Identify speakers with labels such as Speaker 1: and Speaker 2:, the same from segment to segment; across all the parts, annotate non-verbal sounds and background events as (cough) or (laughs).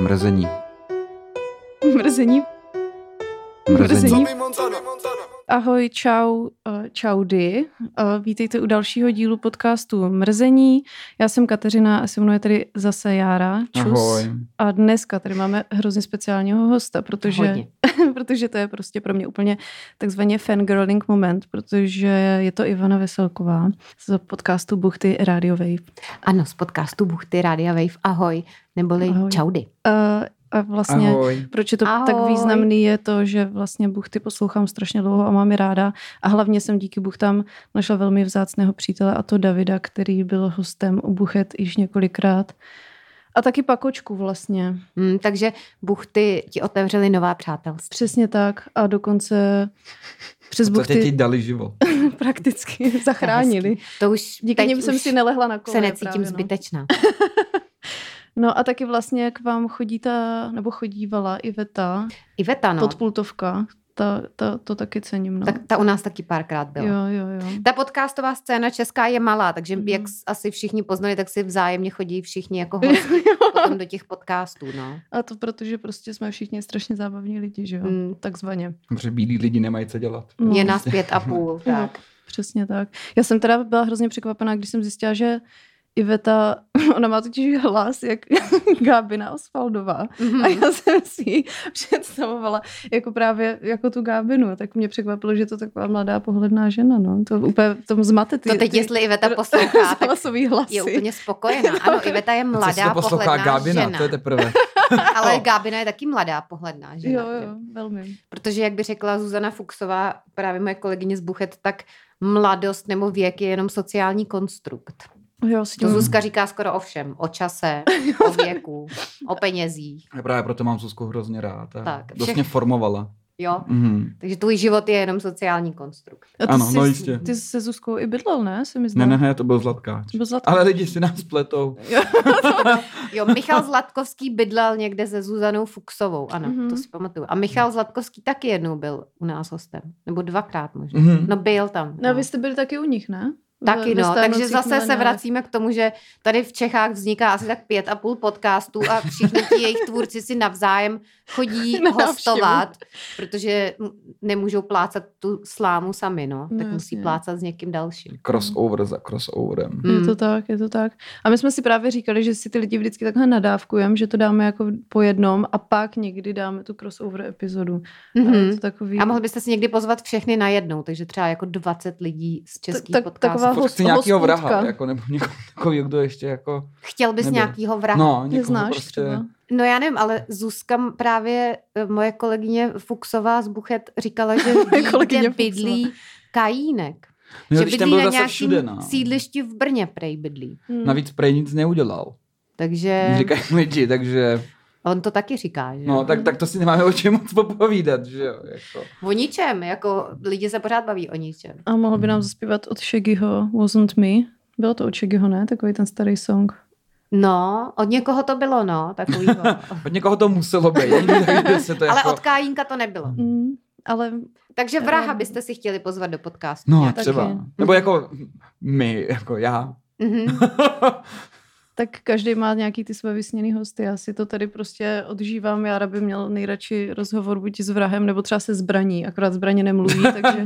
Speaker 1: Mrzení.
Speaker 2: (laughs) Mrzení.
Speaker 1: Mrzení.
Speaker 2: Mrzení. Ahoj, čau, eh, čaudy. Eh, Vítejte u dalšího dílu podcastu Mrzení. Já jsem Kateřina a se mnou je tady zase Jára. Čus.
Speaker 1: Ahoj.
Speaker 2: A dneska tady máme hrozně speciálního hosta, protože,
Speaker 3: Hodně.
Speaker 2: (laughs) protože to je prostě pro mě úplně takzvaně fangirling moment, protože je to Ivana Veselková z podcastu Buchty Radio Wave.
Speaker 3: Ano, z podcastu Buchty Rádia Wave. Ahoj, neboli
Speaker 2: Ahoj.
Speaker 3: ahoj. čaudy.
Speaker 2: Eh, A vlastně
Speaker 1: Ahoj.
Speaker 2: Proč je to Ahoj. tak
Speaker 3: Ahoj.
Speaker 2: významný, je to, že vlastně buchty poslouchám strašně dlouho a mám je ráda. A hlavně jsem díky buchtám našla velmi vzácného přítele, a to Davida, který byl hostem u Buchet již několikrát. A taky Pakočku vlastně.
Speaker 3: Hmm, takže Buchty ti otevřely nová přátelství.
Speaker 2: Přesně tak. A dokonce přes
Speaker 1: Co tě
Speaker 2: buchty
Speaker 1: ti dali život?
Speaker 2: (laughs) prakticky zachránili.
Speaker 3: To už
Speaker 2: Díky
Speaker 3: teď
Speaker 2: nim jsem
Speaker 3: už
Speaker 2: si nelehla na kole.
Speaker 3: se necítím
Speaker 2: právě, no.
Speaker 3: zbytečná.
Speaker 2: No a taky vlastně k vám chodí ta, nebo chodívala Iveta,
Speaker 3: Iveta,
Speaker 2: no.
Speaker 3: no,
Speaker 2: podpultovka. Ta, ta, to taky cením. No.
Speaker 3: tak ta u nás taky párkrát byla.
Speaker 2: jo, jo, jo.
Speaker 3: Ta podcastová scéna česká je malá, takže
Speaker 2: Mhm.
Speaker 3: mm-hmm. jak s- asi všichni poznali, tak si vzájemně chodí
Speaker 2: (laughs)
Speaker 3: všichni jako hosti potom do těch podcastů, no.
Speaker 2: A to protože prostě jsme všichni strašně zábavní lidi, že jo? Mm.
Speaker 3: Mm.
Speaker 2: Takzvaně.
Speaker 1: Protože bílí lidi nemají co dělat.
Speaker 2: No,
Speaker 3: Je nás pět
Speaker 2: (laughs)
Speaker 3: a půl, tak.
Speaker 2: Přesně tak. Já jsem teda byla hrozně překvapená, když jsem zjistila, že Iveta, (laughs) ona má totiž hlas jak (laughs) Gábina Osvaldová. A
Speaker 3: Mhm.
Speaker 2: já jsem si ji představovala jako právě jako tu Gábinu. Tak mě překvapilo, že to taková mladá pohledná žena. No. To úplně v tom zmate ty,
Speaker 3: To No teď,
Speaker 2: ty
Speaker 3: jestli Iveta
Speaker 2: (laughs)
Speaker 3: poslouchá, tak
Speaker 2: hlasový hlasy.
Speaker 3: je
Speaker 1: (laughs)
Speaker 3: úplně spokojená. Ano, Iveta
Speaker 1: A
Speaker 3: je
Speaker 1: co si
Speaker 3: mladá,
Speaker 1: to poslouchá
Speaker 3: pohledná
Speaker 1: Gábina,
Speaker 3: žena.
Speaker 1: to je teprve.
Speaker 3: Ale Gábina je taky mladá, pohledná žena.
Speaker 2: Jo, jo, velmi.
Speaker 3: Protože, jak by řekla Zuzana Fuxová, právě moje kolegyně z Buchet, tak mladost nebo věk je jenom sociální konstrukt.
Speaker 2: Jo, s
Speaker 3: To
Speaker 2: tím
Speaker 1: Mhm.
Speaker 3: Zuzka říká skoro o všem.
Speaker 1: (laughs)
Speaker 3: O čase, o věku, o penězích.
Speaker 1: Já právě proto mám Zuzku hrozně rád. A
Speaker 3: Tak,
Speaker 1: dost
Speaker 3: všech- No.
Speaker 1: mě formovala.
Speaker 3: Jo?
Speaker 1: Mhm.
Speaker 3: Takže tvůj život je jenom sociální konstrukt.
Speaker 2: A ty
Speaker 1: Ano,
Speaker 2: jsi,
Speaker 1: no jistě.
Speaker 2: Ty jsi se Zuzkou i bydlel, ne? Se mi zdá.
Speaker 1: Ne, ne, ne, to byl Zlatkáč.
Speaker 2: To byl Zlatka.
Speaker 1: Ale lidi si nás pletou.
Speaker 3: Jo, Michal Zlatkovský bydlel někde se Zuzanou Fuxovou. Ano,
Speaker 2: Mhm.
Speaker 3: mm-hmm. to si pamatuju. A Michal Zlatkovský taky jednou byl u nás hostem. Nebo dvakrát možná.
Speaker 1: Mhm.
Speaker 3: No byl tam.
Speaker 2: No, vy jste byli taky u nich, ne? Ve-
Speaker 3: Taky
Speaker 2: ve
Speaker 3: no, takže
Speaker 2: Stárnoucích
Speaker 3: zase se
Speaker 2: milenách.
Speaker 3: vracíme k tomu, že tady v Čechách vzniká asi tak pět a půl podcastů a všichni ti jejich tvůrci si navzájem
Speaker 2: (laughs)
Speaker 3: chodí
Speaker 2: Na návštěvu.
Speaker 3: hostovat, protože m- nemůžou plácat tu slámu sami, no,
Speaker 2: No,
Speaker 3: tak musí
Speaker 2: jasně.
Speaker 3: plácat s někým dalším.
Speaker 1: Crossover za crossoverem.
Speaker 2: Je
Speaker 3: Mm.
Speaker 2: to tak, je to tak. A my jsme si právě říkali, že si ty lidi vždycky takhle nadávkujeme, že to dáme jako po jednom a pak někdy dáme tu crossover epizodu. A, je
Speaker 3: Mhm.
Speaker 2: to takový,
Speaker 3: A mohli byste si někdy pozvat všechny najednou, takže třeba jako 20 lidí z českých
Speaker 2: tak-
Speaker 3: tak, podcastů.
Speaker 2: taková-
Speaker 1: Furt
Speaker 2: host-
Speaker 1: chci nějakýho
Speaker 2: hospůdka.
Speaker 1: vraha, jako, nebo někoho takového, kdo ještě jako...
Speaker 3: Chtěl bys
Speaker 1: nebyl.
Speaker 3: nějakýho vraha?
Speaker 1: No, někoho
Speaker 2: neznáš
Speaker 1: prostě...
Speaker 2: třeba.
Speaker 3: No já nevím, ale Zuzka m- právě, eh, moje kolegyně Fuxová z Buchet říkala,
Speaker 2: (laughs)
Speaker 3: že ví,
Speaker 2: kolegyně
Speaker 3: kde
Speaker 2: Fuxová.
Speaker 3: bydlí Kajínek.
Speaker 1: No,
Speaker 3: že
Speaker 1: když ten
Speaker 3: bydlí
Speaker 1: byl
Speaker 3: na
Speaker 1: zase
Speaker 3: nějakém
Speaker 1: všude, no.
Speaker 3: sídlišti v Brně prej bydlí.
Speaker 2: Hmm.
Speaker 1: Navíc prej nic neudělal.
Speaker 3: Takže říká...
Speaker 1: Říkají lidi, takže...
Speaker 3: on to taky říká, že?
Speaker 1: No, tak, tak to si nemáme o čem moc popovídat, že jo? Jako.
Speaker 3: O ničem, jako lidi se pořád baví o ničem.
Speaker 2: a mohl by nám zaspívat od Shaggyho Wasn't Me. Bylo to od Shaggyho, ne? Takový ten starý song.
Speaker 3: No, od někoho to bylo, no, takovýho.
Speaker 1: Od někoho to muselo být. (laughs) takže se (laughs) to
Speaker 3: Ale
Speaker 1: jako...
Speaker 3: od Kajínka to nebylo.
Speaker 2: Mm, ale
Speaker 3: Takže vraha byste si chtěli pozvat do podcastu.
Speaker 1: No,
Speaker 3: nějak.
Speaker 2: Taky.
Speaker 1: třeba. Nebo jako my, jako já.
Speaker 3: Mhm.
Speaker 2: tak každý má nějaký ty své vysněný hosty. Já si to tady prostě odžívám. Já by měl nejradši rozhovor buď s vrahem, nebo třeba se zbraní. Akorát zbraně nemluví,
Speaker 1: (laughs)
Speaker 2: takže...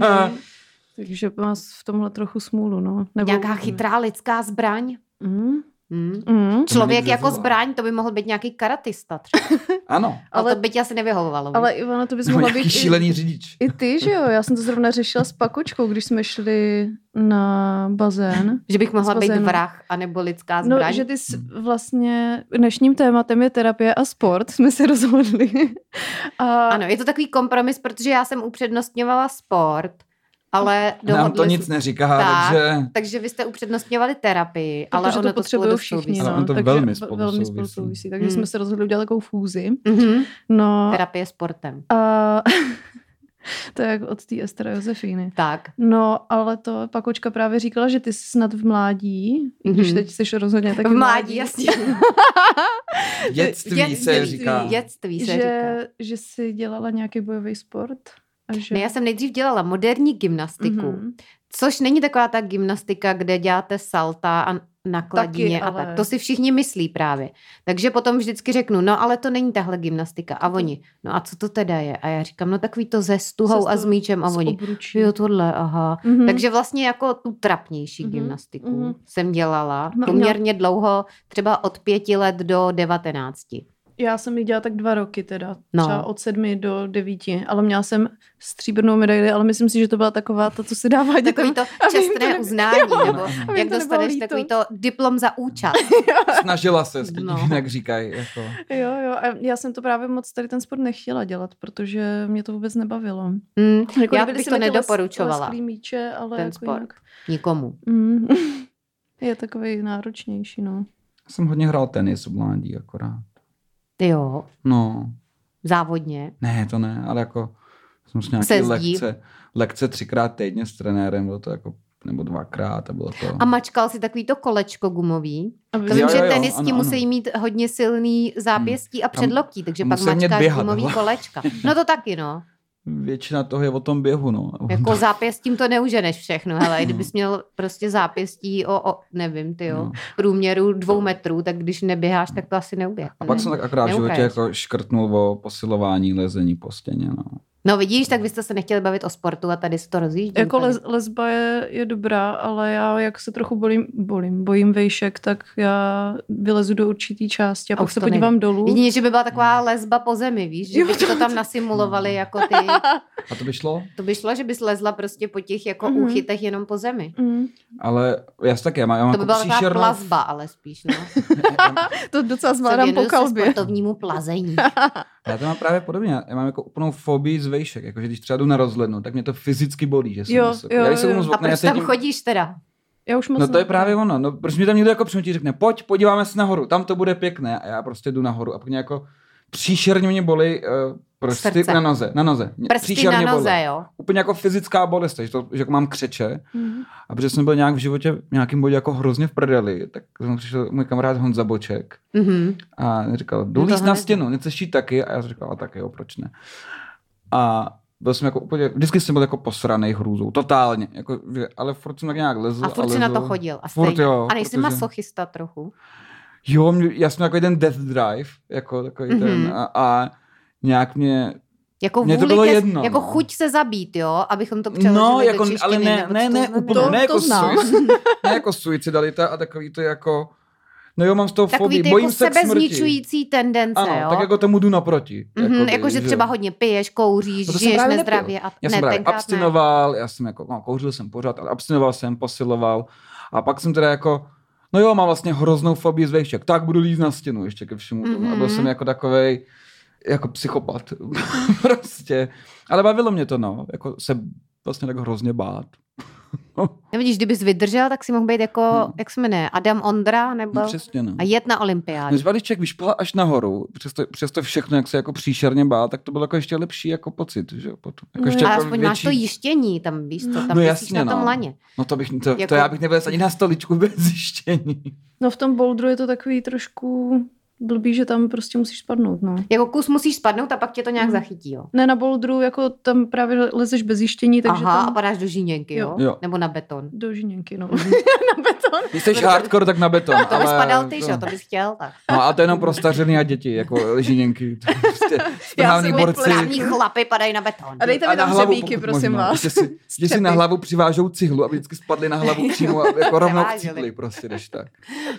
Speaker 2: Takže má v tomhle trochu smůlu, no. Nebo...
Speaker 3: Nějaká chytrá lidská zbraň.
Speaker 2: Mm,
Speaker 3: Mhm.
Speaker 2: mm.
Speaker 3: Člověk
Speaker 1: nikdo
Speaker 3: jako
Speaker 1: nevolá.
Speaker 3: zbraň, to by mohl být nějaký karatista třeba.
Speaker 1: ano.
Speaker 3: Ale,
Speaker 2: Ale-
Speaker 3: ale to by ti asi nevyhovovalo.
Speaker 2: Ale Ivana, to bys
Speaker 1: Nebo
Speaker 2: mohla být
Speaker 1: nějaký
Speaker 2: i,
Speaker 1: šílený řidič.
Speaker 2: i ty, že jo? Já jsem to zrovna řešila s Pakočkou, když jsme šli na bazén.
Speaker 3: Že bych mohla
Speaker 2: Z
Speaker 3: být
Speaker 2: bazénu.
Speaker 3: vrah, anebo lidská
Speaker 2: No,
Speaker 3: zbraň.
Speaker 2: že ty jsi vlastně dnešním tématem je terapie a sport, jsme se rozhodli. (laughs) A
Speaker 3: Ano, je to takový kompromis, protože já jsem upřednostňovala sport, ale
Speaker 1: Nám to
Speaker 3: dohodli
Speaker 1: nic
Speaker 3: jsme-
Speaker 1: neříká,
Speaker 3: Tak.
Speaker 1: takže...
Speaker 3: Takže vy jste upřednostňovali terapii, ale
Speaker 2: protože
Speaker 3: ono
Speaker 2: to potřebují
Speaker 3: spolu
Speaker 2: všichni,
Speaker 3: souvisí.
Speaker 1: Ale
Speaker 2: no.
Speaker 1: on to
Speaker 2: takže
Speaker 1: velmi
Speaker 2: ve-
Speaker 1: spolu
Speaker 2: velmi
Speaker 1: souvisí.
Speaker 2: spolu souvisí. Takže
Speaker 3: Mm.
Speaker 2: jsme se rozhodli udělat takovou fúzi.
Speaker 3: Mhm.
Speaker 2: No
Speaker 3: Terapie sportem.
Speaker 2: a (laughs) to je jak od té Ester Josefíny.
Speaker 3: Tak.
Speaker 2: No, ale to Pakočka právě říkala, že ty jsi snad v mládí, i když
Speaker 3: Mhm.
Speaker 2: teď jsi rozhodně taky
Speaker 3: v
Speaker 2: (laughs)
Speaker 3: mládí, jasně. (laughs)
Speaker 1: Dětství se
Speaker 3: Dětství,
Speaker 1: říká.
Speaker 3: Dětství se říká.
Speaker 2: že, že jsi dělala nějaký bojový sport. A že...
Speaker 3: Ne, No, já jsem nejdřív dělala moderní gymnastiku,
Speaker 2: Mhm.
Speaker 3: což není taková ta gymnastika, kde děláte salta a nakladině
Speaker 2: Taky,
Speaker 3: a tak.
Speaker 2: ale-
Speaker 3: To si všichni myslí právě. Takže potom vždycky řeknu, no ale to není tahle gymnastika. A oni, no a co to teda je? A já říkám, no takový to ze stuhou
Speaker 2: Se
Speaker 3: a s
Speaker 2: stuhou,
Speaker 3: míčem a
Speaker 2: Z
Speaker 3: oni.
Speaker 2: obručí.
Speaker 3: Jo, tohle, aha.
Speaker 2: Mhm.
Speaker 3: Takže vlastně jako tu trapnější
Speaker 2: Mhm,
Speaker 3: gymnastiku
Speaker 2: mhm.
Speaker 3: jsem dělala
Speaker 2: No,
Speaker 3: poměrně dlouho, třeba od pěti let do devatenácti.
Speaker 2: Já jsem ji dělala tak dva roky teda,
Speaker 3: No.
Speaker 2: no. třeba od sedmi do devíti, ale měla jsem stříbrnou medaili, ale myslím si, že to byla taková ta, co se dává
Speaker 3: Takový
Speaker 2: dětem.
Speaker 3: to
Speaker 2: aby jim to
Speaker 3: čestné
Speaker 2: ne-
Speaker 3: uznání, nebo
Speaker 2: Aby
Speaker 3: jak
Speaker 2: jim to nebylo
Speaker 3: dostaneš
Speaker 2: líto.
Speaker 3: takový to diplom za účast.
Speaker 1: Snažila se,
Speaker 3: No.
Speaker 1: no. jinak říkají. Jako.
Speaker 2: Jo, jo, a já jsem to právě moc tady ten sport nechtěla dělat, protože mě to vůbec nebavilo.
Speaker 3: Mm,
Speaker 2: Jako,
Speaker 3: Já
Speaker 2: líbily
Speaker 3: bych
Speaker 2: se
Speaker 3: to
Speaker 2: mi les-
Speaker 3: nedoporučovala,
Speaker 2: lesklý míče, ale
Speaker 3: ten
Speaker 2: jako
Speaker 3: sport.
Speaker 2: Jinak,
Speaker 3: nikomu.
Speaker 2: mm, (laughs) je takový náročnější, no.
Speaker 1: Jsem hodně hrál tenis v mládí akorát.
Speaker 3: Ty jo,
Speaker 1: No,
Speaker 3: závodně.
Speaker 1: ne, to ne, ale jako jsem s nějaký
Speaker 3: Se zdí.
Speaker 1: lekce, lekce třikrát týdně s trenérem, bylo to jako, nebo dvakrát a bylo to...
Speaker 3: A mačkal si takový to kolečko gumový.
Speaker 2: Aby
Speaker 3: To
Speaker 1: Jo,
Speaker 3: vím,
Speaker 1: No. jo,
Speaker 3: že
Speaker 1: jo,
Speaker 3: tenisti
Speaker 1: ano, ano.
Speaker 3: musí mít hodně silný zápěstí a předloktí, takže
Speaker 1: a
Speaker 3: pak
Speaker 1: musí umět
Speaker 3: mačkáš
Speaker 1: běhat,
Speaker 3: gumový
Speaker 1: hele. (laughs)
Speaker 3: kolečka. No to taky, no.
Speaker 1: Většina toho je o tom běhu, no.
Speaker 3: Jako zápěstím to neuženeš všechno, hele, i
Speaker 1: No.
Speaker 3: kdybys měl prostě zápěstí o, o nevím, ty jo,
Speaker 1: No.
Speaker 3: průměru dvou metrů, tak když neběháš, tak to asi neuběh.
Speaker 1: A pak
Speaker 3: ne?
Speaker 1: jsem tak akorát v životě
Speaker 3: Neuhraješ.
Speaker 1: jako škrtnul o posilování lezení po stěně, no.
Speaker 3: No vidíš, tak vy jste se nechtěli bavit o sportu a tady se to rozjíždí.
Speaker 2: Jako
Speaker 3: úplně.
Speaker 2: les, lesba je, je dobrá, ale já jak se trochu bolím, bolím, bojím vejšek, tak já vylezu do určitý části a
Speaker 3: A
Speaker 2: pak
Speaker 3: už
Speaker 2: se
Speaker 3: to
Speaker 2: podívám dolů.
Speaker 3: Jedině, že by byla taková
Speaker 1: Hmm.
Speaker 3: lesba po zemi, víš, že
Speaker 2: Jo,
Speaker 3: by ti to
Speaker 2: to-
Speaker 3: tam nasimulovali jako ty.
Speaker 1: A to by šlo?
Speaker 3: To by šlo, že bys lezla prostě po těch jako
Speaker 2: Mhm.
Speaker 3: úchytech jenom po zemi.
Speaker 2: Mm.
Speaker 1: Ale já se taky, já mám, já mám
Speaker 3: To by byla
Speaker 1: jako
Speaker 3: taková
Speaker 1: příšernou... (laughs)
Speaker 3: plazba, ale spíš, no. Se
Speaker 2: To docela zvládám po
Speaker 3: věnuju se
Speaker 2: kalbě.
Speaker 1: (laughs)
Speaker 3: sportovnímu plazení.
Speaker 1: Já to mám právě podobně. Já mám jako úplnou fobii z vejšek. Jakože když třeba jdu na rozhlednu, tak mě to fyzicky bolí, že jsem
Speaker 2: Jo,
Speaker 1: vysoko.
Speaker 2: jo,
Speaker 1: já když se
Speaker 2: jo.
Speaker 1: komu z
Speaker 3: A
Speaker 1: okna, No, já
Speaker 3: proč tam
Speaker 1: sedím...
Speaker 3: chodíš teda?
Speaker 2: Já už moc
Speaker 1: No to je
Speaker 2: ne-
Speaker 1: právě ono. No, proč mi tam někdo jako přinutí řekne, pojď, podíváme se nahoru, tam to bude pěkné. A já prostě jdu nahoru a pak mě jako příšerně mě bolí uh, prsty
Speaker 3: Srdce.
Speaker 1: na noze. Na noze. Mě
Speaker 3: Prsty na
Speaker 1: příšerně Bolí.
Speaker 3: noze, jo.
Speaker 1: Úplně jako fyzická bolest, takže to, že jako mám křeče.
Speaker 2: Mhm.
Speaker 1: A protože jsem byl nějak v životě v nějakém bodě jako hrozně v prdeli, tak za mnou přišel můj kamarád Honza Boček
Speaker 3: Mhm.
Speaker 1: a říkal, jdu
Speaker 3: No to
Speaker 1: líst na
Speaker 3: hned.
Speaker 1: stěnu, neceš taky? A já jsem říkal, a tak jo, proč ne? A byl jsem jako úplně, vždycky jsem byl jako posranej hrůzou, totálně, jako, že- ale furt jsem tak nějak lezl
Speaker 3: A furt
Speaker 1: lezl.
Speaker 3: si na to chodil. A,
Speaker 1: Furt
Speaker 3: stejně.
Speaker 1: jo,
Speaker 3: a nejsi
Speaker 1: protože-
Speaker 3: masochista trochu.
Speaker 1: Jo, mě, já jsem jako jeden death drive, jako takový mm-hmm. ten,
Speaker 3: Mhm.
Speaker 1: a, a nějak mě,
Speaker 3: Jako,
Speaker 1: Mně to
Speaker 3: vůli
Speaker 1: bylo
Speaker 3: ke-
Speaker 1: jedno,
Speaker 3: jako
Speaker 1: no.
Speaker 3: chuť se zabít, jo, abychom to přeložili
Speaker 1: no,
Speaker 3: do
Speaker 1: jako,
Speaker 3: češtiny,
Speaker 1: ale ne,
Speaker 3: nebo
Speaker 1: ne, ne, úplně,
Speaker 3: co to znamená?
Speaker 1: ne,
Speaker 2: To
Speaker 1: jako
Speaker 2: znám.
Speaker 1: sui- ne jako suicidalita a takový to jako, no jo, mám z toho
Speaker 3: Takový
Speaker 1: fobii,
Speaker 3: ty
Speaker 1: bojím
Speaker 3: jako
Speaker 1: se k smrti.
Speaker 3: sebezničující tendence,
Speaker 1: Ano,
Speaker 3: jo.
Speaker 1: tak jako tomu jdu naproti.
Speaker 3: Mhm,
Speaker 1: jakoby,
Speaker 3: jakože třeba hodně piješ, kouříš,
Speaker 1: No to jsem
Speaker 3: žiješ
Speaker 1: právě
Speaker 3: nezdravě. A
Speaker 1: Já
Speaker 3: ne,
Speaker 1: jsem právě
Speaker 3: tenkrát ne.
Speaker 1: abstinoval, já jsem jako, no, kouřil jsem pořád, ale abstinoval jsem, posiloval. A pak jsem teda jako, no jo, mám vlastně hroznou fobii z vejšek, tak budu líst na stěnu ještě ke všemu tomu. Mm-hmm. A byl
Speaker 3: Mhm.
Speaker 1: jsem jako takovej, jako psychopat. (laughs) prostě. Ale bavilo mě to, no. Jako se vlastně tak hrozně bát.
Speaker 3: No vidíš, kdybys vydržel, tak si mohl být jako,
Speaker 1: No.
Speaker 3: jak se jmenuje, Adam Ondra, nebo...
Speaker 1: No, přesně, no.
Speaker 3: A jet na olympiádu.
Speaker 1: Když když člověk vyšplhá až nahoru, přesto, přesto všechno, jak se jako příšerně bál, tak to byl jako ještě lepší jako pocit, že jo, potom. Jako
Speaker 2: No,
Speaker 1: ještě
Speaker 3: A
Speaker 1: jako
Speaker 3: aspoň máš to jištění tam, víš co, tam
Speaker 1: No
Speaker 3: no,
Speaker 1: jasně,
Speaker 3: jasně, na tom
Speaker 1: no.
Speaker 3: laně.
Speaker 1: No to, bych, to, jako...
Speaker 3: Jako-
Speaker 1: to já bych nevylez ani na stoličku bez zjištění.
Speaker 2: No v tom bouldru je to takový trošku blbý, že tam prostě musíš spadnout, no.
Speaker 3: Jako kus musíš spadnout a pak tě to nějak
Speaker 2: Mhm.
Speaker 3: zachytí, jo.
Speaker 2: Ne, na bouldru, jako tam právě lezeš bez jištění, takže
Speaker 3: Aha, a Mhm.
Speaker 2: tam
Speaker 3: padáš do žíněnky, jo?
Speaker 2: Jo.
Speaker 1: Jo.
Speaker 3: Nebo na beton.
Speaker 2: do žiněnky, no. (laughs) na beton.
Speaker 1: Když jsi hardcore, tak na beton.
Speaker 3: No, To
Speaker 1: ale...
Speaker 3: bys padal ty, že jo, to bys chtěl, tak.
Speaker 1: No a to jenom pro stařeny a děti, jako žiněnky. To je prostě správný
Speaker 2: jsem
Speaker 1: borci.
Speaker 3: Správní chlapy padají na beton.
Speaker 2: A dejte
Speaker 1: na
Speaker 2: mi tam
Speaker 1: hlavu,
Speaker 2: řebíky,
Speaker 1: pokud
Speaker 2: prosím
Speaker 1: možno.
Speaker 2: vás.
Speaker 1: Že si, že si na
Speaker 2: Střepy.
Speaker 1: hlavu přivážou cihlu, aby vždycky spadli na hlavu přímo a jako rovnou k
Speaker 3: Převáželi.
Speaker 1: cihli, prostě jdeš tak.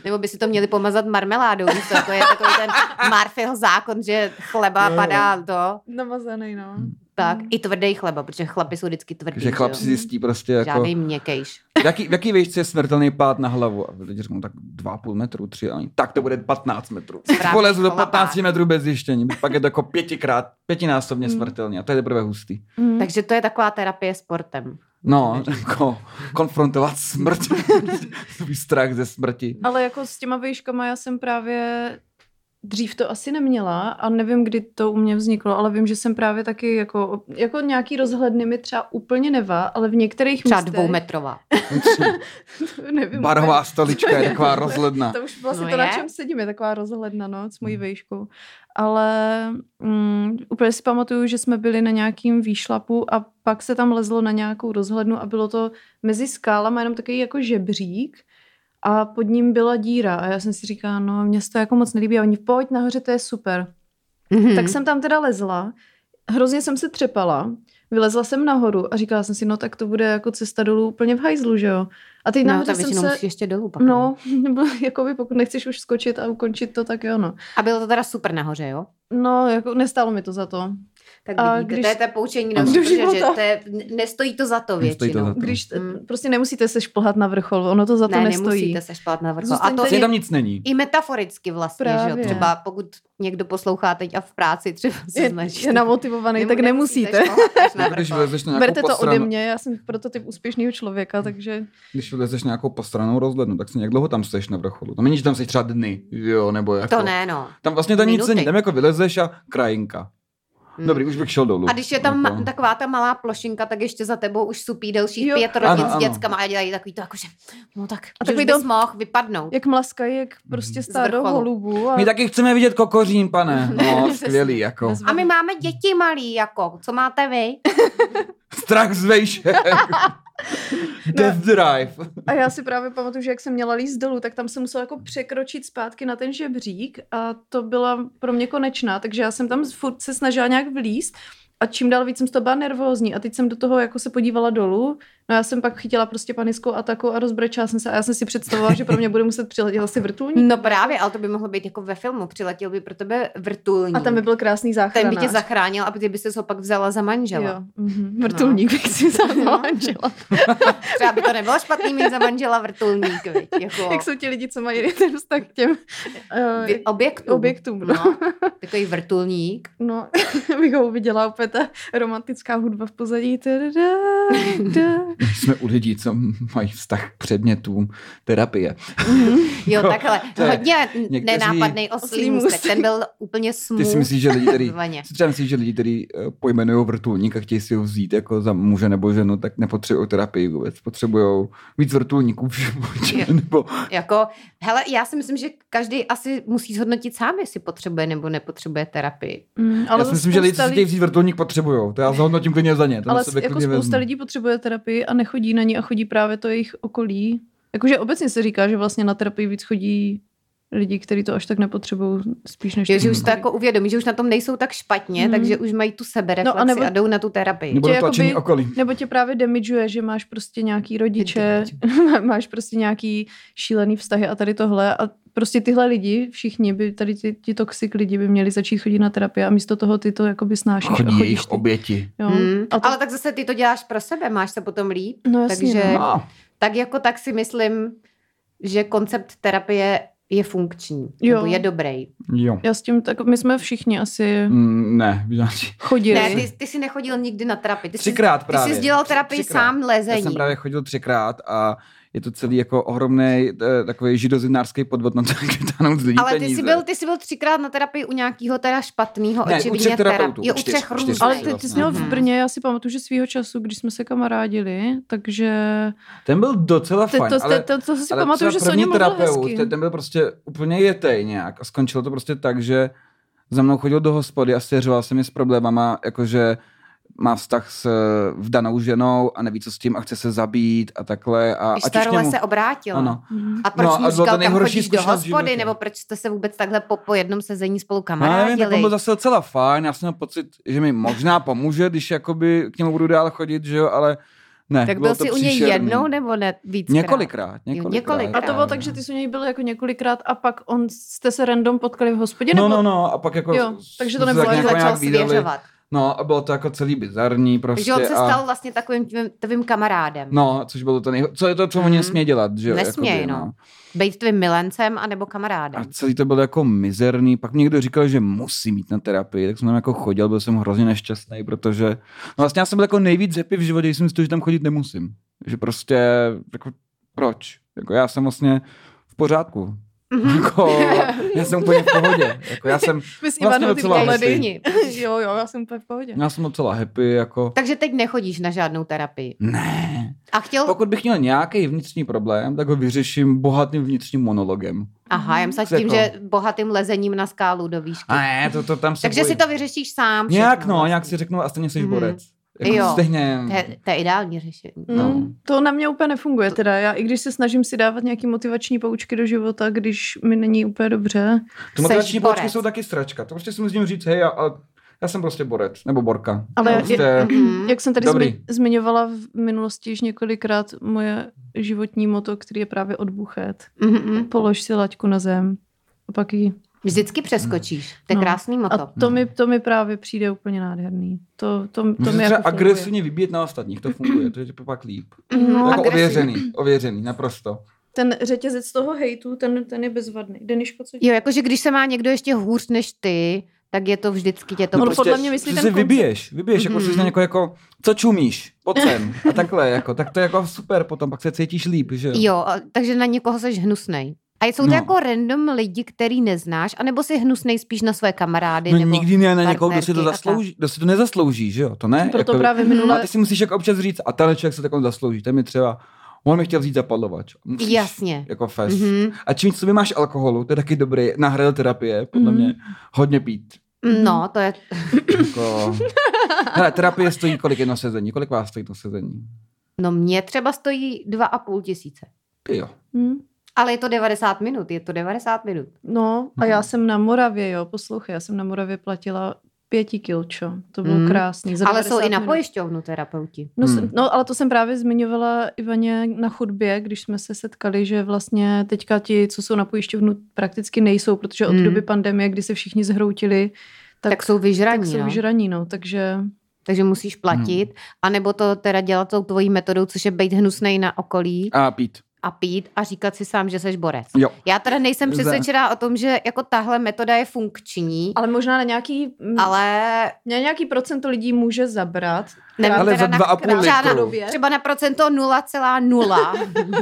Speaker 3: Nebo by si to měli pomazat marmeládou, víš co, jako je takový ten Marfil zákon, že chleba
Speaker 1: Jo, jo.
Speaker 3: padá to,
Speaker 2: Namazaný, no.
Speaker 3: tak
Speaker 2: Mm.
Speaker 3: i tvrdý chleba, protože chlapy jsou vždycky tvrdý,
Speaker 1: Že chlap
Speaker 3: jo.
Speaker 1: si zjistí prostě jako,
Speaker 3: Žádný měkejš.
Speaker 1: v jaký, v jaký výšce je smrtelný pád na hlavu. A lidi řeknou tak 2,5 metru, 3, ani tak to bude 15 metrů.
Speaker 3: Správný
Speaker 1: Polezu do
Speaker 3: chlapák.
Speaker 1: 15 metrů bez zjištění, pak je to jako pětikrát, pětinásobně
Speaker 2: Mm.
Speaker 1: smrtelný a to je teprve hustý.
Speaker 2: Mm.
Speaker 3: Takže to je taková terapie sportem.
Speaker 1: No, jako konfrontovat smrt, (laughs) svůj strach ze smrti.
Speaker 2: Ale jako s těma výškama já jsem právě dřív to asi neměla a nevím, kdy to u mě vzniklo, ale vím, že jsem právě taky jako, jako nějaký rozhledny mi třeba úplně nevá, ale v některých
Speaker 3: Třeba
Speaker 2: místech...
Speaker 3: dvoumetrová.
Speaker 2: (laughs) nevím,
Speaker 1: Barová stolička je taková
Speaker 2: To-
Speaker 1: rozhledna.
Speaker 2: To už vlastně
Speaker 3: No
Speaker 2: no to, na
Speaker 3: je.
Speaker 2: čem sedím, je taková rozhledna, no, s mojí výškou. Ale mm, úplně si pamatuju, že jsme byli na nějakým výšlapu a pak se tam lezlo na nějakou rozhlednu a bylo to mezi skálama jenom takový jako žebřík a pod ním byla díra a já jsem si říkala, no mě se to jako moc nelíbí a oni, pojď nahoře, to je super.
Speaker 3: Mm-hmm.
Speaker 2: Tak jsem tam teda lezla, hrozně jsem se třepala, vylezla jsem nahoru a říkala jsem si, no tak to bude jako cesta dolů úplně v hajzlu, že jo. A teď
Speaker 3: no,
Speaker 2: nahoře
Speaker 3: ta
Speaker 2: jsem
Speaker 3: většinou
Speaker 2: se...
Speaker 3: musíš ještě dolů pak.
Speaker 2: No, (laughs) nebo jakoby pokud nechceš už skočit a ukončit to, tak jo no.
Speaker 3: A bylo to teda super nahoře, jo?
Speaker 2: No, jako nestálo mi to za to.
Speaker 3: Tak
Speaker 2: A
Speaker 3: vidíte, když...
Speaker 2: když-
Speaker 3: to je ta poučení
Speaker 1: Ano.
Speaker 3: do
Speaker 2: Do
Speaker 3: života. Že
Speaker 2: života.
Speaker 3: to je, ne- nestojí to za to
Speaker 1: Nestojí
Speaker 3: většinou.
Speaker 1: to za to.
Speaker 2: Když
Speaker 3: Mm.
Speaker 2: mm. prostě nemusíte se šplhat na vrchol, ono to za to
Speaker 3: ne,
Speaker 2: nestojí.
Speaker 3: nemusíte se špát na vrchol. A
Speaker 2: Zůstaňte Tady-
Speaker 3: to
Speaker 1: Vlastně
Speaker 3: je
Speaker 1: tam nic není.
Speaker 3: i metaforicky vlastně, že jo?
Speaker 2: Právě.
Speaker 3: Třeba pokud někdo poslouchá teď a v práci třeba se
Speaker 2: Je,
Speaker 3: snaží.
Speaker 2: je namotivovaný,
Speaker 3: Nemu-
Speaker 2: tak nemusíte.
Speaker 3: šplhat až na
Speaker 1: Jako Když
Speaker 3: vrchol.
Speaker 1: vylezeš na nějakou
Speaker 2: Berte to ode
Speaker 1: postranu,
Speaker 2: mě, já jsem proto typ úspěšného
Speaker 3: Mhm.
Speaker 2: člověka, takže
Speaker 1: když vylezeš na nějakou postranou rozhlednu, tak si jak dlouho tam seš na vrcholu. To není, že tam seš třeba dny, jo, nebo jako.
Speaker 3: To ne, no.
Speaker 1: Tam vlastně tam nic
Speaker 3: Minuty.
Speaker 1: není, tam jako vylezeš a krajinka.
Speaker 3: Mm.
Speaker 1: Dobrý, už bych šel dolů.
Speaker 3: A když je tam ma-
Speaker 1: Jako.
Speaker 3: taková ta malá plošinka, tak ještě za tebou už supí dalších
Speaker 2: Jo.
Speaker 3: pět
Speaker 1: Ano,
Speaker 3: rodin s
Speaker 1: ano.
Speaker 3: dětskama a dělají takový to jakože, no tak,
Speaker 2: A
Speaker 3: a tak už
Speaker 2: takový
Speaker 3: bys
Speaker 2: to-
Speaker 3: mohl vypadnout.
Speaker 2: jak mlaskají, jak prostě
Speaker 3: Z
Speaker 2: stádo
Speaker 3: vrcholu.
Speaker 2: holubů. A...
Speaker 1: My taky chceme vidět kokořín, pane. No,
Speaker 3: Přesně.
Speaker 1: skvělý, jako.
Speaker 2: Bez-
Speaker 3: A my máme děti malí, jako, co máte vy?
Speaker 1: Strach z vejšek. Death Drive.
Speaker 2: A já si právě pamatuju, že jak jsem měla líst dolů, tak tam jsem musela jako překročit zpátky na ten žebřík a to byla pro mě konečná, takže já jsem tam furt se snažila nějak vlíst a čím dál víc jsem z toho byla nervózní a teď jsem do toho jako se podívala dolů, no já jsem pak chytila prostě panickou ataku a rozbrečela jsem se a já jsem si představovala, že pro mě bude muset přiletět asi vrtulník
Speaker 3: No právě, ale to by mohlo být jako ve filmu, přiletěl by pro tebe vrtulník.
Speaker 2: a tam by byl krásný
Speaker 3: ten
Speaker 2: záchranář.
Speaker 3: by tě zachránil a ty by se ho pak vzala za manžela.
Speaker 2: Jo, mhm. vrtulník bych
Speaker 3: (laughs)
Speaker 2: si
Speaker 3: No.
Speaker 2: vzala manžela.
Speaker 3: Třeba by to nebylo špatný mít za manžela vrtulník, viď?
Speaker 2: (laughs)
Speaker 3: Jako
Speaker 2: Jak jsou ti lidi, co mají ten vztah k těm eh,
Speaker 3: vy- objektům.
Speaker 2: objektům. No.
Speaker 3: No, (laughs) takový vrtulník.
Speaker 2: No, (laughs) bych ho uviděla opět ta romantická hudba v pozadí. Tadadá, da.
Speaker 1: Jsme u lidí, co mají vztah k předmětům terapie.
Speaker 3: Jo,
Speaker 1: Jako,
Speaker 3: takhle.
Speaker 1: to je-
Speaker 3: Hodně
Speaker 1: někteří-
Speaker 3: nenápadný oslý
Speaker 2: Oslý
Speaker 3: můstek.
Speaker 2: můstek.
Speaker 3: Ten byl úplně smůj.
Speaker 1: Ty si myslíš, že lidi,
Speaker 3: (laughs)
Speaker 1: který,
Speaker 3: Vaně.
Speaker 1: si třeba myslíš, že lidi, který eh, pojmenují vrtulník a chtějí si ho vzít jako za muže nebo ženu, tak nepotřebují terapii vůbec. Potřebují víc vrtulníků v životě.
Speaker 3: Jo.
Speaker 1: Nebo
Speaker 3: Jako, hele, já si myslím, že každý asi musí zhodnotit sám, jestli potřebuje nebo nepotřebuje terapii.
Speaker 2: Mm,
Speaker 1: ale já si
Speaker 2: to
Speaker 1: myslím, že lidi, co
Speaker 2: spousta
Speaker 1: si chtějí vzít vrtulník, potřebují. To já zhodnotím klidně za ně. To
Speaker 2: ale
Speaker 1: na sebe
Speaker 2: jako
Speaker 1: klidně
Speaker 2: spousta
Speaker 1: vezmu.
Speaker 2: lidí potřebuje terapii a nechodí na ní a chodí právě to jejich okolí. Jakože obecně se říká, že vlastně na terapii víc chodí lidi, kteří to až tak nepotřebují, spíš než
Speaker 3: Že, že
Speaker 2: jejich
Speaker 3: už to
Speaker 1: Hmm.
Speaker 2: okolí.
Speaker 3: jako uvědomí, že už na tom nejsou tak špatně,
Speaker 2: Mhm.
Speaker 3: takže už mají tu sebereflexi
Speaker 2: No a nebo-
Speaker 3: a jdou na tu terapii.
Speaker 1: Nebo
Speaker 2: že
Speaker 1: dotlačení
Speaker 2: jakoby-
Speaker 1: okolí.
Speaker 2: Nebo tě právě damageuje, že máš prostě nějaký rodiče, (laughs) máš prostě nějaký šílený vztahy a tady tohle a prostě tyhle lidi, všichni by, tady ti, ti toxic lidi by měli začít chodit na terapii a místo toho ty to jakoby snášíš a
Speaker 1: Chodí
Speaker 2: chodíš
Speaker 1: jejich
Speaker 2: ty.
Speaker 1: oběti.
Speaker 2: Jo.
Speaker 3: Hmm.
Speaker 2: A to,
Speaker 3: Ale tak zase ty to děláš pro sebe, máš se potom líp.
Speaker 2: no jasně,
Speaker 3: takže-
Speaker 2: takže... no.
Speaker 1: No,
Speaker 3: Tak jako tak si myslím, že koncept terapie je funkční,
Speaker 2: Jo.
Speaker 3: nebo je dobrý.
Speaker 1: jo.
Speaker 2: Já s tím, tak my jsme všichni asi
Speaker 1: Mm, ne, vyžádný.
Speaker 2: chodili.
Speaker 3: Ne, ty, ty jsi nechodil nikdy na terapii. Ty jsi,
Speaker 1: Třikrát
Speaker 3: ty
Speaker 1: právě.
Speaker 3: jsi dělal terapii
Speaker 1: Třikrát.
Speaker 3: sám lezení.
Speaker 1: Já jsem právě chodil třikrát a je to celý jako ohromný takový židozinářský podvod na to, (laughs) kde táhnou z lidí
Speaker 3: Ale ty
Speaker 1: peníze.
Speaker 3: jsi, byl, ty jsi byl třikrát na terapii u nějakého teda špatného,
Speaker 1: Ne, u
Speaker 3: očividně
Speaker 1: třech terapeutů,
Speaker 3: terapeutů. Jo, u
Speaker 1: čtyř,
Speaker 3: třech
Speaker 1: čtyř.
Speaker 3: různých.
Speaker 2: ale
Speaker 1: ty
Speaker 2: ty, ty jsi
Speaker 1: vlastně.
Speaker 2: měl
Speaker 3: Mhm.
Speaker 2: v Brně, já si pamatuju, že svýho času, když jsme se kamarádili, takže
Speaker 1: Ten byl docela
Speaker 2: to,
Speaker 1: fajn,
Speaker 2: to,
Speaker 1: ale,
Speaker 2: to, to, to si
Speaker 1: ale
Speaker 2: pamatuju, že
Speaker 1: třeba
Speaker 2: se o
Speaker 1: první
Speaker 2: něm mluvil hezky.
Speaker 1: ten, ten byl prostě úplně jetej nějak a skončilo to prostě tak, že za mnou chodil do hospody a svěřoval se mi s problémama, jakože má vztah s eh, vdanou ženou a neví, co s tím a chce se zabít a takhle. A,
Speaker 3: Když
Speaker 1: ať
Speaker 3: ta
Speaker 1: už
Speaker 3: role
Speaker 1: němu-
Speaker 3: se obrátila.
Speaker 1: Ano.
Speaker 2: Mhm.
Speaker 3: A proč
Speaker 1: No, a
Speaker 3: no, mu
Speaker 1: byla to
Speaker 3: říkal, kam
Speaker 1: nejhorší
Speaker 3: chodíš do
Speaker 1: zkušenost v
Speaker 3: hospody,
Speaker 1: životě.
Speaker 3: nebo proč jste se vůbec takhle po, po jednom sezení spolu
Speaker 1: No, já nevím, tak on byl
Speaker 3: kamarádili?
Speaker 1: zase docela fajn, já jsem měl pocit, že mi možná pomůže, když jakoby k němu budu dál chodit, že jo, ale ne,
Speaker 3: Tak
Speaker 1: bylo
Speaker 3: byl
Speaker 1: to
Speaker 3: jsi u něj
Speaker 1: příšerný.
Speaker 3: jednou nebo ne víckrát?
Speaker 1: Několikrát,
Speaker 3: Jo,
Speaker 1: několikrát.
Speaker 3: několikrát.
Speaker 2: A to bylo tak, že ty jsi u něj byl jako několikrát a pak on jste se random potkali v hospodě?
Speaker 1: No,
Speaker 2: nebo...
Speaker 1: no, no, a pak jako...
Speaker 2: Jo, takže to
Speaker 1: jsme se
Speaker 2: nebylo,
Speaker 1: tak
Speaker 3: On
Speaker 2: jak
Speaker 1: Jako nějak-
Speaker 3: začal
Speaker 1: nějak viděli.
Speaker 3: svěřovat.
Speaker 1: No a bylo to jako celý bizarní prostě.
Speaker 3: Takže on se
Speaker 1: a...
Speaker 3: stal vlastně takovým tvým, tvým kamarádem.
Speaker 1: No, což bylo to nejho... Co je to, co oni
Speaker 3: Mhm.
Speaker 1: nesmí dělat, že jo?
Speaker 3: Nesměj, no. Být tvým milencem anebo kamarádem.
Speaker 1: A celý to byl jako mizerný. Pak mi někdo říkal, že musí mít na terapii, tak jsem tam jako chodil, byl jsem hrozně nešťastný, protože no vlastně já jsem byl jako nejvíc happy v životě, když jsem si to, že tam chodit nemusím. Že prostě, jako proč? Jako já jsem vlastně v pořádku.
Speaker 3: Mhm. (laughs)
Speaker 1: Jako, já jsem úplně v pohodě. Jako, já, jsem,
Speaker 2: My s
Speaker 1: Vlastně
Speaker 2: Ivanou ty
Speaker 1: docela
Speaker 2: pohledy.
Speaker 1: hezky. No,
Speaker 3: Všichni.
Speaker 2: Jo, jo, já jsem úplně v pohodě.
Speaker 1: já jsem docela happy. Jako,
Speaker 3: (laughs) Takže teď nechodíš na žádnou terapii.
Speaker 1: ne.
Speaker 3: A chtěl...
Speaker 1: Pokud bych měl nějaký vnitřní problém, tak ho vyřeším bohatým vnitřním monologem.
Speaker 3: Aha, já myslím
Speaker 1: Jako-
Speaker 3: tím, že bohatým lezením na skálu do výšky.
Speaker 1: A ne, to, to tam se
Speaker 3: Takže
Speaker 1: bojí.
Speaker 3: si to vyřešíš sám.
Speaker 1: Nějak
Speaker 3: všechno
Speaker 1: no,
Speaker 3: vlastně.
Speaker 1: nějak si řeknu a stejně jsi
Speaker 3: Mhm.
Speaker 1: borec. Jako
Speaker 3: Jo.
Speaker 1: Stejně,
Speaker 3: To je, to je ideální řešení.
Speaker 2: Mm,
Speaker 1: No.
Speaker 2: To na mě úplně nefunguje teda. Já i když se snažím si dávat nějaký motivační poučky do života, když mi není úplně dobře.
Speaker 1: ty
Speaker 3: Seš
Speaker 1: motivační
Speaker 3: borec.
Speaker 1: poučky jsou taky sračka. To prostě si musím říct, hej, já, a- já jsem prostě borec, nebo borka.
Speaker 2: Ale
Speaker 1: Já
Speaker 2: je-
Speaker 1: prostě,
Speaker 3: Mhm.
Speaker 2: Jak jsem tady
Speaker 1: Dobrý.
Speaker 2: zmi- zmiňovala v minulosti již několikrát moje životní moto, který je právě odbuchet.
Speaker 3: Mhm.
Speaker 2: Polož si laťku na zem. A pak ji.
Speaker 3: Vždycky přeskočíš. To je
Speaker 2: No.
Speaker 3: krásný
Speaker 2: A
Speaker 3: moto.
Speaker 2: to mi,
Speaker 1: Mhm.
Speaker 2: to mi právě přijde úplně nádherný. To, to, to
Speaker 1: Můžeš
Speaker 2: mi
Speaker 1: třeba
Speaker 2: jako funguje.
Speaker 1: agresivně vybít na ostatních, to funguje, to je to pak líp.
Speaker 3: Mhm.
Speaker 1: No, jako
Speaker 3: Agresivní.
Speaker 1: ověřený, ověřený, naprosto.
Speaker 2: Ten řetězec toho hejtu, ten, ten je bezvadný. Deniško, co
Speaker 3: Jo, jakože když se má někdo ještě hůř než ty, tak je to vždycky tě to...
Speaker 2: No,
Speaker 3: prostě-
Speaker 2: podle mě myslí
Speaker 1: že
Speaker 2: ten
Speaker 1: se
Speaker 2: koncept.
Speaker 1: vybiješ, vybiješ, jako
Speaker 3: Mhm.
Speaker 1: mm-hmm. jako, jako, co čumíš, pojď sem, a takhle, jako, tak to je jako super potom, pak se cítíš líp, že
Speaker 3: Jo, a- takže na někoho seš hnusnej. A jsou to
Speaker 1: No.
Speaker 3: jako random lidi, který neznáš, anebo si hnusnej spíš na své kamarády,
Speaker 1: No
Speaker 3: nebo...
Speaker 1: nikdy ne na někoho, kdo si to,
Speaker 3: partnerky a tak. no-
Speaker 1: zaslouží, kdo si to nezaslouží, že jo, to ne.
Speaker 2: Proto
Speaker 1: jako,
Speaker 2: právě
Speaker 1: A
Speaker 2: minule...
Speaker 1: ty si musíš jako občas říct, a tenhle člověk se takovou zaslouží, ten mi třeba, on mi chtěl vzít zapadlovač. Musíš,
Speaker 3: Jasně.
Speaker 1: Jako fest. Mm-hmm.
Speaker 3: Mhm.
Speaker 1: A čím víc sobě máš alkoholu, to je taky dobrý, náhrada terapie, podle
Speaker 2: Mhm.
Speaker 3: Mm.
Speaker 1: mě, hodně pít.
Speaker 3: No, to je...
Speaker 1: Jako...
Speaker 3: (laughs)
Speaker 1: Hele, terapie stojí kolik jedno sezení, kolik vás stojí to sezení?
Speaker 3: No mě třeba stojí dva a půl tisíce.
Speaker 1: Jo.
Speaker 2: Hm?
Speaker 3: Ale je to 90 minut, je to 90 minut.
Speaker 2: No a
Speaker 1: Mhm.
Speaker 2: já jsem na Moravě, jo, poslouchej, já jsem na Moravě platila pěti kilčo, to bylo
Speaker 3: Mm.
Speaker 2: krásný. Za
Speaker 3: Ale jsou
Speaker 2: 90
Speaker 3: i na
Speaker 2: minut.
Speaker 3: pojišťovnu terapeuti.
Speaker 2: No,
Speaker 1: Mhm. Hmm.
Speaker 2: hmm. no, ale to jsem právě zmiňovala Ivaně na chodbě, když jsme se setkali, že vlastně teďka ti, co jsou na pojišťovnu, prakticky nejsou, protože od
Speaker 3: Hmm.
Speaker 2: doby pandemie, kdy se všichni zhroutili, tak,
Speaker 3: Tak, tak jsou vyžraní,
Speaker 2: tak jsou
Speaker 3: no.
Speaker 2: žraní, no, takže
Speaker 3: takže musíš platit, hmm. anebo to teda dělat tou tvojí metodou, což je být hnusnej na okolí
Speaker 1: A pít.
Speaker 3: a pít a říkat si sám, že seš borec. (laughs)
Speaker 1: Jo.
Speaker 3: Já teda nejsem
Speaker 1: Za-
Speaker 3: přesvědčená o tom, že jako tahle metoda je funkční,
Speaker 2: ale možná na nějaký,
Speaker 1: Mm.
Speaker 2: ale...
Speaker 3: ale
Speaker 2: na nějaký procento lidí může zabrat.
Speaker 3: nevím
Speaker 1: Ale
Speaker 3: teda
Speaker 1: za dva
Speaker 3: na,
Speaker 1: a půl
Speaker 3: na-
Speaker 1: litru.
Speaker 3: žádnou-
Speaker 2: Době.
Speaker 3: Třeba na
Speaker 1: (laughs)
Speaker 3: procento 0,0.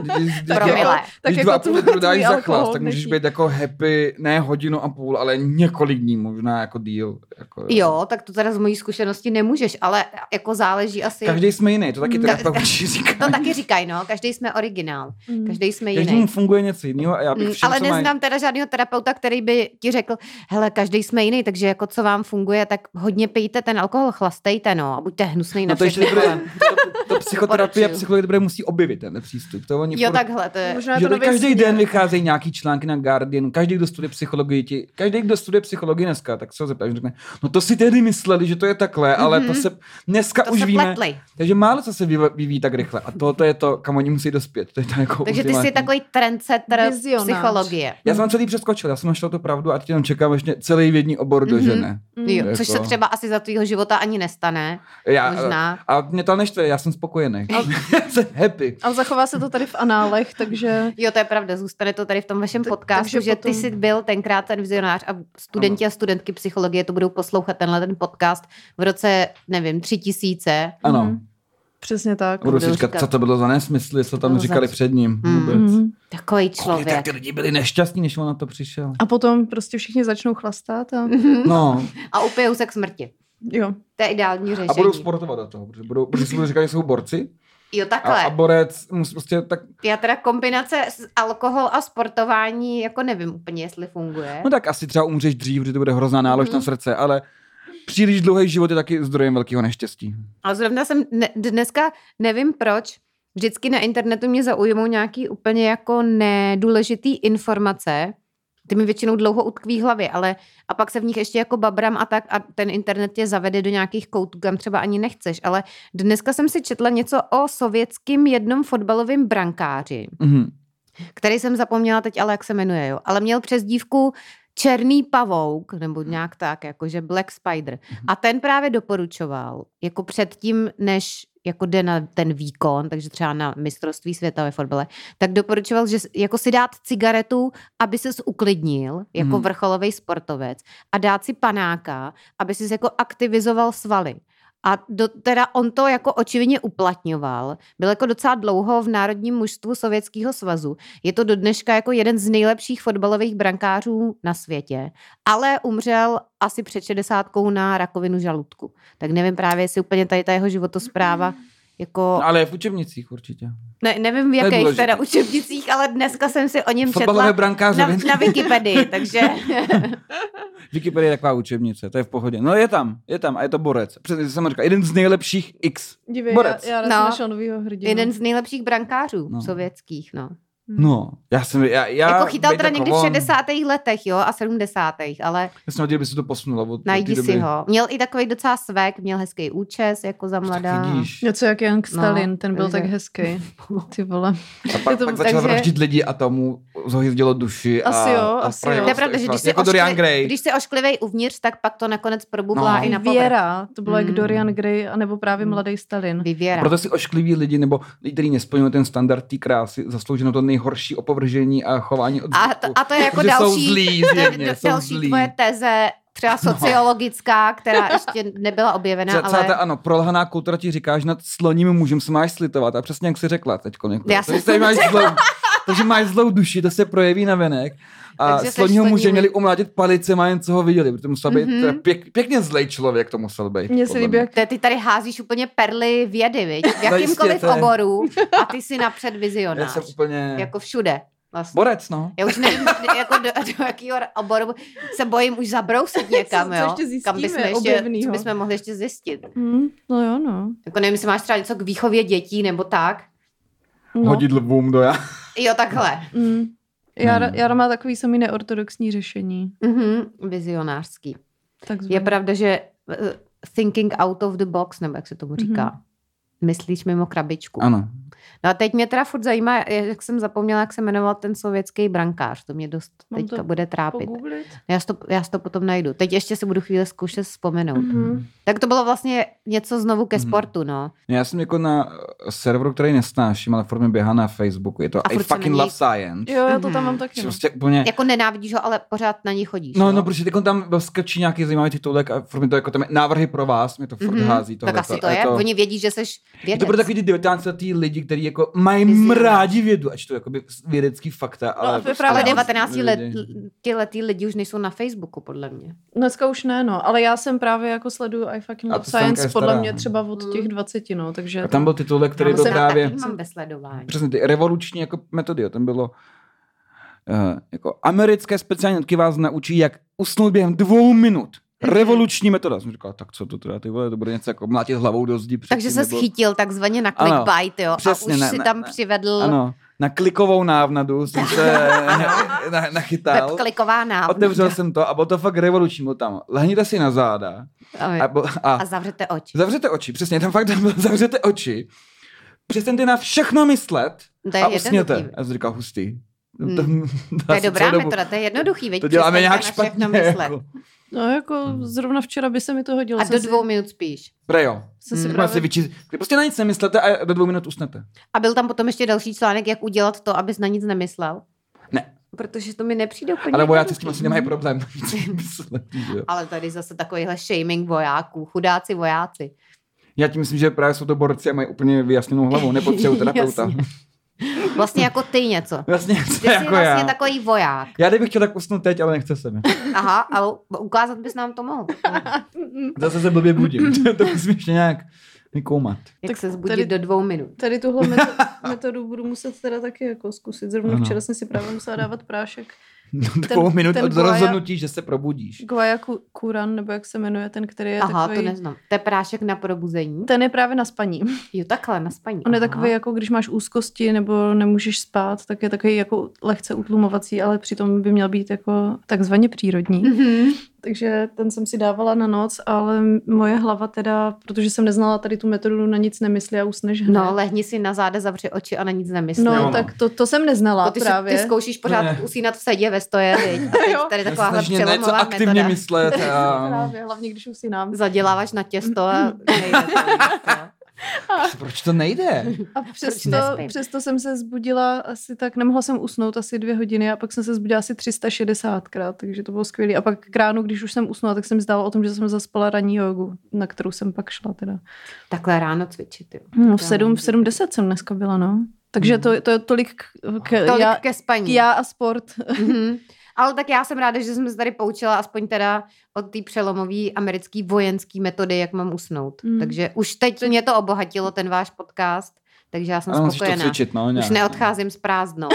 Speaker 1: Když, když,
Speaker 3: Promile.
Speaker 1: jako,
Speaker 2: tak
Speaker 1: když dva a
Speaker 2: jako
Speaker 1: půl
Speaker 2: tvůj-
Speaker 1: litru
Speaker 2: tvůj
Speaker 1: dáš za
Speaker 2: alkohol
Speaker 1: chlas, tak můžeš
Speaker 2: dnešní.
Speaker 1: být jako happy, ne hodinu a půl, ale několik dní možná jako díl. Jako,
Speaker 3: jo, tak to teda z mojí zkušenosti nemůžeš, ale jako záleží asi.
Speaker 1: Každý jsme jiný, to taky
Speaker 3: Mm.
Speaker 1: terapeuti (laughs)
Speaker 3: To
Speaker 1: říkají.
Speaker 3: taky říkají, no, každý jsme originál,
Speaker 2: Mm.
Speaker 3: každý jsme jiný.
Speaker 1: Každému funguje něco jiného a já
Speaker 3: Mm,
Speaker 1: bych všem,
Speaker 3: ale
Speaker 1: co mají-
Speaker 3: neznám teda žádného terapeuta, který by ti řekl, hele, každý jsme jiný, takže jako co vám funguje, tak hodně pijte ten alkohol, chlastejte, no, a buďte hnusný na
Speaker 1: No
Speaker 3: (laughs)
Speaker 1: to ještě
Speaker 3: všechny
Speaker 1: dobré,
Speaker 3: kolem.
Speaker 1: to, to psychoterapie a
Speaker 3: Doporučuju.
Speaker 1: psychologie dobré musí objevit ten přístup. To oni
Speaker 3: Jo,
Speaker 1: furt-
Speaker 3: takhle, to No, je...
Speaker 2: Možná je
Speaker 1: že
Speaker 2: Mm. to
Speaker 1: teď
Speaker 2: nový
Speaker 1: každý
Speaker 2: směr.
Speaker 1: den vycházejí nějaký články na Guardian, každý, kdo studuje psychologii, ti, každý, kdo studuje psychologii dneska, tak se ho zeptáš, řekne, no to si tehdy mysleli, že to je takhle, mm-hmm. ale to
Speaker 3: Mhm.
Speaker 1: se dneska
Speaker 3: To
Speaker 1: už
Speaker 3: se
Speaker 1: víme.
Speaker 3: pletli.
Speaker 1: Takže málo co se vyv- vyvíjí tak rychle. A tohle je to, kam oni musí dospět. To je ta jako
Speaker 3: Takže ty jsi
Speaker 1: ultimátní.
Speaker 3: takový trendsetter
Speaker 2: Vizionář.
Speaker 3: psychologie.
Speaker 1: Já jsem celý přeskočil, já jsem našel tu pravdu a teď jenom čekám ještě celý vědní obor do
Speaker 3: Mhm.
Speaker 1: žene.
Speaker 2: Mm.
Speaker 3: Jo,
Speaker 1: Jako-
Speaker 3: což se třeba asi za tvýho života ani nestane,
Speaker 1: Já,
Speaker 3: možná.
Speaker 1: A mě to neštve, já jsem spokojený. (laughs) jsem happy.
Speaker 2: A zachová se to tady v análech, takže
Speaker 3: Jo, to je pravda, zůstane to tady v tom vašem
Speaker 2: Tak-
Speaker 3: podcastu,
Speaker 2: takže
Speaker 3: že ty
Speaker 2: potom-
Speaker 3: jsi byl tenkrát ten vizionář a studenti a studentky psychologie to budou poslouchat tenhle ten podcast v roce, nevím, tři tisíce.
Speaker 1: Ano.
Speaker 2: Mhm. přesně tak.
Speaker 1: Budu si
Speaker 3: budou
Speaker 1: říkat,
Speaker 3: říkat.
Speaker 1: co to bylo za nesmysly, co tam
Speaker 3: No,
Speaker 1: říkali
Speaker 3: za-
Speaker 1: před ním.
Speaker 3: Mm.
Speaker 1: Vůbec.
Speaker 2: Mhm.
Speaker 3: Takový
Speaker 1: Kolik tak
Speaker 3: člověk.
Speaker 1: ty lidi byli nešťastní, než on na to přišel.
Speaker 2: A potom prostě všichni začnou chlastat a
Speaker 3: Mm.
Speaker 1: No,
Speaker 3: A upijou se k smrti.
Speaker 2: jo.
Speaker 3: To je ideální řešení.
Speaker 1: a budou sportovat do toho, protože, budou, protože si budou říkat, že jsou borci.
Speaker 3: Jo,
Speaker 1: A,
Speaker 3: takhle.
Speaker 1: a borec musí prostě tak...
Speaker 3: Já teda kombinace s- alkohol a sportování, jako nevím úplně, jestli funguje.
Speaker 1: No tak asi třeba umřeš dřív, že to bude hrozná nálož
Speaker 3: Mm.
Speaker 1: na srdce, ale příliš dlouhý život je taky zdrojem velkého neštěstí.
Speaker 3: A zrovna jsem ne- dneska, nevím proč, vždycky na internetu mě zaujmou nějaký úplně jako nedůležitý informace, ty mi většinou dlouho utkví v hlavě, ale a pak se v nich ještě jako babram a tak a ten internet tě zavede do nějakých koutů, kam třeba ani nechceš, ale dneska jsem si četla něco o sovětským jednom fotbalovém brankáři.
Speaker 1: Mhm.
Speaker 3: který jsem zapomněla teď, ale jak se jmenuje, jo. Ale měl přezdívku Černý pavouk, nebo nějak tak, jakože Black Spider. A ten právě doporučoval, jako předtím, než jako jde na ten výkon, takže třeba na mistrovství světa ve fotbale, tak doporučoval, že s- jako si dát cigaretu, aby se uklidnil, jako
Speaker 1: Mhm.
Speaker 3: vrcholový sportovec, a dát si panáka, aby si jako aktivizoval svaly. A do, teda on to jako očividně uplatňoval. Byl jako docela dlouho v národním mužstvu Sovětského svazu. Je to do dneška jako jeden z nejlepších fotbalových brankářů na světě. Ale umřel asi před 60 na rakovinu žaludku. Tak nevím právě, jestli úplně tady ta jeho životospráva Jako,
Speaker 1: No, ale je v učebnicích určitě.
Speaker 3: ne, nevím v
Speaker 1: No je
Speaker 3: jakých
Speaker 1: důležité.
Speaker 3: teda učebnicích, ale dneska jsem si o něm
Speaker 1: Fotbalové
Speaker 3: četla
Speaker 1: brankáře.
Speaker 3: na,
Speaker 1: Na,
Speaker 3: na
Speaker 1: (laughs)
Speaker 3: Wikipedii, takže
Speaker 1: Wikipedia je taková učebnice, to je v pohodě. No je tam, je tam a je to borec. Přesně jsem říkal, jeden z nejlepších X.
Speaker 2: Dívej, já,
Speaker 1: Borec.
Speaker 2: já no.
Speaker 3: No.
Speaker 2: jsem našel novýho hrdinu.
Speaker 3: jeden z nejlepších brankářů
Speaker 1: No.
Speaker 3: sovětských, no.
Speaker 1: No, já jsem, já, já
Speaker 3: jako chytal
Speaker 1: být
Speaker 3: teda někdy v
Speaker 1: takovou-
Speaker 3: 60. letech, jo, a 70. ale
Speaker 1: Já jsem hodil, by se to posunulo od od té
Speaker 3: najdi
Speaker 1: doby.
Speaker 3: si ho. Měl i takový docela svek, měl hezký účes, jako
Speaker 1: Prostě
Speaker 3: za mladá.
Speaker 1: No, Tak vidíš.
Speaker 2: Něco jak Young
Speaker 3: No,
Speaker 2: Stalin, no, ten byl
Speaker 3: takže-
Speaker 2: tak hezký. Ty vole.
Speaker 1: A pak,
Speaker 2: to-
Speaker 1: pak začal
Speaker 3: takže-
Speaker 1: takže... vraždit lidi a tomu zahyzdilo duši.
Speaker 2: Asi
Speaker 1: a,
Speaker 2: jo,
Speaker 1: a
Speaker 2: asi
Speaker 1: projevilo
Speaker 2: jo.
Speaker 3: To je
Speaker 1: se
Speaker 3: pravda,
Speaker 1: to
Speaker 3: že
Speaker 1: fakt.
Speaker 3: když jsi,
Speaker 1: Jako Dorian Gray.
Speaker 3: ošklivej, když jsi ošklivej uvnitř, tak pak to nakonec probublá
Speaker 1: No.
Speaker 3: i na povrch.
Speaker 2: Věra, to bylo mm. jak
Speaker 3: Mm.
Speaker 2: Dorian Gray, anebo právě
Speaker 3: Mm.
Speaker 2: mladý Stalin.
Speaker 3: Vyvěra.
Speaker 1: Proto si oškliví lidi, nebo lidi, kteří nesplňují ten standard té krásy, zaslouží na to nejhorší opovržení a chování od
Speaker 3: A,
Speaker 1: zbytku.
Speaker 3: to- a to je jako
Speaker 1: Že
Speaker 3: další,
Speaker 1: jsou
Speaker 3: (laughs)
Speaker 1: zlí, zjevně,
Speaker 3: d-
Speaker 1: jsou
Speaker 3: další
Speaker 1: zlí. No.
Speaker 3: tvoje teze, třeba sociologická, která ještě nebyla objevena,
Speaker 1: Třeba- třeba
Speaker 3: No, ale...
Speaker 1: ta, ano, prolhaná kultura ti říká, že nad sloním mužem se máš slitovat. A přesně jak jsi řekla teď.
Speaker 3: Já jsem to
Speaker 1: máš zlou, to, že máš zlou duši, to se projeví na venek. A
Speaker 3: Takže seš
Speaker 1: sloního muže
Speaker 3: sloní
Speaker 1: měli
Speaker 3: muž.
Speaker 1: umlátit palice, má jen co ho viděli, protože musel být
Speaker 3: Mhm.
Speaker 1: mm-hmm. pěk, pěkně zlej člověk, to musel být.
Speaker 2: Mně se
Speaker 1: podle
Speaker 2: líbí,
Speaker 1: mě.
Speaker 2: jak
Speaker 3: Ty, ty tady házíš úplně perly
Speaker 1: (laughs)
Speaker 3: vědy, viď? V
Speaker 1: No jistě,
Speaker 3: jakýmkoliv
Speaker 1: to je- (laughs)
Speaker 3: oboru a ty jsi napřed
Speaker 1: Já
Speaker 3: vizionář.
Speaker 1: jsem úplně...
Speaker 3: Jako všude. Vlastně.
Speaker 1: Borec, no.
Speaker 3: Já už nevím, jako do, do jakého oboru se bojím už zabrousit
Speaker 2: (laughs)
Speaker 3: někam,
Speaker 2: Co- co
Speaker 3: jo?
Speaker 2: ještě zjistíme
Speaker 3: Kam bychom, ještě, co
Speaker 2: objevnýho?
Speaker 3: bychom mohli ještě zjistit.
Speaker 2: Mm, no jo, no.
Speaker 3: Jako nevím, jestli máš třeba něco k výchově dětí nebo tak.
Speaker 2: no.
Speaker 1: Hodit lvům do já.
Speaker 3: Jo, takhle.
Speaker 2: Mm. Jara,
Speaker 1: No.
Speaker 2: Jara má takový samý neortodoxní řešení.
Speaker 3: Mhm, vizionářský.
Speaker 2: Tak
Speaker 3: Je pravda, že eh, thinking out of the box, nebo jak se tomu říká.
Speaker 2: Mhm.
Speaker 3: Myslíš mimo krabičku.
Speaker 1: Ano.
Speaker 3: No a teď mě teda furt zajímá, eh, jak jsem zapomněla, jak se jmenoval ten sovětský brankář. To mě dost
Speaker 2: Mám
Speaker 3: teďka
Speaker 2: to
Speaker 3: bude trápit.
Speaker 2: Pogooglit?
Speaker 3: Já si, to, já si to potom najdu. Teď ještě si budu chvíli zkoušet vzpomenout.
Speaker 2: Mhm.
Speaker 3: Tak to bylo vlastně něco znovu ke
Speaker 1: Mhm.
Speaker 3: sportu, no.
Speaker 1: Já jsem jako na eh, serveru, který nesnáším, ale furt mi běhá na Facebooku. Je to
Speaker 3: A
Speaker 1: I
Speaker 3: furt se
Speaker 1: fucking
Speaker 3: na něj-
Speaker 1: love science.
Speaker 2: Jo, já to
Speaker 3: Mhm.
Speaker 2: tam mám taky.
Speaker 1: Že
Speaker 2: no.
Speaker 1: Prostě úplně...
Speaker 3: Jako nenávidíš ho, ale pořád na ní chodíš.
Speaker 1: No,
Speaker 3: jo?
Speaker 1: no, protože teď tam skrčí nějaký zajímavý titulek a furt mi to jako tam je návrhy pro vás, mi to furt
Speaker 3: Mhm.
Speaker 1: hází.
Speaker 3: Tak
Speaker 1: tohleto.
Speaker 3: asi to
Speaker 1: A
Speaker 3: je.
Speaker 1: To, jako-
Speaker 3: Oni vědí, že seš
Speaker 1: je
Speaker 3: vědec.
Speaker 1: to pro takový ty 19 letý lidi, kteří jako mají
Speaker 3: Vizionář.
Speaker 1: rádi vědu, až to jakoby vědecký fakta,
Speaker 3: No,
Speaker 1: ale...
Speaker 2: a to je
Speaker 1: prostě-
Speaker 3: ale
Speaker 2: právě-
Speaker 3: 19 let,
Speaker 1: lidi.
Speaker 3: ty letý lidi už nejsou na Facebooku, podle mě.
Speaker 2: Dneska už ne, no, ale já jsem právě jako sleduju I fucking
Speaker 1: A
Speaker 2: Love
Speaker 1: to Stanka je
Speaker 2: Science podle
Speaker 1: stará.
Speaker 2: mě třeba
Speaker 3: Mm.
Speaker 2: od těch 20, no, takže...
Speaker 1: A tam byl titulek, který
Speaker 3: Já
Speaker 1: byl
Speaker 3: No, jsem
Speaker 1: právě...
Speaker 3: taky mám ve sledování.
Speaker 1: Přesně ty revoluční jako metody, jo, tam bylo eh, jako americké speciální nutky vás naučí, jak usnout během dvou minut.
Speaker 3: Mhm.
Speaker 1: Revoluční metoda. Jsem říkal, tak co to teda, ty vole, to bude něco jako mlátit hlavou do zdi. předtím,
Speaker 3: Takže se
Speaker 1: nebo-
Speaker 3: schytil takzvaně na
Speaker 1: Ano,
Speaker 3: clickbait, jo.
Speaker 1: přesně,
Speaker 3: a už
Speaker 1: ne,
Speaker 3: si
Speaker 1: ne,
Speaker 3: tam
Speaker 1: ne.
Speaker 3: přivedl
Speaker 1: Ano, na klikovou návnadu jsem
Speaker 3: (laughs)
Speaker 1: se na- nachytal.
Speaker 3: webkliková návod.
Speaker 1: Otevřel jsem to a bylo to fakt revoluční. Bylo tam, lehněte si na záda a, bo- a
Speaker 3: (laughs) A zavřete oči.
Speaker 1: zavřete oči. Přesně, tam fakt bylo, zavřete oči. Přestaňte na všechno myslet
Speaker 3: To je
Speaker 1: a
Speaker 3: jednoduchý.
Speaker 1: usněte. A jsem říkal, hustý.
Speaker 3: Hmm.
Speaker 1: To,
Speaker 3: To je
Speaker 1: asi
Speaker 3: dobrá
Speaker 1: celou dobu-
Speaker 3: metoda, to je jednoduchý, veď
Speaker 1: To děláme
Speaker 3: přestaňte
Speaker 1: nějak
Speaker 3: na
Speaker 1: špatně.
Speaker 3: všechno myslet.
Speaker 1: jako.
Speaker 2: No, jako
Speaker 1: Mhm.
Speaker 2: zrovna včera by se mi to hodilo.
Speaker 3: A
Speaker 2: jsem
Speaker 3: do
Speaker 2: si-
Speaker 3: dvou minut spíš.
Speaker 1: Prejo.
Speaker 2: jsem si
Speaker 3: Hmm.
Speaker 1: Právě...
Speaker 2: právě-
Speaker 1: Si vyčíst, prostě na nic nemyslete a do dvou minut usnete.
Speaker 3: A byl tam potom ještě další článek, jak udělat to, abys na nic nemyslel.
Speaker 1: Ne.
Speaker 3: Protože to mi nepřijde úplně
Speaker 1: Ale vojáci s
Speaker 3: jednoduchý.
Speaker 1: tím asi nemají problém. (laughs) Nic nemyslet, že jo.
Speaker 3: Ale tady zase takovýhle shaming vojáků, chudáci vojáci.
Speaker 1: Já tím myslím, že právě jsou to borci a mají úplně vyjasněnou hlavou,
Speaker 3: (laughs)
Speaker 1: nepotřebují terapeuta.
Speaker 3: Jasně. Vlastně jako ty něco.
Speaker 1: (laughs) Vlastně,
Speaker 3: Ty
Speaker 1: co
Speaker 3: jsi
Speaker 1: jako
Speaker 3: jako vlastně
Speaker 1: já.
Speaker 3: já. takový voják.
Speaker 1: Já kdybych chtěl, tak usnu teď, ale nechce se mi.
Speaker 3: Aha, ale ukázat bys nám
Speaker 2: (laughs)
Speaker 3: to mohl. Mhm.
Speaker 2: Mm,
Speaker 1: Zase se blbě budím. (laughs) to musím ještě nějak vykoumat.
Speaker 3: Jak
Speaker 2: Tak
Speaker 3: se zbudit
Speaker 2: tady-
Speaker 3: do dvou minut.
Speaker 2: Tady tuhle meto-
Speaker 1: (laughs)
Speaker 2: metodu budu muset teda taky jako zkusit. Zrovna
Speaker 1: Ano.
Speaker 2: včera jsem si právě musela dávat prášek.
Speaker 1: Do dvou minut
Speaker 2: ten
Speaker 1: No, od
Speaker 2: Guaja-
Speaker 1: rozhodnutí, že se probudíš.
Speaker 2: Guaja Ku- Kuran, nebo jak se jmenuje ten, který je
Speaker 3: Aha,
Speaker 2: takový...
Speaker 3: to neznám. To je prášek na probuzení.
Speaker 2: Ten je právě na spaní.
Speaker 3: Jo, takhle, na spaní.
Speaker 2: On je
Speaker 3: Aha.
Speaker 2: takový, jako když máš úzkosti nebo nemůžeš spát, tak je takový jako lehce utlumovací, ale přitom by měl být jako takzvaně přírodní.
Speaker 3: Mhm.
Speaker 2: Takže ten jsem si dávala na noc, ale moje hlava teda, protože jsem neznala tady tu metodu na nic nemysli a usneš hned.
Speaker 3: No, lehni si na záda, zavři oči a na nic nemysli.
Speaker 2: no,
Speaker 1: Jo,
Speaker 2: no,
Speaker 1: no.
Speaker 2: tak to, to jsem neznala
Speaker 3: Jako ty, si-
Speaker 2: právě.
Speaker 3: ty zkoušíš pořád
Speaker 1: Ne.
Speaker 3: usínat v sedě ve stoje, viď? A teď
Speaker 2: Jo.
Speaker 1: Já se
Speaker 3: tady takováhle
Speaker 1: snažím něco
Speaker 3: přelomová
Speaker 1: aktivně
Speaker 3: metoda. (laughs)
Speaker 1: myslet. A...
Speaker 2: Právě, hlavně když usínám.
Speaker 3: Zaděláváš na těsto
Speaker 2: (laughs)
Speaker 3: a nejde to, jo.
Speaker 1: Proč to nejde?
Speaker 2: A přesto,
Speaker 3: nespím?
Speaker 2: přesto jsem se zbudila asi tak, nemohla jsem usnout asi dvě hodiny a pak jsem se zbudila asi 360krát, takže to bylo skvělé. A pak k ránu, když už jsem usnula, tak jsem zdala o tom, že jsem zaspala ranní jogu, na kterou jsem pak šla teda.
Speaker 3: Takhle ráno cvičit, jo. Hmm.
Speaker 2: No, v 7, v 70 jsem dneska byla, no. Takže to, to je tolik k, k,
Speaker 3: Tolik
Speaker 2: já,
Speaker 3: ke spaní.
Speaker 2: já a sport.
Speaker 3: Mhm. (laughs) Ale tak já jsem ráda, že jsem se tady poučila aspoň teda od té přelomové americké vojenské metody, jak mám usnout.
Speaker 2: Mm.
Speaker 3: Mm. Takže už teď mě to obohatilo, ten váš podcast, takže já jsem
Speaker 1: Ano, musíš to
Speaker 3: spokojená.
Speaker 1: cvičit, no, nějak. Prostě
Speaker 3: Už neodcházím
Speaker 2: (laughs)
Speaker 3: s prázdnou.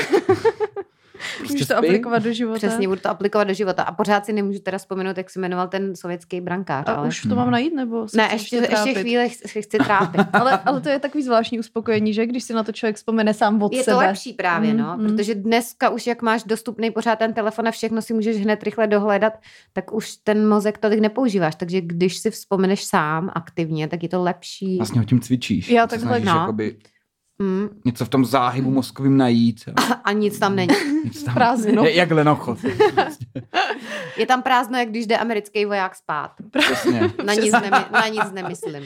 Speaker 2: Můžeš to
Speaker 1: spí.
Speaker 2: aplikovat do života.
Speaker 3: Přesně, budu to aplikovat do života. A pořád si nemůžu teda vzpomenout, jak se jmenoval ten sovětský brankář.
Speaker 2: A
Speaker 3: ale...
Speaker 2: už to mám najít, nebo se
Speaker 3: Ne,
Speaker 2: chceš
Speaker 3: ještě,
Speaker 2: trápit?
Speaker 3: ještě chvíli chci, chci trápit.
Speaker 1: (laughs)
Speaker 2: Ale, ale to je takový zvláštní uspokojení, že? Když si na to člověk vzpomene sám od
Speaker 3: Je
Speaker 2: sebe.
Speaker 3: to lepší právě, no,
Speaker 2: Mm, mm.
Speaker 3: protože dneska už jak máš dostupný pořád ten telefon a všechno si můžeš hned rychle dohledat, tak už ten mozek tolik nepoužíváš, takže když si vzpomeneš sám aktivně, tak je to lepší.
Speaker 1: Vlastně ho tím cvičíš.
Speaker 2: Já
Speaker 1: Ty se
Speaker 2: takhle,
Speaker 1: snažíš
Speaker 3: no.
Speaker 1: jakoby
Speaker 3: Mm.
Speaker 1: něco v tom záhybu mozkovým najít.
Speaker 3: (laughs)
Speaker 1: a
Speaker 3: A nic tam není.
Speaker 1: Nic tam,
Speaker 2: Prázdno.
Speaker 1: Je, jak lenochod.
Speaker 3: Je tam prázdno, jak když jde americký voják spát.
Speaker 1: Přesně.
Speaker 3: Na nic, nemy, na nic nemyslím.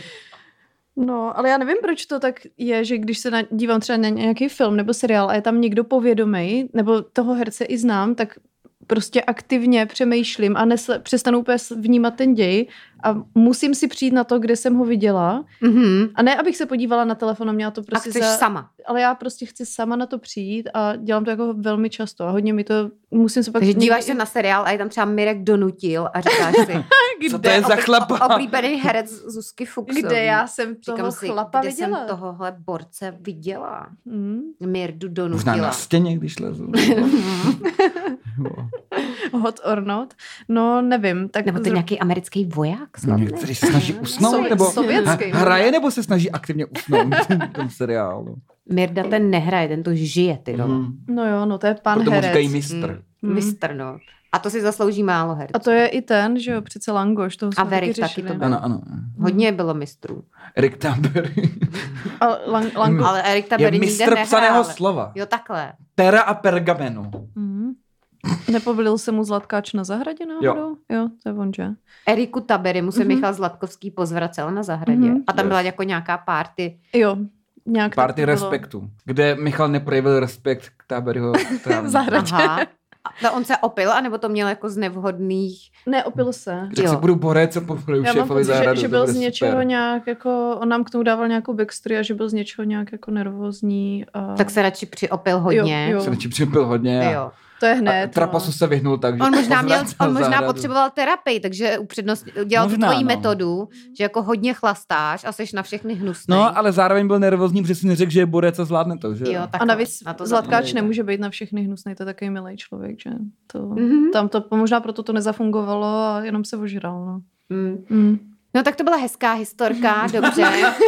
Speaker 2: No, ale já nevím, proč to tak je, že když se na, dívám třeba na nějaký film nebo seriál a je tam někdo povědomý, nebo toho herce i znám, tak prostě aktivně přemýšlím a nesle, přestanu úplně s- vnímat ten děj a musím si přijít na to, kde jsem ho viděla.
Speaker 3: Mm-hmm.
Speaker 2: A ne, abych se podívala na telefon a měla to
Speaker 3: A
Speaker 2: prostě
Speaker 3: chceš
Speaker 2: za...
Speaker 3: sama.
Speaker 2: Ale já prostě chci sama na to přijít a dělám to jako velmi často a hodně mi to... Musím se pak...
Speaker 3: Takže díváš
Speaker 2: někdy-
Speaker 3: se na seriál a je tam třeba Mirek donutil a říkáš si,
Speaker 2: (laughs)
Speaker 1: Co to je za chlapa?
Speaker 3: oblíbený herec Zuzky Fuxový.
Speaker 2: Kde já jsem toho
Speaker 3: Říkám si,
Speaker 2: chlapa
Speaker 3: kde
Speaker 2: viděla.
Speaker 3: jsem tohohle borce viděla?
Speaker 2: Mm.
Speaker 3: Mirdu
Speaker 1: Možná na
Speaker 3: donutila.
Speaker 1: stěně, když lezu. Nebo-
Speaker 2: (laughs) Hot or not? No, nevím. Tak
Speaker 3: Nebo to je nějaký americký voják snad, ne?
Speaker 1: Nebo který se snaží usnout,
Speaker 2: Sově-
Speaker 1: nebo
Speaker 2: sovětský,
Speaker 1: ha- hraje, nebo se snaží aktivně usnout v tom seriálu.
Speaker 3: Mirda ten nehraje, ten to žije, ty no. Mm.
Speaker 1: Hmm.
Speaker 2: No jo, no to je pan
Speaker 1: Proto mu
Speaker 2: herec.
Speaker 1: říkají mistr.
Speaker 2: Mm.
Speaker 3: Mistr, no. A to si zaslouží málo her.
Speaker 2: A to je i ten, že jo, přece Langoš, toho jsme
Speaker 3: A Verich
Speaker 2: taky
Speaker 3: taky
Speaker 2: řešili. Hmm.
Speaker 3: to byl.
Speaker 1: Ano, ano.
Speaker 3: Hodně bylo mistrů.
Speaker 1: Rick Tampery.
Speaker 2: A Lang- Langoš.
Speaker 3: Ale Erik
Speaker 1: Je
Speaker 3: Tabery nikde
Speaker 1: mistr
Speaker 3: nehrál.
Speaker 1: psaného slova.
Speaker 3: Jo, takhle.
Speaker 1: Pera a pergamenu.
Speaker 2: Mhm. Nepovolil se mu Zlatkáč na zahradě náhodou? Jo. jo, to je on, že?
Speaker 3: Eriku Tabery mu se
Speaker 2: Mhm.
Speaker 3: Michal Zlatkovský pozvracel na zahradě.
Speaker 2: Mhm.
Speaker 3: A tam
Speaker 1: Yes.
Speaker 3: byla jako nějaká party.
Speaker 2: Jo, nějak tak
Speaker 1: Party
Speaker 2: to bylo.
Speaker 1: respektu. Kde Michal neprojevil respekt k Taberyho
Speaker 2: (laughs)
Speaker 1: trávníku.
Speaker 2: Zahrad- Radě.
Speaker 3: Aha. A to on se opil, anebo to měl jako z nevhodných...
Speaker 2: Ne, opil se.
Speaker 1: Řekl si,
Speaker 3: Jo.
Speaker 1: budu borec a poproju
Speaker 2: Já mám
Speaker 1: šéfovi
Speaker 2: pocit,
Speaker 1: zahradu.
Speaker 2: že, že
Speaker 1: to
Speaker 2: byl
Speaker 1: bude
Speaker 2: z něčeho
Speaker 1: super.
Speaker 2: nějak jako, on nám k tomu dával nějakou backstory a že byl z něčeho nějak jako nervózní. A...
Speaker 3: Tak se radši přiopil hodně.
Speaker 2: Jo,
Speaker 1: Se radši připil hodně.
Speaker 3: jo.
Speaker 2: To je
Speaker 1: A
Speaker 2: hned. no.
Speaker 1: trapasu se vyhnul tak, že (laughs)
Speaker 3: On možná, měl,
Speaker 1: pozvratil
Speaker 3: on možná
Speaker 1: zahradu.
Speaker 3: potřeboval terapii, takže upřednost, dělal
Speaker 1: Možná,
Speaker 3: tu tvojí
Speaker 1: no.
Speaker 3: no. metodu, že jako hodně chlastáš a seš na všechny hnusný.
Speaker 1: No, ale zároveň byl nervózní, protože si neřekl, že je borec a zvládne to, že?
Speaker 3: jo, tak
Speaker 2: a navíc
Speaker 3: na to
Speaker 2: Zlatkáč
Speaker 1: zapomínejte.
Speaker 2: nemůže být na všechny hnusný, to je takový milý člověk, že to...
Speaker 3: Mm-hmm.
Speaker 2: Tam to možná proto to nezafungovalo a jenom se ožral, no.
Speaker 3: Mm.
Speaker 2: Mm.
Speaker 3: No tak to byla hezká
Speaker 2: (laughs)
Speaker 3: historka, dobře. (laughs)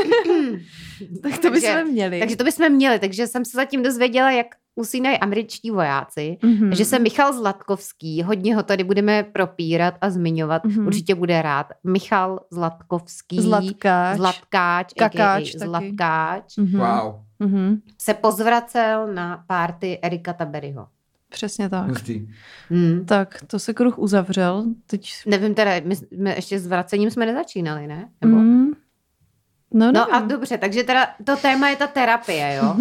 Speaker 2: Tak to
Speaker 3: Takže-
Speaker 2: bychom měli.
Speaker 3: takže to bychom měli, takže jsem se zatím dozvěděla, jak usínají američtí vojáci,
Speaker 2: mm-hmm.
Speaker 3: že se Michal Zlatkovský, hodně ho tady budeme propírat a zmiňovat,
Speaker 2: Mhm.
Speaker 3: určitě bude rád. Michal Zlatkovský,
Speaker 2: Zlatkáč.
Speaker 3: Zlatkáč,
Speaker 2: Kakáč taky.
Speaker 3: aka, Zlatkáč,
Speaker 2: Mhm.
Speaker 1: Wow,
Speaker 2: Mhm.
Speaker 3: se pozvracel na párty Erika Taberyho.
Speaker 2: Přesně tak.
Speaker 1: hustý.
Speaker 3: Hmm.
Speaker 2: Tak, to se kruh uzavřel. Teď...
Speaker 3: Nevím teda, my, my ještě s vracením jsme nezačínali, ne? Nebo... Mm,
Speaker 2: Mm. No,
Speaker 3: no a
Speaker 2: nevím.
Speaker 3: dobře, takže teda to téma je ta terapie,
Speaker 2: (laughs)
Speaker 3: jo?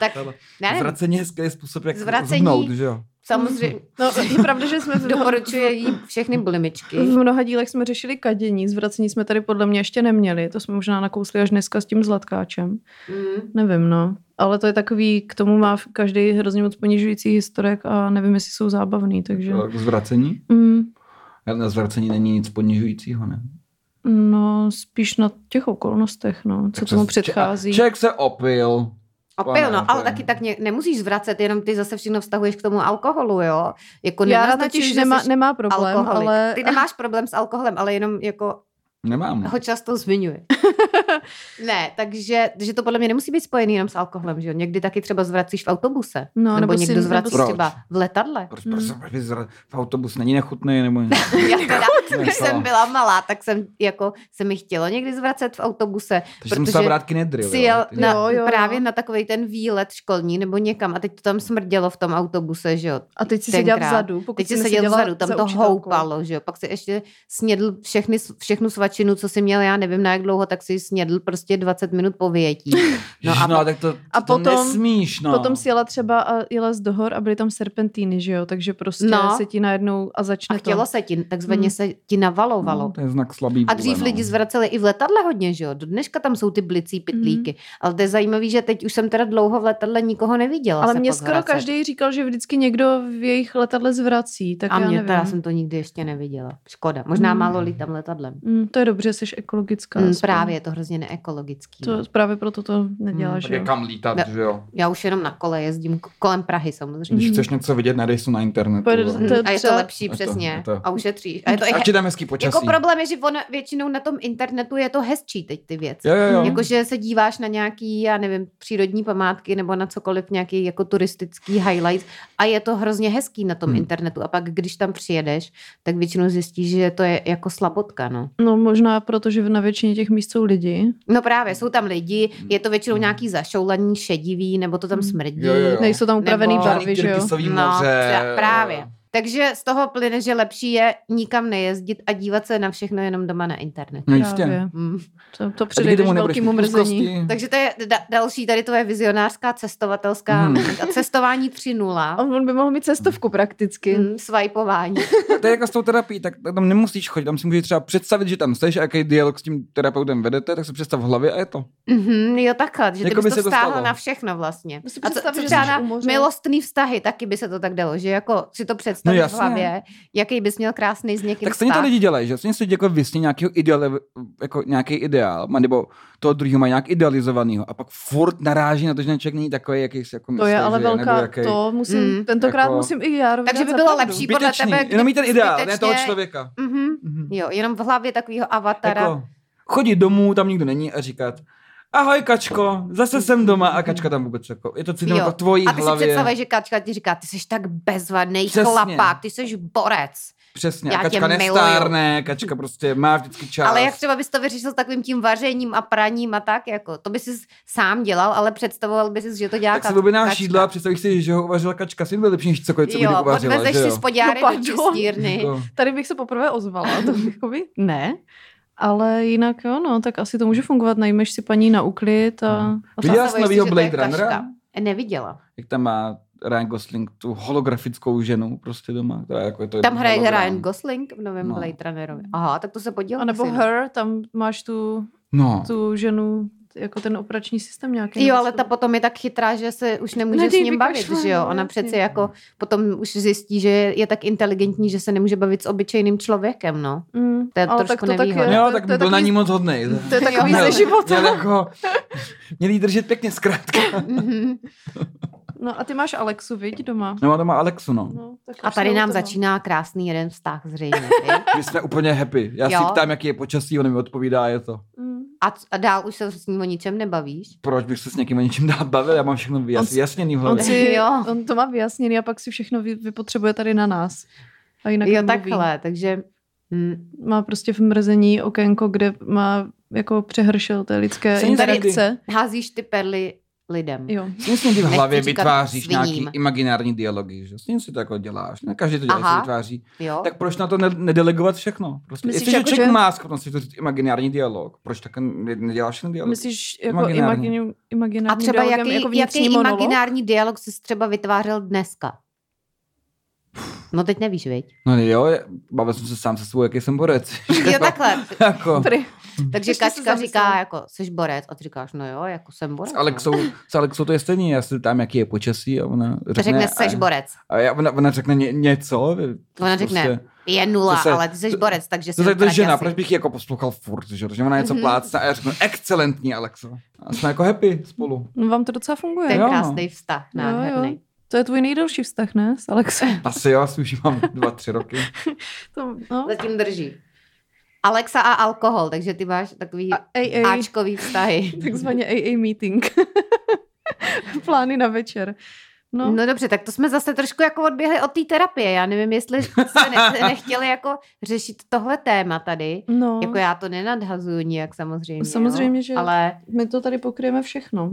Speaker 3: tak já nevím,
Speaker 1: Zvracení je hezký způsob, jak
Speaker 3: Zvracení-
Speaker 1: zhubnout, že jo?
Speaker 3: samozřejmě
Speaker 2: no, je pravda,
Speaker 3: (laughs)
Speaker 2: že jsme v,
Speaker 3: doporučuje jí všechny blimičky.
Speaker 1: Mm.
Speaker 2: v mnoha dílech jsme řešili kadění, zvracení jsme tady podle mě ještě neměli, to jsme možná nakousli až dneska s tím zlatkáčem.
Speaker 3: Mm.
Speaker 2: Nevím, no. Ale to je takový, k tomu má každý hrozně moc ponižující historek a nevím, jestli jsou zábavný, takže...
Speaker 1: K Zvracení?
Speaker 2: Mm.
Speaker 1: Na zvracení není nic ponižujícího, ne?
Speaker 2: No, spíš na těch okolnostech, no, co
Speaker 1: Tak
Speaker 2: tomu
Speaker 1: se-
Speaker 2: předchází.
Speaker 1: Č- Člověk se opil.
Speaker 3: Opil,
Speaker 1: Pane,
Speaker 3: no, ale
Speaker 1: to je-
Speaker 3: taky tak ně, nemusíš zvracet, jenom ty zase všechno vztahuješ k tomu alkoholu, jo? Jako
Speaker 2: Já
Speaker 3: nenaznačuji,
Speaker 2: totiž
Speaker 3: že
Speaker 2: nemá,
Speaker 3: jsi
Speaker 2: nemá problém,
Speaker 3: alkoholik.
Speaker 2: ale...
Speaker 3: Ty nemáš problém s alkoholem, ale jenom jako
Speaker 1: Nemám.
Speaker 3: ho
Speaker 1: (laughs)
Speaker 3: často zmiňuje. ne, takže že to podle mě nemusí být spojený jenom s alkoholem, že jo? Někdy taky třeba zvracíš v autobuse.
Speaker 2: No,
Speaker 3: nebo,
Speaker 2: nebo si-
Speaker 3: někdo
Speaker 2: nebo
Speaker 3: zvrací
Speaker 1: si-
Speaker 3: třeba v letadle.
Speaker 1: Proč,
Speaker 2: Hmm.
Speaker 1: proč, proč, Prostě- zra- v autobus není nechutný nebo
Speaker 2: (laughs)
Speaker 1: něco?
Speaker 3: Já teda,
Speaker 1: (laughs)
Speaker 3: když
Speaker 1: Nechala.
Speaker 3: jsem byla malá, tak jsem jako se mi chtělo někdy zvracet v autobuse.
Speaker 1: Takže jsem musela
Speaker 3: Protože
Speaker 1: brát kinedryl.
Speaker 3: Si
Speaker 1: jo,
Speaker 3: jel
Speaker 1: ty-
Speaker 3: na,
Speaker 2: Jo,
Speaker 3: jo,
Speaker 2: jo,
Speaker 3: jo,
Speaker 2: jo.
Speaker 3: právě na takový ten výlet školní nebo někam a teď to tam smrdělo v tom autobuse, že jo.
Speaker 2: A teď si
Speaker 3: tenkrát.
Speaker 2: seděl vzadu, pokud
Speaker 3: Teď
Speaker 2: jsi
Speaker 3: jsi seděl
Speaker 2: neseděla
Speaker 3: vzadu, tam
Speaker 2: za
Speaker 3: to
Speaker 2: učitelkou.
Speaker 3: houpalo, že jo. Pak si ještě snědl všechny, všechnu svačinu, co si měl, já nevím na jak dlouho, tak si ji snědl prostě 20 minut po vyjetí.
Speaker 1: No,
Speaker 3: a
Speaker 1: a,
Speaker 3: po-
Speaker 1: no, tak to,
Speaker 2: a
Speaker 1: to, to
Speaker 2: potom-
Speaker 1: nesmíš, no.
Speaker 2: No. Potom si jela třeba a jela z dohor a byly tam serpentíny, že jo, takže prostě
Speaker 3: No.
Speaker 2: no. se ti najednou a začne
Speaker 3: A chtělo
Speaker 2: to.
Speaker 3: se ti, takzvaně
Speaker 2: Jako- Hmm.
Speaker 3: se ti navalovalo.
Speaker 1: No, to je znak slabý
Speaker 3: A dřív
Speaker 1: vůle,
Speaker 3: lidi
Speaker 1: no.
Speaker 3: zvraceli i v letadle hodně, že jo? Do dneška tam jsou ty
Speaker 2: Hmm.
Speaker 3: blicí pitlíky. Ale to je zajímavé, že teď už jsem teda dlouho v letadle nikoho neviděla.
Speaker 2: Ale
Speaker 3: se
Speaker 2: mě
Speaker 3: pak
Speaker 2: skoro
Speaker 3: vracet.
Speaker 2: každý říkal, že vždycky někdo v jejich letadle zvrací, tak
Speaker 3: A
Speaker 2: já
Speaker 3: mě
Speaker 2: nevím.
Speaker 3: teda jsem to nikdy ještě neviděla. Škoda. Možná
Speaker 2: Hmm.
Speaker 3: málo lítám letadlem.
Speaker 2: Mm, to je dobře, jsi ekologická.
Speaker 3: Mm,
Speaker 2: aspoň.
Speaker 3: právě je to hrozně neekologický.
Speaker 2: To,
Speaker 3: no.
Speaker 2: právě proto to nedělá,
Speaker 3: Hmm.
Speaker 2: že jo.
Speaker 1: kam lítat,
Speaker 3: Ne.
Speaker 1: že jo.
Speaker 3: Já už jenom na kole jezdím k- kolem Prahy samozřejmě.
Speaker 1: Když
Speaker 2: Mhm.
Speaker 1: chceš něco vidět, najdej si na internetu.
Speaker 2: Pojede-
Speaker 1: vole.
Speaker 2: to je
Speaker 3: Mm, a je to
Speaker 2: třeba-
Speaker 3: lepší,
Speaker 1: Je to-
Speaker 3: přesně.
Speaker 1: je to-
Speaker 3: A ušetříš. A je to i
Speaker 1: Ať
Speaker 3: he-
Speaker 1: ti tam hezký počasí.
Speaker 3: jako problém je, že ono většinou na tom internetu je to hezčí teď ty věci.
Speaker 1: Jo, jo, jo.
Speaker 2: Jako,
Speaker 3: Jakože se díváš na nějaký, já nevím, přírodní památky nebo na cokoliv, nějaký jako turistický highlight a je to hrozně hezký na tom
Speaker 1: Hmm.
Speaker 3: hmm. internetu a pak když tam přijedeš, tak většinou zjistíš, že to je jako slabotka, no.
Speaker 2: No možná proto, že na většině těch míst jsou lidi,
Speaker 3: No právě, jsou tam lidi,
Speaker 1: Hmm.
Speaker 3: je to většinou
Speaker 1: Hmm.
Speaker 3: nějaký zašoulaní, šedivý, nebo to tam
Speaker 2: Hmm.
Speaker 3: smrdí.
Speaker 1: Jo, jo, jo.
Speaker 2: nejsou tam upravený
Speaker 3: Nebo-
Speaker 2: barvy, že jo.
Speaker 1: Kyrgyzový
Speaker 3: No,
Speaker 1: moře.
Speaker 3: pře- právě. Takže z toho plyne, že lepší je nikam nejezdit a dívat se na všechno jenom doma na internetu.
Speaker 1: No jistě.
Speaker 2: Právě.
Speaker 3: Hmm.
Speaker 2: To, to
Speaker 1: A díky
Speaker 2: přidejdeš velkému mrzení.
Speaker 1: úzkosti.
Speaker 3: Takže to je da- další tady tvoje vizionářská cestovatelská
Speaker 1: Mhm.
Speaker 3: a cestování 3.0.
Speaker 2: On on by mohl mít cestovku prakticky.
Speaker 3: Mm, swipeování.
Speaker 1: To je jako s tou terapií, tak tak tam nemusíš chodit, tam si můžeš třeba představit, že tam jsteš a jaký dialog s tím terapeutem vedete, tak se představ v hlavě a je to.
Speaker 3: Mhm, jo, takhle, že ty
Speaker 1: Jako
Speaker 3: bys
Speaker 1: by
Speaker 3: to
Speaker 1: se to
Speaker 3: vztáhl
Speaker 1: stalo.
Speaker 3: na všechno vlastně.
Speaker 2: To No si
Speaker 3: A co,
Speaker 2: představ,
Speaker 3: co
Speaker 2: že
Speaker 3: třeba
Speaker 2: jsi
Speaker 3: na
Speaker 2: u moře.
Speaker 3: milostný vztahy, taky by se to tak dalo, že jako si to představíš
Speaker 1: No
Speaker 3: v
Speaker 1: jasně.
Speaker 3: hlavě, jaký bys měl krásný s někým
Speaker 1: Tak stejně to
Speaker 3: vztah.
Speaker 1: lidi dělají, že stejně si lidi jako vysní nějakého ideál, jako nějaký ideál, ma- nebo toho druhého mají nějak idealizovaného a pak furt naráží na to, že ten člověk není takový, jaký si jako
Speaker 2: To
Speaker 1: myslí,
Speaker 2: je ale
Speaker 1: že je,
Speaker 2: velká,
Speaker 1: nebo jaký...
Speaker 2: to musím,
Speaker 3: Mm.
Speaker 2: tentokrát
Speaker 1: Jako-
Speaker 2: musím i já
Speaker 3: Takže by
Speaker 2: rovnat za
Speaker 3: bylo
Speaker 2: pravdu.
Speaker 3: lepší podle
Speaker 1: Zbytečný,
Speaker 3: tebe,
Speaker 1: jenom mít ten ideál, ne toho
Speaker 3: zbytečně-
Speaker 1: člověka.
Speaker 3: Mhm.
Speaker 1: Mhm.
Speaker 3: Jo, jenom v hlavě takového avatara.
Speaker 1: Jako, chodit domů, tam nikdo není a říkat ahoj kačko, zase jsem doma a kačka tam vůbec jako, je to cítím
Speaker 3: Jo.
Speaker 1: jako v tvojí
Speaker 3: a ty si
Speaker 1: hlavě.
Speaker 3: představuješ, že Kačka ti říká, ty jsi tak bezvadný
Speaker 1: Přesně.
Speaker 3: chlapák, ty jsi borec.
Speaker 1: Přesně,
Speaker 3: Já
Speaker 1: a
Speaker 3: tě
Speaker 1: kačka
Speaker 3: miluju.
Speaker 1: nestárne, kačka prostě má vždycky čas.
Speaker 3: Ale jak třeba bys to vyřešil takovým tím vařením a praním a tak, jako to bys si sám dělal, ale představoval bys si, že to dělá
Speaker 1: tak se
Speaker 3: Kat-
Speaker 1: objednáš
Speaker 3: Kačka.
Speaker 1: jídla a představíš si, že ho uvařila kačka, si byl lepší než cokoliv, co by
Speaker 3: Jo,
Speaker 1: uvařila,
Speaker 3: odvezeš
Speaker 1: že
Speaker 3: si
Speaker 1: jo? Jako-
Speaker 3: spodňáry
Speaker 2: No
Speaker 3: do
Speaker 2: pardon.
Speaker 3: čistírny.
Speaker 1: To-
Speaker 2: Tady bych se poprvé ozvala, to jako by (laughs) ne. Ale jinak jo, no, tak asi to může fungovat, najmeš si paní na uklid a... a tak.
Speaker 1: Viděla jsi
Speaker 3: Představuješ
Speaker 1: novýho
Speaker 3: si, že to je
Speaker 1: Blade Runnera?
Speaker 3: Kačka. Neviděla.
Speaker 1: Jak tam má Ryan Gosling tu holografickou ženu prostě doma, která jako je to
Speaker 3: Tam
Speaker 1: jeden
Speaker 3: hraje
Speaker 1: hologram.
Speaker 3: Ryan Gosling v novém
Speaker 1: No.
Speaker 3: Blade Runnerovi. Aha, tak to se podívám.
Speaker 2: A nebo
Speaker 3: asi, no.
Speaker 2: her, tam máš tu,
Speaker 1: No,
Speaker 2: tu ženu, jako ten operační systém nějaký.
Speaker 3: Jo,
Speaker 2: nebo
Speaker 3: ale
Speaker 2: co?
Speaker 3: ta potom je tak chytrá, že se už nemůže
Speaker 2: Naději
Speaker 3: s ním bavit,
Speaker 2: vykašle,
Speaker 3: že jo?
Speaker 2: no,
Speaker 3: Ona
Speaker 2: jasně.
Speaker 3: přece jako potom už zjistí, že je tak inteligentní, že se nemůže bavit s obyčejným člověkem, no.
Speaker 2: Mm,
Speaker 3: to je
Speaker 2: ale
Speaker 3: trošku
Speaker 2: tak
Speaker 3: nevýhoda.
Speaker 2: je-
Speaker 1: jo,
Speaker 2: to-
Speaker 1: tak
Speaker 2: to
Speaker 1: byl
Speaker 2: je
Speaker 1: na
Speaker 2: takový-
Speaker 1: ní moc hodnej.
Speaker 2: To je takový
Speaker 1: Měl-
Speaker 2: ze života.
Speaker 1: Měl jako, měl jí držet pěkně zkrátka.
Speaker 3: Mhm.
Speaker 2: No a ty máš Alexu, viď, doma.
Speaker 1: No má doma Alexu, no.
Speaker 2: No, tak
Speaker 3: A
Speaker 2: už
Speaker 3: tady
Speaker 2: jsme u
Speaker 3: nám
Speaker 2: toho.
Speaker 3: začíná krásný jeden vztah zřejmě. (laughs) viď?
Speaker 1: My jsme úplně happy. Já
Speaker 3: Jo.
Speaker 1: si ptám, jaký je počasí, on mi odpovídá, je to.
Speaker 2: Mm.
Speaker 3: A, c- a dál už se s ním o ničem nebavíš?
Speaker 1: Proč bych se s někým o něčím dál bavil? Já mám všechno vyjas,
Speaker 2: On s-
Speaker 1: jasněný v
Speaker 2: On,
Speaker 1: hlavě.
Speaker 2: si,
Speaker 3: Jo.
Speaker 2: on to má vyjasněný a pak si všechno vy, vypotřebuje tady na nás. A jinak
Speaker 3: jo,
Speaker 2: nemluví.
Speaker 3: takhle, takže... Hm.
Speaker 2: Má prostě v mrzení okénko, kde má jako přehršel té lidské
Speaker 1: Jsem tady-
Speaker 2: interakce.
Speaker 3: Házíš ty perly lidem.
Speaker 2: Jo.
Speaker 1: S si ty v
Speaker 3: Nechci
Speaker 1: hlavě
Speaker 3: říkat
Speaker 1: vytváříš
Speaker 3: sviním.
Speaker 1: nějaký imaginární dialogy, že? S ním si to jako děláš. Ne? Každý to dělá,
Speaker 3: Aha.
Speaker 1: si vytváří.
Speaker 3: jo.
Speaker 1: Tak proč na to ne- nedelegovat všechno? Prostě,
Speaker 2: Myslíš,
Speaker 1: jestliže
Speaker 2: jako,
Speaker 1: člověk
Speaker 2: že-
Speaker 1: má schopnost vytvořit imaginární dialog, proč tak ne- nedělá všechny dialogy?
Speaker 2: Myslíš jako
Speaker 1: Imaginární.
Speaker 2: imaginární.
Speaker 3: A
Speaker 2: imaginární
Speaker 3: třeba
Speaker 2: dialogem,
Speaker 3: jaký,
Speaker 2: jako
Speaker 3: jaký
Speaker 2: vnitřní monolog?
Speaker 3: imaginární dialog jsi třeba vytvářel dneska? No teď nevíš, viď?
Speaker 1: (laughs) No jo, je- bavil jsem se sám se sebou, jaký jsem borec.
Speaker 3: (laughs) Jo, takhle. (laughs)
Speaker 1: jako,
Speaker 2: Prý.
Speaker 3: Jako- Takže
Speaker 2: Ještě se
Speaker 3: Kačka říká,
Speaker 2: zamyslela.
Speaker 3: jako, jsi borec a ty říkáš, no jo, jako jsem borec.
Speaker 1: s, Alexou, s Alexou to je stejný, já se tam, jaký je počasí a ona
Speaker 3: No.
Speaker 1: řekne...
Speaker 3: Řekne, seš
Speaker 1: a,
Speaker 3: borec.
Speaker 1: a já, ona, ona řekne ně, něco. prostě-
Speaker 3: Ona řekne, je nula,
Speaker 1: To se-
Speaker 3: ale ty jsi
Speaker 1: to-
Speaker 3: borec, takže
Speaker 1: To
Speaker 3: jsi
Speaker 1: je to
Speaker 3: odtrať
Speaker 1: žena,
Speaker 3: asi.
Speaker 1: proč bych ji jako poslouchal furt, že? Takže ona něco
Speaker 3: Mhm.
Speaker 1: plácne a já řeknu, excelentní Alexo. A jsme jako happy spolu.
Speaker 2: No, vám to docela
Speaker 3: To je
Speaker 2: funguje.
Speaker 1: Jo, no.
Speaker 3: krásný vztah,
Speaker 2: Jo, jo.
Speaker 3: nádherný.
Speaker 2: To je tvůj nejdelší vztah, ne? S
Speaker 3: (laughs)
Speaker 2: Alexem.
Speaker 1: Asi jo, asi už mám dva, tři roky.
Speaker 2: To, no.
Speaker 3: Zatím drží. Alexa a alkohol, takže ty máš takový
Speaker 2: A AA, (laughs)
Speaker 3: Ačkový vztahy.
Speaker 2: takzvaně AA meeting. (laughs) Plány na večer.
Speaker 3: No.
Speaker 2: No,
Speaker 3: no dobře, tak to jsme zase trošku jako odběhli od té terapie. Já nevím, jestli jste ne-
Speaker 2: (laughs)
Speaker 3: nechtěli jako řešit tohle téma tady.
Speaker 2: no.
Speaker 3: Jako já to nenadhazuju nijak samozřejmě.
Speaker 2: Samozřejmě,
Speaker 3: jo.
Speaker 2: že-
Speaker 3: Ale
Speaker 2: my to tady pokryjeme všechno.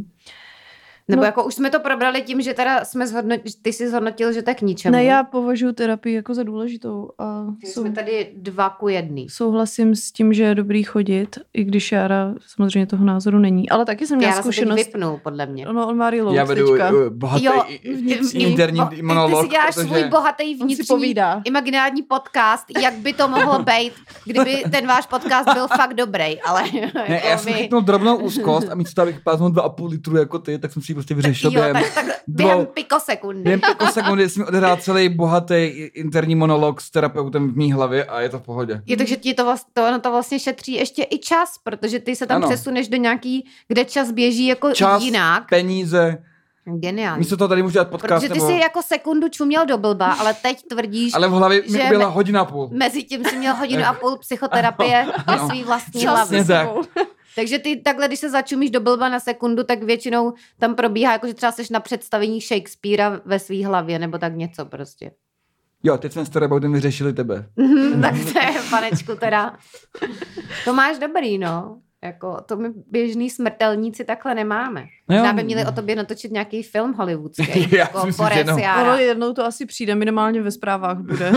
Speaker 3: Nebo
Speaker 2: No.
Speaker 3: jako už jsme to probrali tím, že teda jsme zhodnotil, ty jsi zhodnotil, že to je k ničemu.
Speaker 2: Ne, já považuji terapii jako za důležitou a
Speaker 3: Tím
Speaker 2: sou,
Speaker 3: Jsme tady dva ku jedný.
Speaker 2: souhlasím s tím, že je dobrý chodit, i když Jára samozřejmě toho názoru není. Ale taky jsem měla
Speaker 3: Já se teď
Speaker 2: zkušenost.
Speaker 3: vypnul, podle mě.
Speaker 2: No, on má reload
Speaker 1: Já vedu
Speaker 2: teďka.
Speaker 1: eh, bohatý i- i-
Speaker 3: vnitřní.
Speaker 1: interní
Speaker 3: Bo- ty- Ty si
Speaker 1: monolog,
Speaker 3: děláš
Speaker 1: protože-
Speaker 3: svůj bohatý
Speaker 2: On si
Speaker 3: vnitřní
Speaker 2: povídá.
Speaker 3: imaginární podcast, jak by
Speaker 1: (laughs)
Speaker 3: to mohlo být, kdyby ten váš podcast byl fakt dobrý, ale
Speaker 1: Ne,
Speaker 3: jako
Speaker 1: já jsem
Speaker 3: vy...
Speaker 1: chytnul
Speaker 3: (laughs)
Speaker 1: drobnou úzkost a místo abych páznul dva a půl litru jako ty, tak jsem si ji prostě vyřešil
Speaker 3: Jo,
Speaker 1: během
Speaker 3: tak, tak během
Speaker 1: (laughs) dvou-
Speaker 3: pikosekundy.
Speaker 1: Během pěkko sekundy jsem odehrál celý bohatý interní monolog s terapeutem v mý hlavě a je to v pohodě.
Speaker 3: Je, takže ti to, vlastně, to, ono to vlastně šetří ještě i čas, protože ty se tam
Speaker 1: Ano.
Speaker 3: přesuneš do nějaký, kde čas běží jako
Speaker 1: Čas,
Speaker 3: jinak.
Speaker 1: peníze,
Speaker 3: Geniální.
Speaker 1: místo toho tady můžu dělat podcast
Speaker 3: Protože ty
Speaker 1: nebo...
Speaker 3: jsi jako sekundu čuměl do blba, ale teď tvrdíš, ale...
Speaker 1: Ale v hlavě mi
Speaker 3: že
Speaker 1: byla
Speaker 3: ne-
Speaker 1: hodina a půl.
Speaker 3: mezi tím jsi měl hodinu a půl psychoterapie ve
Speaker 1: Ano.
Speaker 3: svý vlastní
Speaker 1: Přesně
Speaker 3: hlavě.
Speaker 1: tak.
Speaker 3: Takže ty takhle, když se začumíš do blba na sekundu, tak většinou tam probíhá, jako že třeba seš na představení Shakespearea ve svý hlavě, nebo tak něco prostě.
Speaker 1: Jo, teď jsme s terapeutem vyřešili tebe.
Speaker 3: Mhm, (laughs) tak to je, panečku, teda. To máš dobrý, no. Jako, to my běžný smrtelníci takhle nemáme.
Speaker 1: No jo.
Speaker 3: Možná by měli o tobě natočit nějaký film hollywoodský.
Speaker 1: (laughs) Já
Speaker 3: jako
Speaker 1: si myslím, že
Speaker 3: Boris
Speaker 1: no.
Speaker 3: Jára.
Speaker 2: Ono jednou to asi přijde, minimálně ve zprávách
Speaker 3: (laughs)
Speaker 2: bude.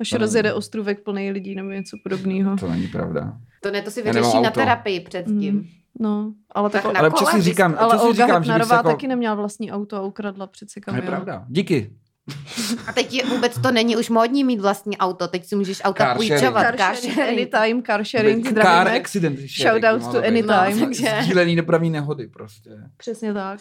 Speaker 2: Až
Speaker 1: No.
Speaker 2: rozjede ostrůvek plný lidí nebo něco podobného.
Speaker 1: To není pravda.
Speaker 3: To ne, to si
Speaker 1: Já nemám
Speaker 3: vyřeší na
Speaker 1: auto.
Speaker 3: terapii předtím.
Speaker 2: Mm. No, ale tak,
Speaker 3: Tak na
Speaker 1: Ale občas si
Speaker 3: kole
Speaker 1: říkám,
Speaker 2: ale
Speaker 1: občas si
Speaker 2: Olga
Speaker 1: říkám, že bych se
Speaker 2: Hepnarová
Speaker 1: jako...
Speaker 2: taky neměla vlastní auto a ukradla
Speaker 1: To
Speaker 2: přeci
Speaker 1: je
Speaker 2: kamion.
Speaker 1: pravda. Díky.
Speaker 3: A teď je, vůbec to není už módní mít vlastní auto, teď si můžeš auta
Speaker 1: Car sharing.
Speaker 3: půjčovat. Car
Speaker 2: Carsharing,
Speaker 3: sharing.
Speaker 2: anytime, carsharing,
Speaker 1: Car
Speaker 2: zdravíme.
Speaker 1: accident.
Speaker 2: Shout out to anytime.
Speaker 3: Takže-
Speaker 1: No, (laughs) Sdílený dopravní nehody prostě.
Speaker 2: Přesně tak.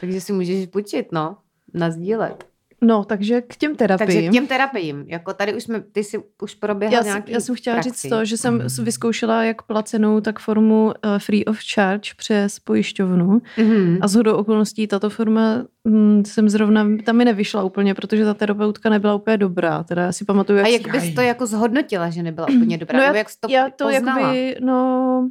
Speaker 3: Takže si můžeš půjčit, no, na sdílet.
Speaker 2: No, takže k těm terapiím.
Speaker 3: Takže k těm terapiím, jako tady už jsme, ty si už proběhla
Speaker 2: já, jsem,
Speaker 3: nějaký
Speaker 2: já jsem chtěla
Speaker 3: praxi.
Speaker 2: říct to, že jsem
Speaker 1: Mhm.
Speaker 2: s- vyzkoušela jak placenou, tak formu eh, free of charge přes pojišťovnu.
Speaker 3: Mhm.
Speaker 2: A shodou okolností tato forma hm, jsem zrovna, ta mi nevyšla úplně, protože ta terapeutka nebyla úplně dobrá. Teda já si pamatuju, jak
Speaker 3: A
Speaker 2: jsem-
Speaker 3: jak bys to jako zhodnotila, že nebyla úplně dobrá?
Speaker 2: No
Speaker 3: No Nebo jak jsi to
Speaker 2: já to
Speaker 3: poznala?
Speaker 2: jakoby, no,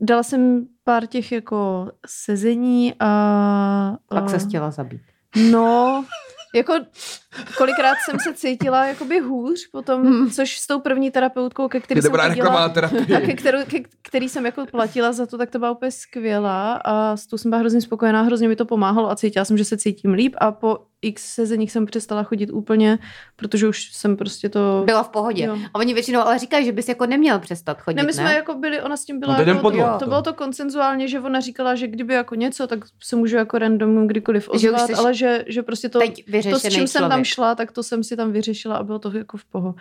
Speaker 2: dala jsem pár těch jako sezení a...
Speaker 3: Pak se
Speaker 2: a-
Speaker 3: chtěla zabít.
Speaker 2: No, jako kolikrát jsem se cítila jakoby hůř potom,
Speaker 3: Hmm.
Speaker 2: což s tou první terapeutkou, ke
Speaker 1: Je
Speaker 2: který jsem
Speaker 1: dobrá reklama na
Speaker 2: chodila, (laughs) a ke
Speaker 1: terapii.
Speaker 2: kterou, ke, který jsem jako platila za to, tak to byla úplně skvělá a s tou jsem byla hrozně spokojená, hrozně mi to pomáhalo a cítila jsem, že se cítím líp a po x sezeních jsem přestala chodit úplně, protože už jsem prostě to...
Speaker 3: Byla v pohodě.
Speaker 2: Jo.
Speaker 3: A oni většinou ale říkají, že bys jako neměl přestat chodit,
Speaker 2: Ne,
Speaker 3: ne?
Speaker 2: my jsme jako byli, ona s tím byla,
Speaker 1: No to jdem
Speaker 2: jako,
Speaker 1: podle
Speaker 2: to, to,
Speaker 1: toho.
Speaker 2: bylo to koncenzuálně, že ona říkala, že kdyby jako něco, tak se můžu jako randomům kdykoliv
Speaker 3: Že už
Speaker 2: ozvat,
Speaker 3: jsi
Speaker 2: ale že, že prostě to,
Speaker 3: Teď
Speaker 2: to,
Speaker 3: vyřešený
Speaker 2: s čím
Speaker 3: člověk.
Speaker 2: jsem tam šla, tak to jsem si tam vyřešila a bylo to jako v poho.
Speaker 3: No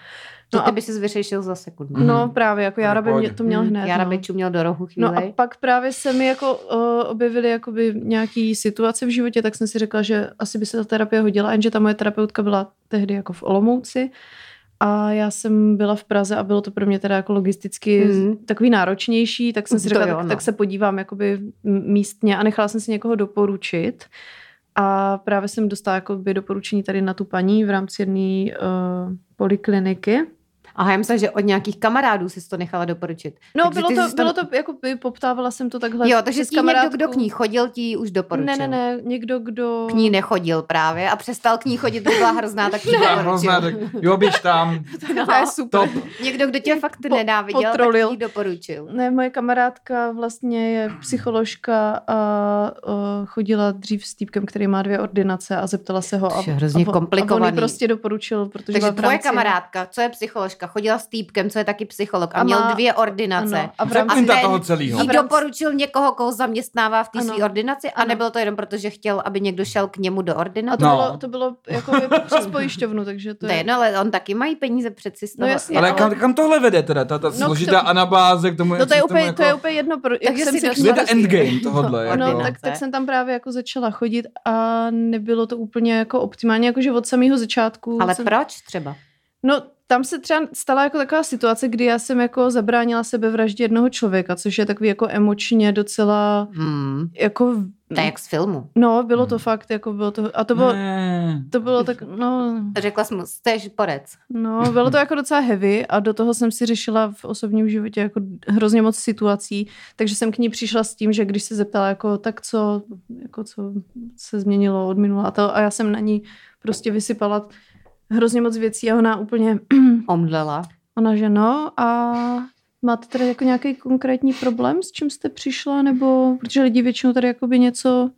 Speaker 2: No,
Speaker 3: ty
Speaker 2: a,
Speaker 3: by si vyřešil za sekundu.
Speaker 1: Mhm.
Speaker 2: no právě, jako Jára by mě, to měl
Speaker 3: Mhm.
Speaker 2: hned.
Speaker 3: Jára
Speaker 2: no.
Speaker 3: by čuměl do rohu chvíli.
Speaker 2: No a pak právě se mi jako uh, objevily jakoby nějaký situace v životě, tak jsem si řekla, že asi by se ta terapie hodila, jenže ta moje terapeutka byla tehdy jako v Olomouci a já jsem byla v Praze a bylo to pro mě teda jako logisticky
Speaker 3: Mhm.
Speaker 2: mm. takový náročnější, tak jsem si
Speaker 3: To
Speaker 2: řekla,
Speaker 3: jo,
Speaker 2: tak,
Speaker 3: no.
Speaker 2: tak se podívám jakoby m- místně a nechala jsem si někoho doporučit. A právě jsem dostala jakoby doporučení tady na tu paní v rámci jedné uh, polikliniky.
Speaker 3: Aha, já myslím, že od nějakých kamarádů jsi to nechala doporučit.
Speaker 2: No,
Speaker 3: Takže
Speaker 2: bylo
Speaker 3: ty
Speaker 2: to,
Speaker 3: jsi tam-
Speaker 2: bylo to, jako by poptávala jsem to takhle.
Speaker 3: Jo, takže
Speaker 2: přes
Speaker 3: jsi někdo, kdo
Speaker 2: kamarádku.
Speaker 3: k ní chodil, ti ji už doporučil.
Speaker 2: Ne, ne, ne, někdo, kdo...
Speaker 3: K ní nechodil právě a přestal k ní chodit, to byla
Speaker 2: (laughs)
Speaker 3: hrozná, tak ji
Speaker 1: Já hrozná, tak
Speaker 3: doporučil.
Speaker 1: jo, běž tam,
Speaker 3: No.
Speaker 2: To je super.
Speaker 1: top.
Speaker 3: Někdo, kdo tě fakt
Speaker 2: Po-
Speaker 3: nenáviděl, tak
Speaker 2: potrolil.
Speaker 3: ji doporučil.
Speaker 2: Ne, moje kamarádka vlastně je psycholožka a uh, chodila dřív s týpkem, který má dvě ordinace a zeptala se ho. A,
Speaker 3: To je hrozně
Speaker 2: a, on- A on
Speaker 3: komplikovaný.
Speaker 2: jí prostě doporučil, protože
Speaker 3: Takže
Speaker 2: byla v
Speaker 3: tvoje
Speaker 2: rámci-
Speaker 3: kamarádka, co je psycholožka, chodila s týpkem, co je taky psycholog a,
Speaker 2: A
Speaker 3: měl
Speaker 2: má-
Speaker 3: dvě ordinace.
Speaker 2: Ano, a v
Speaker 1: Co je
Speaker 2: rámci
Speaker 1: pointa
Speaker 3: ten-
Speaker 1: toho celého?
Speaker 3: Jí
Speaker 2: v rámci-
Speaker 3: doporučil někoho, koho zaměstnává v té
Speaker 2: Ano.
Speaker 3: své ordinaci a
Speaker 2: Ano.
Speaker 3: nebylo to jenom proto, že chtěl, aby někdo šel k němu do
Speaker 2: A
Speaker 3: ordinace.
Speaker 2: to,
Speaker 1: No.
Speaker 2: no. bylo, to bylo
Speaker 3: (laughs)
Speaker 2: jako by přes pojišťovnu, takže to
Speaker 3: To je
Speaker 2: je...
Speaker 3: jedno, ale on taky mají peníze přeci z toho.
Speaker 2: No jasně,
Speaker 1: Ale
Speaker 2: ale-
Speaker 1: kam, kam tohle vede teda, ta, ta
Speaker 2: No,
Speaker 1: složitá
Speaker 2: k tomu-
Speaker 1: anabáze k tomu?
Speaker 2: No
Speaker 1: jak
Speaker 2: to je
Speaker 1: se k tomu
Speaker 2: úplně,
Speaker 1: jako-
Speaker 2: to je úplně jedno, pro, jak
Speaker 3: Takže
Speaker 2: jsem
Speaker 3: si
Speaker 2: se k ní
Speaker 1: Je
Speaker 3: došla
Speaker 1: to
Speaker 3: Vlastně.
Speaker 1: endgame tohodle.
Speaker 3: Ano,
Speaker 1: jako.
Speaker 2: No,
Speaker 3: Ordinace.
Speaker 2: tak, tak jsem tam právě jako začala chodit a nebylo to úplně jako optimálně, jakože od samého začátku.
Speaker 3: Ale
Speaker 2: jsem...
Speaker 3: proč třeba?
Speaker 2: No, tam se třeba stala jako taková situace, kdy já jsem jako zabránila sebevraždě jednoho člověka, což je takový jako emočně docela
Speaker 3: Hmm,
Speaker 2: jako...
Speaker 3: to je jak z filmu.
Speaker 2: No, bylo to
Speaker 1: Hmm. No,
Speaker 2: fakt, jako bylo to... A to bylo,
Speaker 1: Ne.
Speaker 2: to bylo tak, no,
Speaker 3: Řekla jsem mu, jsi porec.
Speaker 2: no, bylo to jako docela heavy a do toho jsem si řešila v osobním životě jako hrozně moc situací, takže jsem k ní přišla s tím, že když se zeptala jako tak co, jako co se změnilo od minula a to, a já jsem na ní prostě vysypala hrozně moc věcí a ona úplně
Speaker 3: Omdlela.
Speaker 2: Ona, že no a máte tady jako nějaký konkrétní problém, s čím jste přišla, nebo protože lidi většinou tady jakoby něco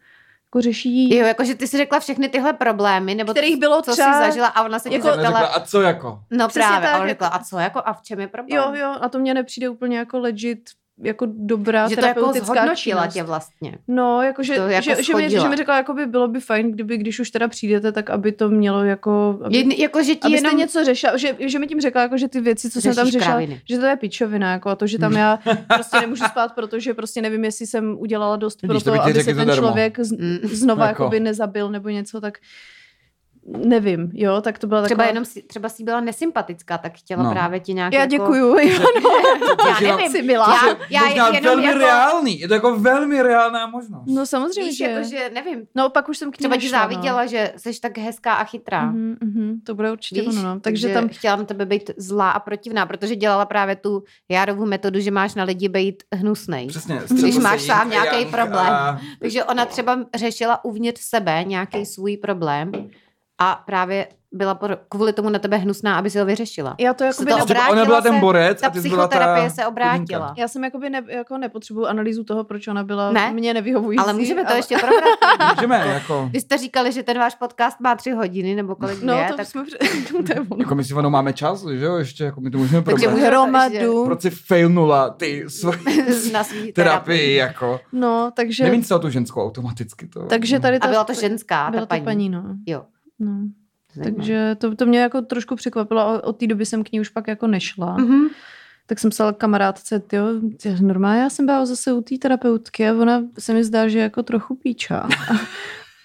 Speaker 2: jako řeší,
Speaker 3: Jo, jakože ty si řekla všechny tyhle problémy, nebo
Speaker 2: kterých bylo
Speaker 3: co
Speaker 2: třeba...
Speaker 3: jsi zažila a ona se
Speaker 2: jako-
Speaker 3: jako... ti zeptala,
Speaker 1: a co jako?
Speaker 3: no
Speaker 2: Přesně
Speaker 3: právě,
Speaker 2: tak,
Speaker 3: a ona
Speaker 2: jako-
Speaker 3: řekla, a co jako, a v čem je problém?
Speaker 2: Jo, jo, a to mně nepřijde úplně jako legit, jako dobrá
Speaker 3: že to jako
Speaker 2: terapeutická
Speaker 3: zhodnotila
Speaker 2: činnost.
Speaker 3: tě vlastně.
Speaker 2: No, jakože,
Speaker 3: To jako
Speaker 2: jako že, že, mi,
Speaker 3: schodila.
Speaker 2: že mi řekla, jakoby bylo by fajn, kdyby, když už teda přijdete, tak aby to mělo jako... Aby,
Speaker 3: Je, jako, že ti
Speaker 2: abyste
Speaker 3: jenom...
Speaker 2: něco řešila, že, že mi tím řekla, jako, že ty věci, co jsem tam
Speaker 3: Řešíš
Speaker 2: řešila,
Speaker 3: kráviny.
Speaker 2: že to je pičovina, jako a to, že tam já prostě
Speaker 1: (laughs)
Speaker 2: nemůžu spát, protože prostě nevím, jestli jsem udělala dost
Speaker 1: Vidíš, to
Speaker 2: pro
Speaker 1: by
Speaker 2: to,
Speaker 1: ti
Speaker 2: aby se
Speaker 1: řekli
Speaker 2: ten
Speaker 1: zadarmo.
Speaker 2: člověk z,
Speaker 3: Mm.
Speaker 2: znova
Speaker 1: Jako.
Speaker 2: jako. jakoby nezabil nebo něco, tak nevím, jo, tak to byla
Speaker 3: Třeba
Speaker 2: taková...
Speaker 3: jenom si, třeba si byla nesympatická, tak chtěla
Speaker 1: No.
Speaker 3: no. právě ti nějak
Speaker 2: Já
Speaker 3: jako...
Speaker 2: děkuju, jo,
Speaker 3: Já
Speaker 1: Zažila-
Speaker 3: nevím,
Speaker 2: jsi milá.
Speaker 3: já, já
Speaker 1: Možná
Speaker 3: jenom
Speaker 1: velmi
Speaker 3: jako...
Speaker 1: reálný. Je to jako velmi reálná možnost.
Speaker 2: No samozřejmě,
Speaker 3: Víš,
Speaker 2: že...
Speaker 3: jako, že nevím,
Speaker 2: No pak už jsem k ní
Speaker 3: třeba ti
Speaker 2: nešla, no.
Speaker 3: záviděla, že jsi tak hezká a chytrá.
Speaker 2: Mhm, mhm, to bude určitě
Speaker 3: Víš,
Speaker 2: ono, no. Takže tam
Speaker 3: chtěla na tebe být zlá a protivná, protože dělala právě tu Járovu metodu, že máš na lidi být hnusnej.
Speaker 1: Přesně.
Speaker 3: Když
Speaker 1: středosedník
Speaker 3: máš sám
Speaker 1: a
Speaker 3: nějaký
Speaker 1: Yang
Speaker 3: problém.
Speaker 1: A...
Speaker 3: Takže ona třeba řešila uvnitř sebe nějaký svůj problém a právě byla pro- kvůli tomu na tebe hnusná, aby si ho vyřešila.
Speaker 2: já to
Speaker 3: se
Speaker 2: jakoby
Speaker 3: to
Speaker 2: ne,
Speaker 3: obrátil.
Speaker 1: Ona byla ten
Speaker 3: se-
Speaker 1: borec
Speaker 3: Ta
Speaker 1: a ty jsi byla ta...
Speaker 3: psychoterapie se
Speaker 1: chudinka.
Speaker 3: obrátila.
Speaker 2: já jsem jakoby ne, jako nepotřebuju analýzu toho, proč ona byla
Speaker 3: Ne.
Speaker 2: ne? mě nevyhovující.
Speaker 3: Ale můžeme to
Speaker 2: ale- (laughs)
Speaker 3: ještě probrat.
Speaker 1: Můžeme, jako...
Speaker 3: Vy jste říkali, že ten váš podcast má tři hodiny nebo kolik
Speaker 2: No,
Speaker 3: je,
Speaker 2: to
Speaker 3: tak...
Speaker 2: jsme... (laughs) Při... to je ono.
Speaker 1: Jako my si ono máme čas, že jo, ještě, jako my to můžeme
Speaker 3: Takže
Speaker 1: probrat.
Speaker 3: můžeme-
Speaker 2: Hromadu.
Speaker 1: Proč si failnula ty svoji
Speaker 3: (laughs) na svý
Speaker 1: terapii, jako.
Speaker 2: No, takže...
Speaker 1: Nevím, co tu ženskou automaticky to.
Speaker 2: takže tady
Speaker 3: A
Speaker 2: ta,
Speaker 3: byla to ženská,
Speaker 2: byla
Speaker 3: ta
Speaker 2: to
Speaker 3: paní.
Speaker 2: paní, no.
Speaker 3: Jo.
Speaker 2: no.
Speaker 3: Zajímavé.
Speaker 2: Takže to, to mě jako trošku překvapilo a od té doby jsem k ní už pak jako nešla.
Speaker 3: Mhm.
Speaker 2: Tak jsem psala kamarádce, jo, normálně já jsem byla zase u té terapeutky a ona se mi zdá, že je jako trochu
Speaker 3: (laughs)
Speaker 2: píčá.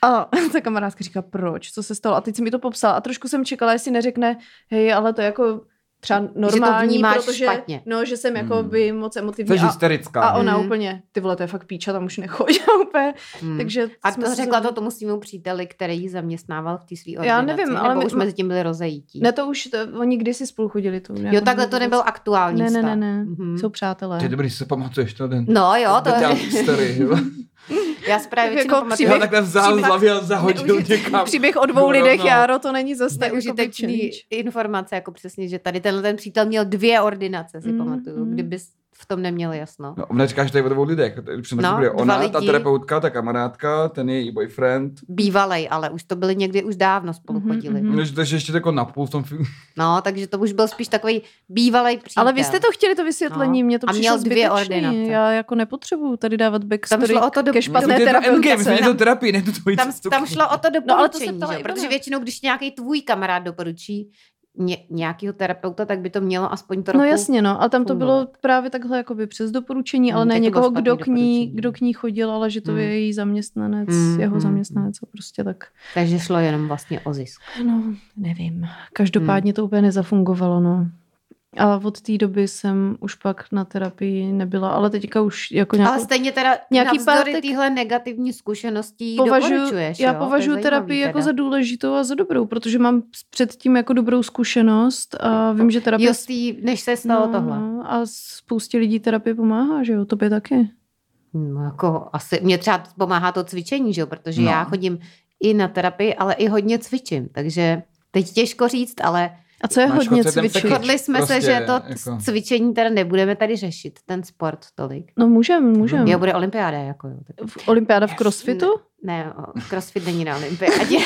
Speaker 2: A ta kamarádka říká, proč, co se stalo? A teď jsem mi to popsala a trošku jsem čekala, jestli neřekne, hej, ale to je jako třeba normální,
Speaker 3: vnímáš
Speaker 2: protože
Speaker 3: špatně.
Speaker 2: no, že jsem jako
Speaker 1: Hmm.
Speaker 2: by moc emotivní.
Speaker 1: Jsi
Speaker 2: A,
Speaker 1: hysterická.
Speaker 2: a ona
Speaker 3: Mhm.
Speaker 2: úplně, ty vole, to je fakt píča, tam už nechoď (laughs) úplně.
Speaker 3: Mm.
Speaker 2: Mhm. Takže
Speaker 3: A
Speaker 2: jsme
Speaker 3: to
Speaker 2: se
Speaker 3: řekla
Speaker 2: zhodli-
Speaker 3: to tomu svýmu příteli, který ji zaměstnával v té svý
Speaker 2: Já
Speaker 3: organizaci.
Speaker 2: nevím, ale
Speaker 3: nebo
Speaker 2: my-
Speaker 3: už mezi tím byli rozejítí.
Speaker 2: Ne, to už, to, oni kdysi spolu chodili. To,
Speaker 3: jo, takhle to nebyl aktuální
Speaker 2: Ne, ne,
Speaker 3: vztah.
Speaker 2: ne, ne,
Speaker 3: Mhm.
Speaker 2: jsou přátelé.
Speaker 1: Ty dobrý, že se pamatuješ to den.
Speaker 3: No jo, to
Speaker 1: Dělám
Speaker 3: je,
Speaker 1: story,
Speaker 3: (laughs)
Speaker 1: jo.
Speaker 3: já si právě
Speaker 2: Tak
Speaker 3: většinou
Speaker 2: jako
Speaker 1: Já
Speaker 3: pamatuju.
Speaker 2: příběh-
Speaker 1: takhle vzal z
Speaker 3: příběh-
Speaker 1: hlavy a zahodil
Speaker 3: neužitečný
Speaker 1: někam.
Speaker 2: Příběh o dvou
Speaker 1: Bylo
Speaker 2: lidech,
Speaker 1: rovnou.
Speaker 2: Járo, to není zas tak jako by
Speaker 3: Neužitečný
Speaker 2: challenge.
Speaker 3: informace, jako přesně, že tady tenhle ten přítel měl dvě ordinace, si
Speaker 2: Mm,
Speaker 3: pamatuju,
Speaker 2: mm.
Speaker 3: kdyby v tom neměl jasno.
Speaker 1: No, ona říká, že to je o dvou lidech. Když jsem
Speaker 3: No,
Speaker 1: no, bude
Speaker 3: dva
Speaker 1: ona, ta
Speaker 3: lidi.
Speaker 1: terapeutka, ta kamarádka, ten její boyfriend.
Speaker 3: Bývalej, ale už to byli někdy už dávno spolu
Speaker 2: Mhm,
Speaker 3: chodili.
Speaker 2: mhm.
Speaker 1: No, že to je ještě jako napůl v tom filmu.
Speaker 3: No, takže to už byl spíš takový bývalej přítel.
Speaker 2: Ale vy jste to chtěli, to vysvětlení,
Speaker 3: No.
Speaker 2: no. mě to
Speaker 3: A
Speaker 2: přišlo
Speaker 3: měl dvě
Speaker 2: zbytečný.
Speaker 3: ordinace.
Speaker 2: Já jako nepotřebuju tady dávat backstory
Speaker 3: šlo o to do-
Speaker 2: ke špatné
Speaker 1: to endgame,
Speaker 2: terapeutce.
Speaker 1: změní to terapii, ne tu tvoji
Speaker 3: Tam,
Speaker 1: cestu.
Speaker 3: tam šlo o to
Speaker 2: No, ale to
Speaker 3: doporučení,
Speaker 2: se ptala
Speaker 3: no,
Speaker 2: Ivana.
Speaker 3: protože většinou, když nějaký tvůj kamarád doporučí ně, nějakého terapeuta, tak by to mělo aspoň trochu...
Speaker 2: No jasně, no, ale tam to bylo
Speaker 3: fungovat.
Speaker 2: právě takhle jakoby přes doporučení, ale
Speaker 3: Hmm,
Speaker 2: ne
Speaker 3: tak to bylo
Speaker 2: někoho,
Speaker 3: špatný
Speaker 2: kdo k, ní,
Speaker 3: doporučení.
Speaker 2: kdo k ní chodil, ale že to
Speaker 3: Hmm.
Speaker 2: je její zaměstnanec,
Speaker 3: Hmm,
Speaker 2: jeho
Speaker 3: hmm,
Speaker 2: zaměstnanec a prostě tak.
Speaker 3: Takže šlo jenom vlastně o zisk.
Speaker 2: No, nevím. Každopádně
Speaker 3: Hmm.
Speaker 2: to úplně nezafungovalo, no. A od té doby jsem už pak na terapii nebyla, ale teďka už jako nějakou...
Speaker 3: Ale stejně teda nějaký
Speaker 2: Nějaký
Speaker 3: navzdory
Speaker 2: pátek-
Speaker 3: téhle negativní zkušeností
Speaker 2: Považuju-
Speaker 3: doporučuješ,
Speaker 2: Já
Speaker 3: jo?
Speaker 2: považuji
Speaker 3: To je zajímavý
Speaker 2: terapii jako
Speaker 3: teda.
Speaker 2: za důležitou a za dobrou, protože mám s- předtím jako dobrou zkušenost a vím, že terapie...
Speaker 3: Jo, stý, než se stalo no, tohle.
Speaker 2: No, a spoustě lidí terapie pomáhá, že jo, tobě taky.
Speaker 3: No, jako asi, mě třeba pomáhá to cvičení, že jo, protože
Speaker 1: No.
Speaker 3: no. já chodím i na terapii, ale i hodně cvičím, takže teď těžko říct, ale
Speaker 2: A co je
Speaker 1: Máš
Speaker 2: hodně
Speaker 1: konceptem
Speaker 2: cvičit?
Speaker 1: taky?
Speaker 3: shodli jsme prostě,
Speaker 1: prostě,
Speaker 3: se, že to
Speaker 1: jako-
Speaker 3: jako... cvičení teda nebudeme tady řešit, ten sport tolik.
Speaker 2: No můžem, můžem.
Speaker 3: Jo, bude olympiáda, jako jo. tak-
Speaker 2: V- Olympiáda v
Speaker 1: (laughs)
Speaker 2: crossfitu?
Speaker 3: Ne, o- crossfit není na olympiádě.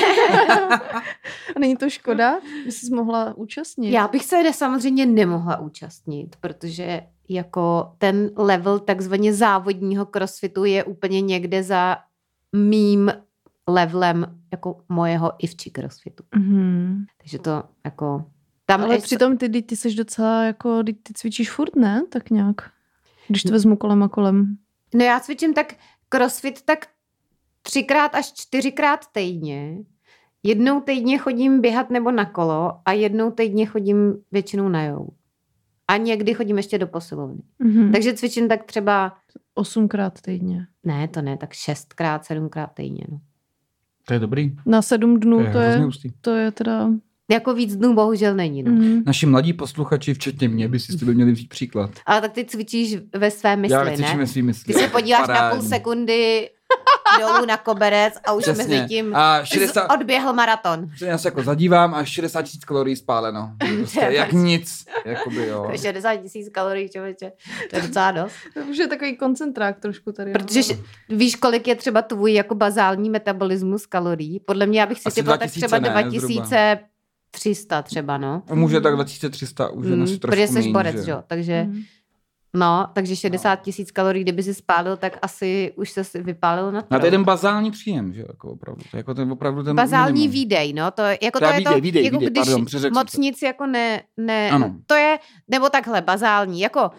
Speaker 2: A není to škoda? By jsi mohla účastnit.
Speaker 3: Já bych se ne- samozřejmě nemohla účastnit, protože jako ten level takzvaně závodního crossfitu je úplně někde za mým levelem jako mojeho ivči crossfitu.
Speaker 2: Mhm.
Speaker 3: Takže to jako... Tam
Speaker 2: Ale
Speaker 3: ještě-
Speaker 2: přitom ty, ty, ty jsi docela jako, ty, ty cvičíš furt, ne? Tak nějak. Když to vezmu kolem a kolem.
Speaker 3: No já cvičím tak crossfit tak třikrát až čtyřikrát týdně. Jednou týdně chodím běhat nebo na kolo a jednou týdně chodím většinou na jogu. A někdy chodím ještě do posilovny.
Speaker 2: Mhm.
Speaker 3: Takže cvičím tak třeba,
Speaker 2: Osmkrát týdně.
Speaker 3: ne to ne, tak šestkrát, sedmkrát týdně. No.
Speaker 1: To je dobrý.
Speaker 2: Na sedm dnů
Speaker 1: To je hrozně hustý.
Speaker 2: to je teda...
Speaker 3: Jako víc dnů bohužel není. No.
Speaker 2: Mm.
Speaker 1: Naši mladí posluchači, včetně mě, by si s tebe měli vzít příklad.
Speaker 3: Ale tak ty cvičíš ve své mysli,
Speaker 1: Já cvičím
Speaker 3: ne?
Speaker 1: ve svým mysli.
Speaker 3: Ty se podíváš na
Speaker 1: Parádní.
Speaker 3: půl sekundy dolů na koberec a už
Speaker 1: Přesně.
Speaker 3: mezi tím
Speaker 1: A 60,
Speaker 3: odběhl maraton.
Speaker 1: Že já se jako zadívám a 60 tisíc kalorií
Speaker 3: (laughs)
Speaker 1: spáleno. Prostě, jak nic. Jakoby, jo.
Speaker 3: To je 60 tisíc kalorií, člověče. To je docela dost.
Speaker 2: To už je takový koncentrák trošku tady. no.
Speaker 3: Protože š- víš, kolik je třeba tvůj jako bazální metabolismus kalorií? Podle mě já bych si
Speaker 1: Asi
Speaker 3: typla tak
Speaker 1: 2000
Speaker 3: třeba
Speaker 1: ne,
Speaker 3: 2300 třeba, no.
Speaker 1: U muže tak 2300 už je
Speaker 3: Mm,
Speaker 1: asi trošku
Speaker 3: protože jsi
Speaker 1: méně,
Speaker 3: borec,
Speaker 1: že?
Speaker 3: že jo, takže...
Speaker 2: Mhm.
Speaker 3: No, takže 60 tisíc kalorií, kdyby si spálil, tak asi už se si vypálil na
Speaker 1: Na to
Speaker 3: to.
Speaker 1: je ten bazální příjem, že jo, jako opravdu. To je Jako ten opravdu ten
Speaker 3: Bazální
Speaker 1: minimum.
Speaker 3: výdej, no, to je, jako to
Speaker 1: Teda
Speaker 3: je to,
Speaker 1: výdej, výdej,
Speaker 3: jako
Speaker 1: výdej,
Speaker 3: když
Speaker 1: pardon, přeřekl jsem
Speaker 3: moc
Speaker 1: to.
Speaker 3: nic jako ne, ne
Speaker 1: Ano.
Speaker 3: to je, nebo takhle, bazální, jako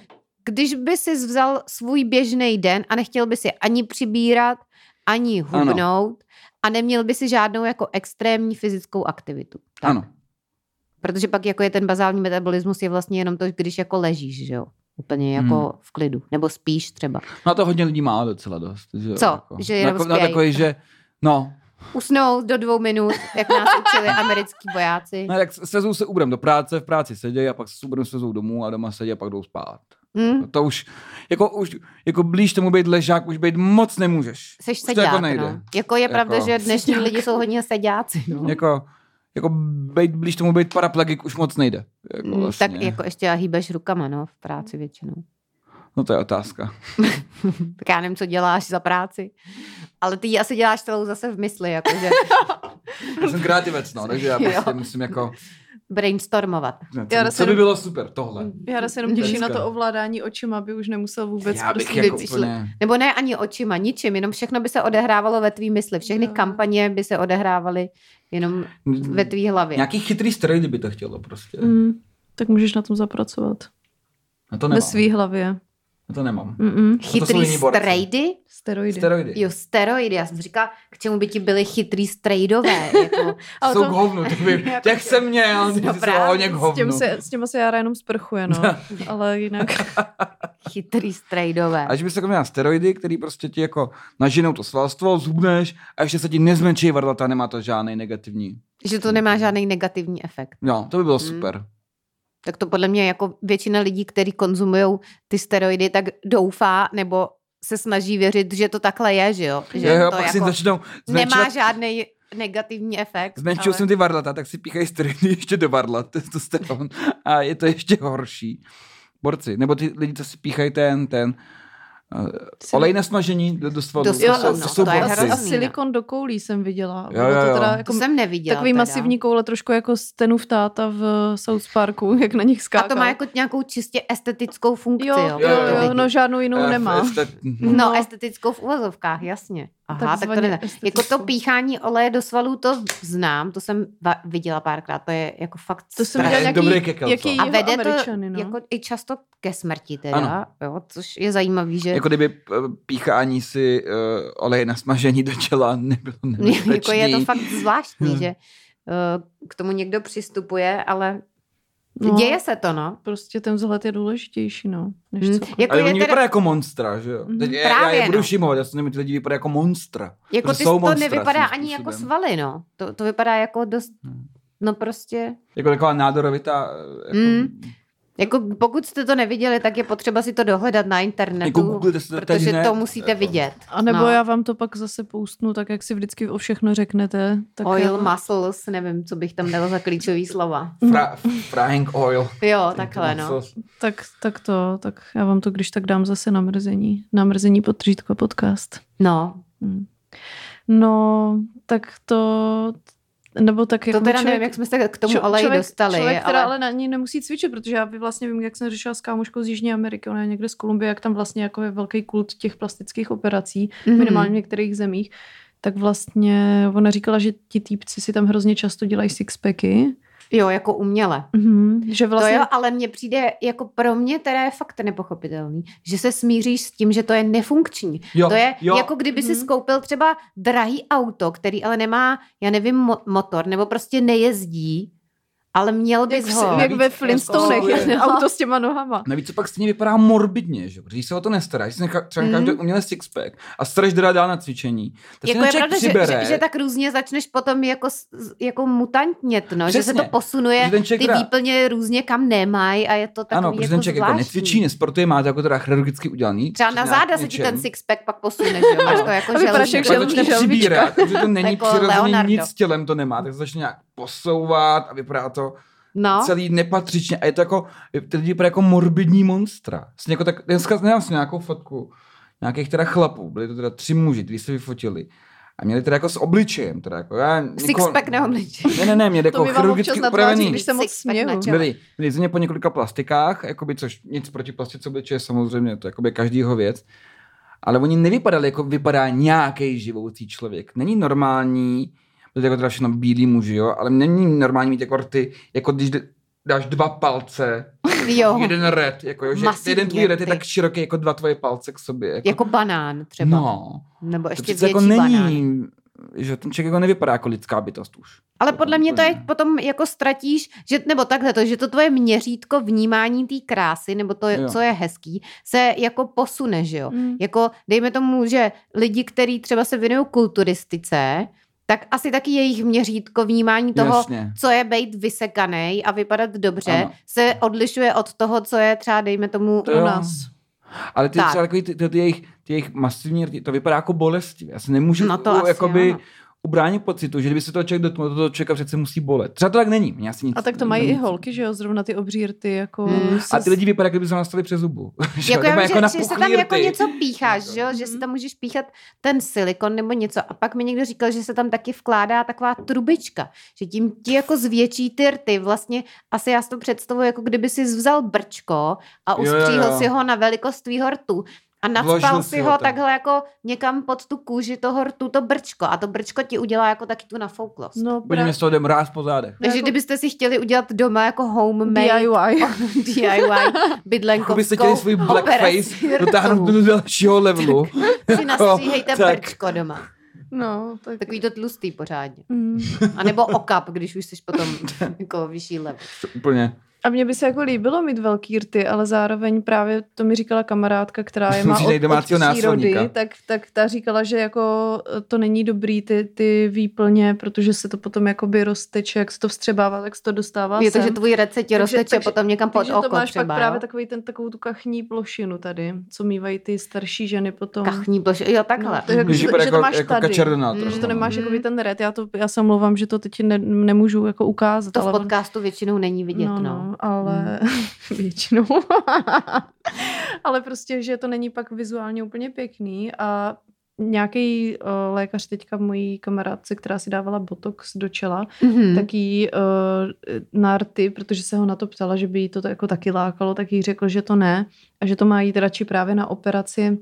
Speaker 3: když by si vzal svůj běžný den a nechtěl by si ani přibírat, ani
Speaker 1: Ano.
Speaker 3: hubnout a neměl by si žádnou jako extrémní fyzickou aktivitu. Tak.
Speaker 1: Ano.
Speaker 3: Protože pak jako je ten bazální metabolismus je vlastně jenom to, když jako ležíš, že jo? Úplně jako
Speaker 1: Hmm.
Speaker 3: v klidu. Nebo spíš třeba.
Speaker 1: No a to hodně lidí má docela dost. Že jo,
Speaker 3: Co?
Speaker 1: Jako.
Speaker 3: Že jenom
Speaker 1: Jako- no,
Speaker 3: spějí.
Speaker 1: takový, že no,
Speaker 3: Usnout do dvou minut, jak nás
Speaker 1: (laughs)
Speaker 3: učili americký vojáci.
Speaker 1: no, tak sezou se úbrem do práce, v práci sedějí a pak se s úbrem sezou domů a doma sedějí a pak jdou spát.
Speaker 3: Hm?
Speaker 1: No, to už, jako, už, jako blíž tomu být ležák, už být moc nemůžeš.
Speaker 3: Seš
Speaker 1: už to jako
Speaker 3: seďák,
Speaker 1: nejde.
Speaker 3: no. Jako je pravda,
Speaker 1: Jako-
Speaker 3: že dnešní
Speaker 2: Seďák.
Speaker 3: lidi jsou hodně seďáci, no.
Speaker 1: Jako, jako být blíž tomu být paraplegik už moc nejde. Jako
Speaker 3: Mm,
Speaker 1: vlastně.
Speaker 3: Tak jako ještě hýbeš rukama, no, v práci většinou.
Speaker 1: No to je otázka.
Speaker 3: Tak já nevím, co děláš za práci. Ale ty ji asi děláš celou zase v mysli, jakože (laughs)
Speaker 1: Já jsem kreativec, no, takže já
Speaker 3: Jo.
Speaker 1: prostě musím jako...
Speaker 3: brainstormovat. Mm.
Speaker 2: Já
Speaker 1: Co, co
Speaker 2: rozumím.
Speaker 1: by bylo super, tohle.
Speaker 2: Já se jenom těším na
Speaker 1: Dneska.
Speaker 2: to ovládání očima, aby už nemusel vůbec
Speaker 1: Já bych
Speaker 2: prostě
Speaker 1: jako
Speaker 2: vymýšlet.
Speaker 1: úplně...
Speaker 3: Nebo ne ani očima, ničím, jenom všechno by se odehrávalo ve tvý mysli. Všechny
Speaker 2: Jo.
Speaker 3: kampaně by se odehrávaly jenom ve tvý hlavě.
Speaker 1: Nějaký chytrý steroidy by to chtělo prostě.
Speaker 2: Mm, tak můžeš na tom zapracovat.
Speaker 1: Na to
Speaker 2: Ve
Speaker 1: nemám.
Speaker 2: svý hlavě.
Speaker 1: Na to nemám.
Speaker 2: Mm-mm.
Speaker 1: jsou
Speaker 3: Chytrý
Speaker 1: jiní borci.
Speaker 3: strejdy?
Speaker 2: Steroidy.
Speaker 1: Steroidy.
Speaker 3: Jo, steroidy. Já jsem říkala, k čemu by ti byly chytrý strejdové?
Speaker 1: (laughs)
Speaker 3: Jako,
Speaker 2: Ale
Speaker 1: Jsou
Speaker 2: to-
Speaker 1: k hovnu, tak
Speaker 3: (laughs)
Speaker 1: by, těch jsem měl, ty
Speaker 3: No
Speaker 1: jsou
Speaker 3: právě,
Speaker 1: hodně k
Speaker 2: S, těm
Speaker 1: hovnu.
Speaker 2: se, s těma se Jara jenom
Speaker 1: (laughs)
Speaker 2: sprchuje, no. Ale jinak.
Speaker 3: chytrý strejdové.
Speaker 1: A že bys jako měla steroidy, který prostě ti jako naženou to svalstvo, zubneš a ještě se ti nezmenší varlata, nemá to žádný negativní.
Speaker 3: Že to nemá žádný negativní efekt.
Speaker 1: No, to by bylo
Speaker 3: Hmm.
Speaker 1: super.
Speaker 3: Tak to podle mě jako většina lidí, kteří konzumují ty steroidy, tak doufá nebo se snaží věřit, že to takhle je, že jo? Že
Speaker 1: Jo, jo,
Speaker 3: to jako
Speaker 1: pak si začnou
Speaker 3: nemá
Speaker 1: zmenšovat
Speaker 3: žádný negativní efekt.
Speaker 1: Zmenšil jsem ty varlata, tak si píchají steroidy (laughs) ještě do varlat, testosteron. A je to ještě horší. Borci, nebo ty lidi, co si píchají ten, ten, uh, olej na smažení do, do svalů.
Speaker 3: Do
Speaker 1: To
Speaker 3: svalů,
Speaker 1: jsou-
Speaker 3: no,
Speaker 1: to jsou
Speaker 3: to je
Speaker 1: borci.
Speaker 2: a, a
Speaker 3: hrozný.
Speaker 2: silikon do koulí jsem viděla.
Speaker 1: Jo,
Speaker 2: Bylo
Speaker 1: jo,
Speaker 2: to
Speaker 1: jo.
Speaker 2: teda
Speaker 3: To
Speaker 2: jako
Speaker 3: jsem neviděla.
Speaker 2: takový
Speaker 3: teda.
Speaker 2: masivní koule, trošku jako Stenův táta v South Parku, (laughs) jak na nich
Speaker 3: A
Speaker 2: skákal.
Speaker 3: to má jako nějakou čistě estetickou funkci,
Speaker 2: Jo,
Speaker 3: jo?
Speaker 2: jo,
Speaker 1: pro ty
Speaker 2: jo,
Speaker 1: lidi.
Speaker 2: no žádnou jinou
Speaker 1: Eh,
Speaker 2: nemá.
Speaker 1: v- v-
Speaker 3: No,
Speaker 2: No.
Speaker 3: estetickou v uvozovkách, jasně. Aha, tak to
Speaker 2: Takzvaně
Speaker 3: ne. Jako to
Speaker 2: estetickou.
Speaker 3: píchání oleje do svalů, to znám, to jsem va- viděla párkrát, to je jako fakt
Speaker 2: To jsem viděla
Speaker 1: je
Speaker 2: nějaký,
Speaker 1: dobrý no. kekel,
Speaker 2: jaký
Speaker 1: co?
Speaker 3: A
Speaker 2: jeho
Speaker 3: vede to
Speaker 2: Američany, no.
Speaker 3: jako i často ke smrti teda,
Speaker 1: Ano.
Speaker 3: jo, což je zajímavý, že
Speaker 1: Jako kdyby eh, píchání si uh, oleje na smažení do čela nebylo nebezpečný.
Speaker 3: (laughs) (laughs) jako je to fakt zvláštní,
Speaker 1: Hmm.
Speaker 3: že eh, k tomu někdo přistupuje, ale
Speaker 2: No.
Speaker 3: děje se to, no.
Speaker 2: Prostě ten vzhled je důležitější, no. Než
Speaker 3: Hm.
Speaker 2: cokoliv.
Speaker 3: Jako,
Speaker 1: Ale
Speaker 3: je
Speaker 1: oni
Speaker 3: teda,
Speaker 1: vypadají jako monstra, že jo?
Speaker 2: Mhm.
Speaker 1: Teď já, já
Speaker 3: Právě,
Speaker 1: je budu
Speaker 3: no.
Speaker 1: všimovat, já si nevím, ty lidi vypadají jako monstra.
Speaker 3: jako
Speaker 1: protože
Speaker 3: ty
Speaker 1: jsou
Speaker 3: to
Speaker 1: monstra
Speaker 3: nevypadá
Speaker 1: svým
Speaker 3: ani jako
Speaker 1: způsobem.
Speaker 3: svaly, no. To, to vypadá jako dost,
Speaker 1: Hmm.
Speaker 3: no prostě.
Speaker 1: Jako taková nádorovitá... eh, Jako,
Speaker 3: Hmm. Jako pokud jste to neviděli, tak je potřeba si to dohledat na
Speaker 1: jako
Speaker 3: internetu,
Speaker 1: googlete si to teď
Speaker 3: protože
Speaker 1: hned,
Speaker 3: to musíte
Speaker 1: jako.
Speaker 3: vidět.
Speaker 2: A nebo
Speaker 3: no.
Speaker 2: já vám to pak zase poustnu, tak jak si vždycky o všechno řeknete. Tak
Speaker 3: Oil muscles, nevím, co bych tam dala za klíčový slova.
Speaker 1: Fra, frying oil.
Speaker 3: Jo, takhle, no.
Speaker 2: tak, tak to, tak já vám to když tak dám zase na mrzení. Na mrzení podtržítko podcast.
Speaker 3: No,
Speaker 2: Hm. No, tak to, nebo tak
Speaker 3: to
Speaker 2: jako
Speaker 3: teda
Speaker 2: člověk-
Speaker 3: nevím, jak jsme se k tomu
Speaker 2: Čo-
Speaker 3: oleji dostali.
Speaker 2: Člověk
Speaker 3: ale...
Speaker 2: teda ale na ní nemusí cvičit, protože já by vlastně vím, jak jsem řešila s kámoškou z Jižní Ameriky, ona je někde z Kolumbie, jak tam vlastně jako je velký kult těch plastických operací,
Speaker 3: Mhm.
Speaker 2: minimálně v některých zemích, tak vlastně ona říkala, že ti týpci si tam hrozně často dělají sixpacky,
Speaker 3: Jo, jako uměle.
Speaker 2: mm-hmm. že
Speaker 3: Vlastně...
Speaker 2: vlastně...
Speaker 3: To jo, ale mně přijde, jako pro mě teda je fakt nepochopitelný, že se smíříš s tím, že to je nefunkční.
Speaker 1: Jo,
Speaker 3: to je
Speaker 1: jo.
Speaker 3: jako kdyby si
Speaker 2: Mhm.
Speaker 3: skoupil třeba drahý auto, který ale nemá, já nevím, mo- motor, nebo prostě nejezdí a Ale měl
Speaker 2: Jak,
Speaker 3: bys
Speaker 2: v,
Speaker 3: ho.
Speaker 2: jak ve Flintstonech,
Speaker 1: Jako-
Speaker 2: (laughs) auto s těma nohama.
Speaker 1: Navíc to pak stejně vypadá morbidně, že? jo, Protože když se o to nestaráš, když si nechá- třeba necháš mm. umělé sixpack a straš dá dál na cvičení, tak
Speaker 3: Mhm. Jako
Speaker 1: se
Speaker 3: je
Speaker 1: člověk
Speaker 3: pravda, že,
Speaker 1: přibere,
Speaker 3: že, že, tak různě začneš potom jako, s- s- jako mutantnět, no, že se to
Speaker 1: Přesně.
Speaker 3: posunuje,
Speaker 1: Že ten člověk
Speaker 3: ty
Speaker 1: dá-
Speaker 3: výplně různě kam nemají a je to takový
Speaker 1: ano,
Speaker 3: jako
Speaker 1: protože ten člověk jako
Speaker 3: zvláštní.
Speaker 1: necvičí, nesportuje, má to jako teda chirurgicky udělaný.
Speaker 3: Třeba na
Speaker 1: přizná
Speaker 3: záda
Speaker 1: k
Speaker 3: se ti
Speaker 1: něčem.
Speaker 3: ten sixpack pak posune, že jo? Máš
Speaker 2: (laughs)
Speaker 3: to jako
Speaker 2: A vypadáš
Speaker 3: želvíček.
Speaker 2: jak
Speaker 3: (laughs)
Speaker 1: Pak
Speaker 2: želv-
Speaker 1: začne
Speaker 2: želvička.
Speaker 1: přibírat, protože to není
Speaker 3: Jako
Speaker 1: přirozený,
Speaker 3: Leonardo.
Speaker 1: nic s tělem to nemá, tak se začne nějak posouvat a vypadá to
Speaker 3: No,
Speaker 1: celý nepatřičně a je to jako, ty lidi vypadají jako morbidní monstra. Vlastně jako tak, dneska nemám si nějakou fotku nějakých teda chlapů, byli to teda tři muži, kteří se vyfotili a měli teda jako s obličejem, teda jako já... nikoho-
Speaker 3: sixpack
Speaker 1: (laughs)
Speaker 3: neobličí.
Speaker 1: Ne, ne, ne, měli
Speaker 2: (laughs) To
Speaker 1: jako
Speaker 2: mi vám občas
Speaker 1: chirurgicky
Speaker 2: natáčí,
Speaker 1: upravený.
Speaker 2: když se moc
Speaker 3: Sixpack
Speaker 2: směju.
Speaker 3: na čele.
Speaker 1: Byli, byli země po několika plastikách, jakoby, což nic proti plastice obličeje, samozřejmě, to je jakoby každýho věc. Ale oni nevypadali, jako vypadá nějaký živoucí člověk. Není normální, byli jako teda všechno bílí muži, jo, ale není normální mít jako rty, jako když d- dáš dva palce,
Speaker 3: Jo,
Speaker 1: jeden red, jako jo, že
Speaker 3: Masivní
Speaker 1: jeden tvůj red je
Speaker 3: rty.
Speaker 1: tak široký, jako dva tvoje palce k sobě. Jako,
Speaker 3: jako banán třeba.
Speaker 1: No,
Speaker 3: Nebo
Speaker 1: to
Speaker 3: ještě
Speaker 1: přece
Speaker 3: větší
Speaker 1: jako
Speaker 3: banán.
Speaker 1: není, že ten člověk jako nevypadá jako lidská bytost už.
Speaker 3: Ale
Speaker 1: To
Speaker 3: podle
Speaker 1: tam
Speaker 3: mě to
Speaker 1: úplně-
Speaker 3: je potom jako ztratíš, že, nebo takhle to, že to tvoje měřítko vnímání té krásy, nebo to,
Speaker 1: Jo.
Speaker 3: jo. co je hezký, se jako posune, že jo.
Speaker 2: Mm.
Speaker 3: Jako dejme tomu, že lidi, kteří třeba se věnují kulturistice, tak asi taky jejich měřítko vnímání toho,
Speaker 1: Jasně.
Speaker 3: co je být vysekaný a vypadat dobře,
Speaker 1: Ano.
Speaker 3: ano. se odlišuje od toho, co je třeba, dejme tomu,
Speaker 1: To
Speaker 3: u
Speaker 1: jo.
Speaker 3: nás.
Speaker 1: Ale ty
Speaker 3: Tak.
Speaker 1: třeba takový, ty, ty, ty, jejich, ty jejich masivní rty, to vypadá jako bolestivě. Já se nemůžu
Speaker 3: No to asi
Speaker 1: jakoby,
Speaker 3: ano.
Speaker 1: ubránit pocitu, že kdyby se toho člověk dotknul, to toho člověka přece musí bolet. Třeba to tak není. mě asi nic,
Speaker 2: A tak to mají i
Speaker 1: nemůžu-
Speaker 2: holky, že jo, zrovna ty obřírty, jako...
Speaker 3: Hmm.
Speaker 1: A ty lidi vypadají, kdyby se vám stali přes zubu. (laughs) Že jo,
Speaker 3: Jako, já
Speaker 1: nebo
Speaker 3: vím, že, že se tam
Speaker 1: napuchlý
Speaker 3: jako
Speaker 1: rty.
Speaker 3: něco pícháš, že, jo? že si
Speaker 2: Mhm.
Speaker 3: tam můžeš píchat ten silikon nebo něco. A pak mi někdo říkal, že se tam taky vkládá taková trubička, že tím ti jako zvětší ty rty. Vlastně asi já si to představuji, jako kdyby si vzal brčko a
Speaker 1: Jo, jo, jo.
Speaker 3: ustříhl si ho na velikost tvýho rtu. A
Speaker 1: Vložil
Speaker 3: nadspal
Speaker 1: si
Speaker 3: si
Speaker 1: ho
Speaker 3: ho
Speaker 1: tam.
Speaker 3: takhle jako někam pod tu kůži toho rtu, to brčko. A to brčko ti udělá jako taky tu nafouklost. No,
Speaker 2: No,
Speaker 1: Budeme
Speaker 2: právě.
Speaker 1: z toho jdem ráz po zádech.
Speaker 3: Takže
Speaker 2: jako-
Speaker 3: kdybyste si chtěli udělat doma jako homemade (laughs)
Speaker 2: DIY.
Speaker 3: DIY bydlenkovskou
Speaker 1: Jako byste chtěli svůj blackface
Speaker 3: operaci
Speaker 1: dotáhnout
Speaker 3: rtů.
Speaker 1: do dalšího levelu.
Speaker 3: (laughs) si nastříhejte
Speaker 1: (laughs) tak.
Speaker 3: tak. brčko doma.
Speaker 2: No, tak...
Speaker 3: Takový to tlustý pořádně.
Speaker 2: Mm.
Speaker 3: A nebo okap, když už jsi potom (laughs) jako vyšší level.
Speaker 1: To Úplně.
Speaker 2: A mně by se jako líbilo mít velký rty, ale zároveň právě to mi říkala kamarádka, která
Speaker 1: (laughs)
Speaker 2: je má
Speaker 1: Musíš najít
Speaker 2: od,
Speaker 1: domácího
Speaker 2: od přírody,
Speaker 1: násilníka.
Speaker 2: tak, tak ta říkala, že jako eh, to není dobrý ty, ty výplně, protože se to potom jakoby rozteče, jak se to vstřebává, tak se to dostává
Speaker 3: Je to,
Speaker 2: sem.
Speaker 3: že tvůj recept ti
Speaker 2: Takže-
Speaker 3: rozteče
Speaker 2: takže-
Speaker 3: potom někam pod
Speaker 2: Takže
Speaker 3: oko
Speaker 2: to máš
Speaker 3: třeba.
Speaker 2: pak právě
Speaker 3: jo?
Speaker 2: takový ten, takovou tu kachní plošinu tady, co mývají ty starší ženy potom.
Speaker 3: Kachní ploš. Jo, takhle. Mhm.
Speaker 2: No, to je jako-
Speaker 1: Když
Speaker 2: že
Speaker 1: vypadá
Speaker 2: to
Speaker 1: jako,
Speaker 2: máš
Speaker 1: jako
Speaker 2: tady.
Speaker 1: kačerdona.
Speaker 3: Mm,
Speaker 1: trošku,
Speaker 2: Že to
Speaker 1: no.
Speaker 2: nemáš
Speaker 3: Mm.
Speaker 2: jakoby ten red, já, to, já se omlouvám, že to teď ne, nemůžu jako ukázat.
Speaker 3: to v
Speaker 2: ale-
Speaker 3: podcastu většinou není vidět, no. Mhm.
Speaker 2: no, ale (laughs) většinou. ale prostě, že to není pak vizuálně úplně pěkný a nějaký uh, lékař teďka mojí kamarádce, která si dávala botox do čela,
Speaker 3: Mhm.
Speaker 2: tak jí uh, na rty, protože se ho na to ptala, že by jí to t- jako taky lákalo, tak jí řekl, že to ne a že to má jít radši právě na operaci.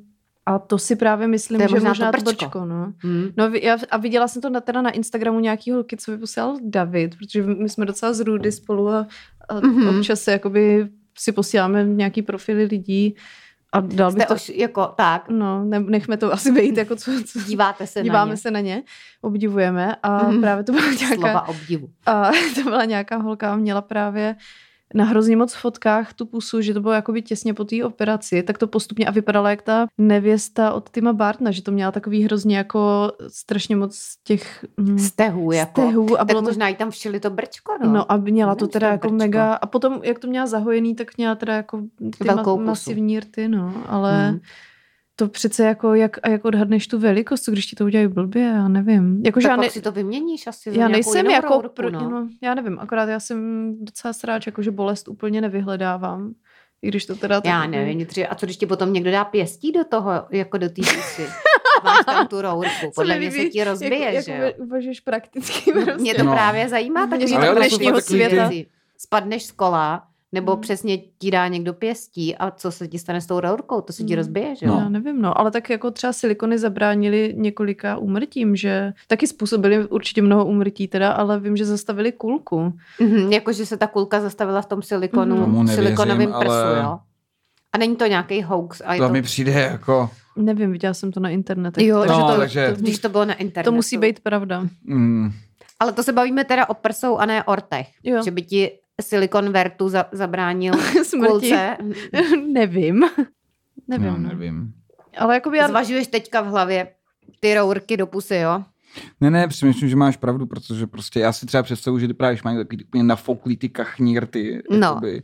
Speaker 2: A to si právě myslím,
Speaker 3: To je
Speaker 2: že
Speaker 3: možná to
Speaker 2: možná to
Speaker 3: brčko.
Speaker 2: brčko. No.
Speaker 3: Mhm.
Speaker 2: No vi- já, a viděla jsem to na, teda na Instagramu nějaký holky, co vyposílal David, protože my jsme docela z Rudy spolu a, a
Speaker 3: Mhm.
Speaker 2: mm-hmm. občas se jakoby si posíláme nějaký profily lidí a dal
Speaker 3: Jste
Speaker 2: bych to...
Speaker 3: Oš, jako tak,
Speaker 2: No, ne, nechme to asi vejít, jako co, co
Speaker 3: díváte se
Speaker 2: díváme
Speaker 3: na ně.
Speaker 2: se na ně, obdivujeme a
Speaker 3: Mhm.
Speaker 2: mm-hmm. právě to byla nějaká
Speaker 3: Slova obdivu.
Speaker 2: a (laughs) to byla nějaká holka a měla právě na hrozně moc fotkách tu pusu, že to bylo jakoby těsně po té operaci, tak to postupně a vypadala jak ta nevěsta od Tima Bartna, že to měla takový hrozně jako strašně moc těch hm,
Speaker 3: Stehu jako.
Speaker 2: stehů a
Speaker 3: Tak
Speaker 2: bylo to
Speaker 3: možná i tam všili to brčko, no.
Speaker 2: No a měla to
Speaker 3: Nevíš,
Speaker 2: teda
Speaker 3: to
Speaker 2: jako
Speaker 3: brčko.
Speaker 2: mega, a potom jak to měla zahojený, tak měla teda jako ty
Speaker 3: Velkou
Speaker 2: ma-
Speaker 3: pusu.
Speaker 2: masivní rty, no, ale
Speaker 3: Mhm.
Speaker 2: to přece jako, jak, a jak odhadneš tu velikost, co když ti to udělají blbě, já nevím. Jako, že
Speaker 3: Tak
Speaker 2: já, ne,
Speaker 3: pak si to vyměníš asi. za
Speaker 2: já
Speaker 3: nějakou
Speaker 2: nejsem
Speaker 3: jinou
Speaker 2: jako,
Speaker 3: rouku,
Speaker 2: pro,
Speaker 3: no.
Speaker 2: no, já nevím, akorát já jsem docela sráč, jako že bolest úplně nevyhledávám, i když to teda...
Speaker 3: Já
Speaker 2: tak- jako-
Speaker 3: nevím, Jitři, a co když ti potom někdo dá pěstí do toho, jako do té pusy? Máš tam
Speaker 2: (laughs)
Speaker 3: tu rourku, podle
Speaker 2: mi
Speaker 3: mě se
Speaker 2: líbí,
Speaker 3: ti rozbije,
Speaker 2: jako,
Speaker 3: že
Speaker 2: jako
Speaker 3: jo?
Speaker 2: ve- uvažuješ prakticky. prostě.
Speaker 3: No, Mě to
Speaker 1: No.
Speaker 3: právě zajímá,
Speaker 2: Mě
Speaker 3: tak
Speaker 2: říkám
Speaker 1: Ale jo, to jsou
Speaker 2: dnešního
Speaker 1: fakt takový
Speaker 2: světa.
Speaker 1: ty-
Speaker 3: Spadneš z kola, nebo
Speaker 2: Hmm.
Speaker 3: přesně ti dá někdo pěstí a co se ti stane s tou rourkou, to se ti
Speaker 2: Hmm.
Speaker 3: rozbije, že
Speaker 1: No.
Speaker 3: jo?
Speaker 2: Já nevím, no, ale tak jako třeba silikony zabránili několika úmrtím, že taky způsobili určitě mnoho úmrtí teda, ale vím, že zastavili kulku.
Speaker 3: Mhm, Jakože se ta kulka zastavila v tom silikonu,
Speaker 2: Mhm.
Speaker 1: Tomu
Speaker 3: v
Speaker 1: nevěřím,
Speaker 3: silikonovém prsu,
Speaker 1: ale-
Speaker 3: jo? A není to nějaký hoax, a je
Speaker 1: To
Speaker 3: to,
Speaker 1: mi přijde jako...
Speaker 2: Nevím, viděla jsem to na internetu.
Speaker 3: Jo,
Speaker 1: No,
Speaker 2: to,
Speaker 1: takže-
Speaker 3: když to bylo na internetu.
Speaker 2: to musí být pravda.
Speaker 1: Mm,
Speaker 3: Ale to se bavíme teda o prsou a ne o rtech.
Speaker 2: Jo.
Speaker 3: Že by ti silikon vertu za, zabránil
Speaker 2: (laughs) Smrti?
Speaker 3: kulce.
Speaker 2: (laughs)
Speaker 3: No,
Speaker 2: nevím. Nevím.
Speaker 1: No, nevím.
Speaker 2: Ale jakoby já...
Speaker 3: Zvažuješ teďka v hlavě ty rourky do pusy, jo?
Speaker 1: Ne, ne, přemýšlím, že máš pravdu, protože prostě já si třeba představuji, že ty právě mají takový ty úplně nafouklý ty kachní rty.
Speaker 3: No.
Speaker 1: Jakoby.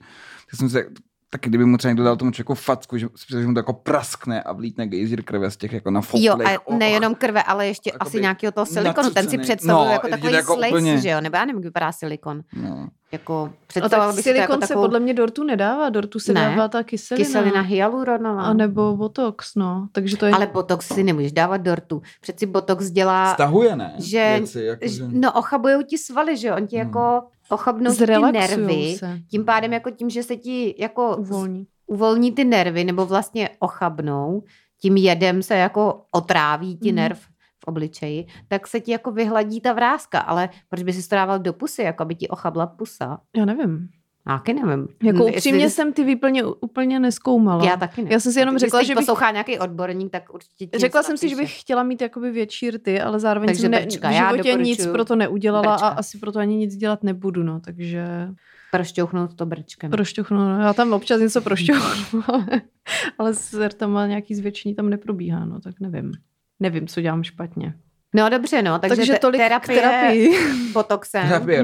Speaker 1: Tak jsem se, taky kdyby mu třeba někdo dal tomu člověku facku, že, si představuji, že mu to jako praskne a vlítne gejzír krve z těch jako nafouklých.
Speaker 3: Jo, a nejenom krve, ale ještě
Speaker 1: Jakoby
Speaker 3: asi nějakého toho silikonu. Ten si
Speaker 1: nacucený.
Speaker 3: představuju
Speaker 1: No,
Speaker 3: jako
Speaker 1: vidíte,
Speaker 3: takový
Speaker 1: jako
Speaker 3: jako slice,
Speaker 1: úplně-
Speaker 3: že jo? Nebo já nevím, jak vypadá silikon.
Speaker 1: No.
Speaker 3: Jako
Speaker 2: No tak
Speaker 3: představovala bych si to jako
Speaker 2: silikon se
Speaker 3: takovou
Speaker 2: podle mě do rtu nedává, do rtu se
Speaker 3: Ne.
Speaker 2: dává ta kyselina.
Speaker 3: kyselina hyaluronová.
Speaker 2: A nebo botox, no. Takže to je...
Speaker 3: Ale botox si nemůžeš dávat do rtu. Přeci botox dělá...
Speaker 1: Stahuje, ne?
Speaker 3: že-
Speaker 1: Věci, jako, že...
Speaker 3: No, ochabujou ti svaly, že jo? On ti
Speaker 1: Hmm.
Speaker 3: jako ochabnou ti ty
Speaker 2: Zrelaxujou
Speaker 3: nervy.
Speaker 2: se.
Speaker 3: Tím pádem jako tím, že se ti jako
Speaker 2: Uvolní.
Speaker 3: uvolní ty nervy, nebo vlastně ochabnou, tím jedem se jako otráví ti
Speaker 2: Mhm.
Speaker 3: nerv v obličeji, tak se ti jako vyhladí ta vrázka, ale proč by si to dával do pusy, jako by ti ochabla pusa?
Speaker 2: Já nevím.
Speaker 3: Já taky nevím.
Speaker 2: Jako
Speaker 3: Jestli-
Speaker 2: upřímně jsem ty výplně úplně neskoumala.
Speaker 3: Já taky nevím.
Speaker 2: Já jsem si jenom
Speaker 3: Když
Speaker 2: řekla,
Speaker 3: teď
Speaker 2: že bych...
Speaker 3: poslouchá nějaký odborník, tak určitě... ti
Speaker 2: Řekla
Speaker 3: něco
Speaker 2: jsem si, že
Speaker 3: napíše.
Speaker 2: bych chtěla mít jakoby větší rty, ale zároveň
Speaker 3: Takže
Speaker 2: jsem ne,
Speaker 3: brčka,
Speaker 2: v
Speaker 3: já
Speaker 2: životě nic
Speaker 3: doporučuju
Speaker 2: pro to neudělala
Speaker 3: brčka.
Speaker 2: a asi pro to ani nic dělat nebudu, no, takže
Speaker 3: Prošťouchnout to brčkem.
Speaker 2: prošťuchnu, no, já tam občas
Speaker 3: (laughs)
Speaker 2: něco prošťuchnu, ale, ale s rtama nějaký zvětšení tam neprobíhá, no, tak nevím. Nevím, co dělám špatně.
Speaker 3: No dobře, no, takže,
Speaker 2: Takže, takže
Speaker 3: te-
Speaker 2: tolik
Speaker 3: terapie,
Speaker 2: k terapii.
Speaker 3: botoxem, terapie.
Speaker 1: Terapie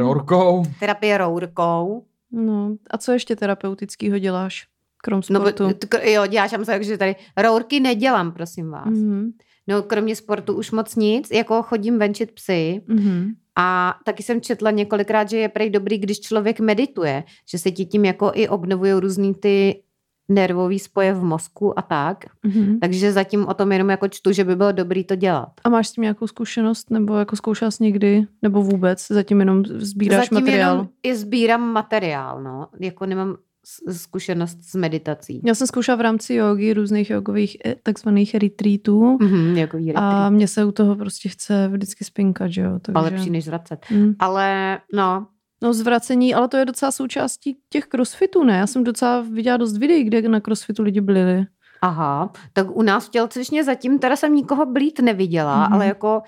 Speaker 1: rorkou.
Speaker 3: rourkou.
Speaker 2: No, a co ještě terapeutického děláš? Krom
Speaker 3: No,
Speaker 2: sportu.
Speaker 3: bo- t- jo, děláš, já myslím, že tady rourky nedělám, prosím vás.
Speaker 2: Mhm,
Speaker 3: No, kromě sportu už moc nic, jako chodím venčit psy
Speaker 2: mhm.
Speaker 3: a taky jsem četla několikrát, že je prej dobrý, když člověk medituje, že se ti tím jako i obnovují různý ty nervový spoje v mozku a tak.
Speaker 2: mhm.
Speaker 3: Takže zatím o tom jenom jako čtu, že by bylo dobrý to dělat.
Speaker 2: A máš s tím nějakou zkušenost, nebo jako zkoušela jsi někdy, nebo vůbec, zatím jenom sbíráš
Speaker 3: zatím
Speaker 2: materiál?
Speaker 3: jenom i sbírám materiál, no. Jako nemám s- zkušenost s meditací.
Speaker 2: Já jsem zkoušela v rámci jogy různých jogových eh, takzvaných retreatů
Speaker 3: Mhm, jako
Speaker 2: a mě se u toho prostě chce vždycky spinkat, že jo.
Speaker 3: ale lepší než zvracet.
Speaker 2: Mm.
Speaker 3: Ale no,
Speaker 2: No zvracení, ale to je docela součástí těch crossfitů, ne? Já jsem docela viděla dost videí, kde na crossfitu lidi byli.
Speaker 3: aha, tak u nás v tělocvičně zatím teda jsem nikoho blít neviděla,
Speaker 2: Mhm.
Speaker 3: ale jako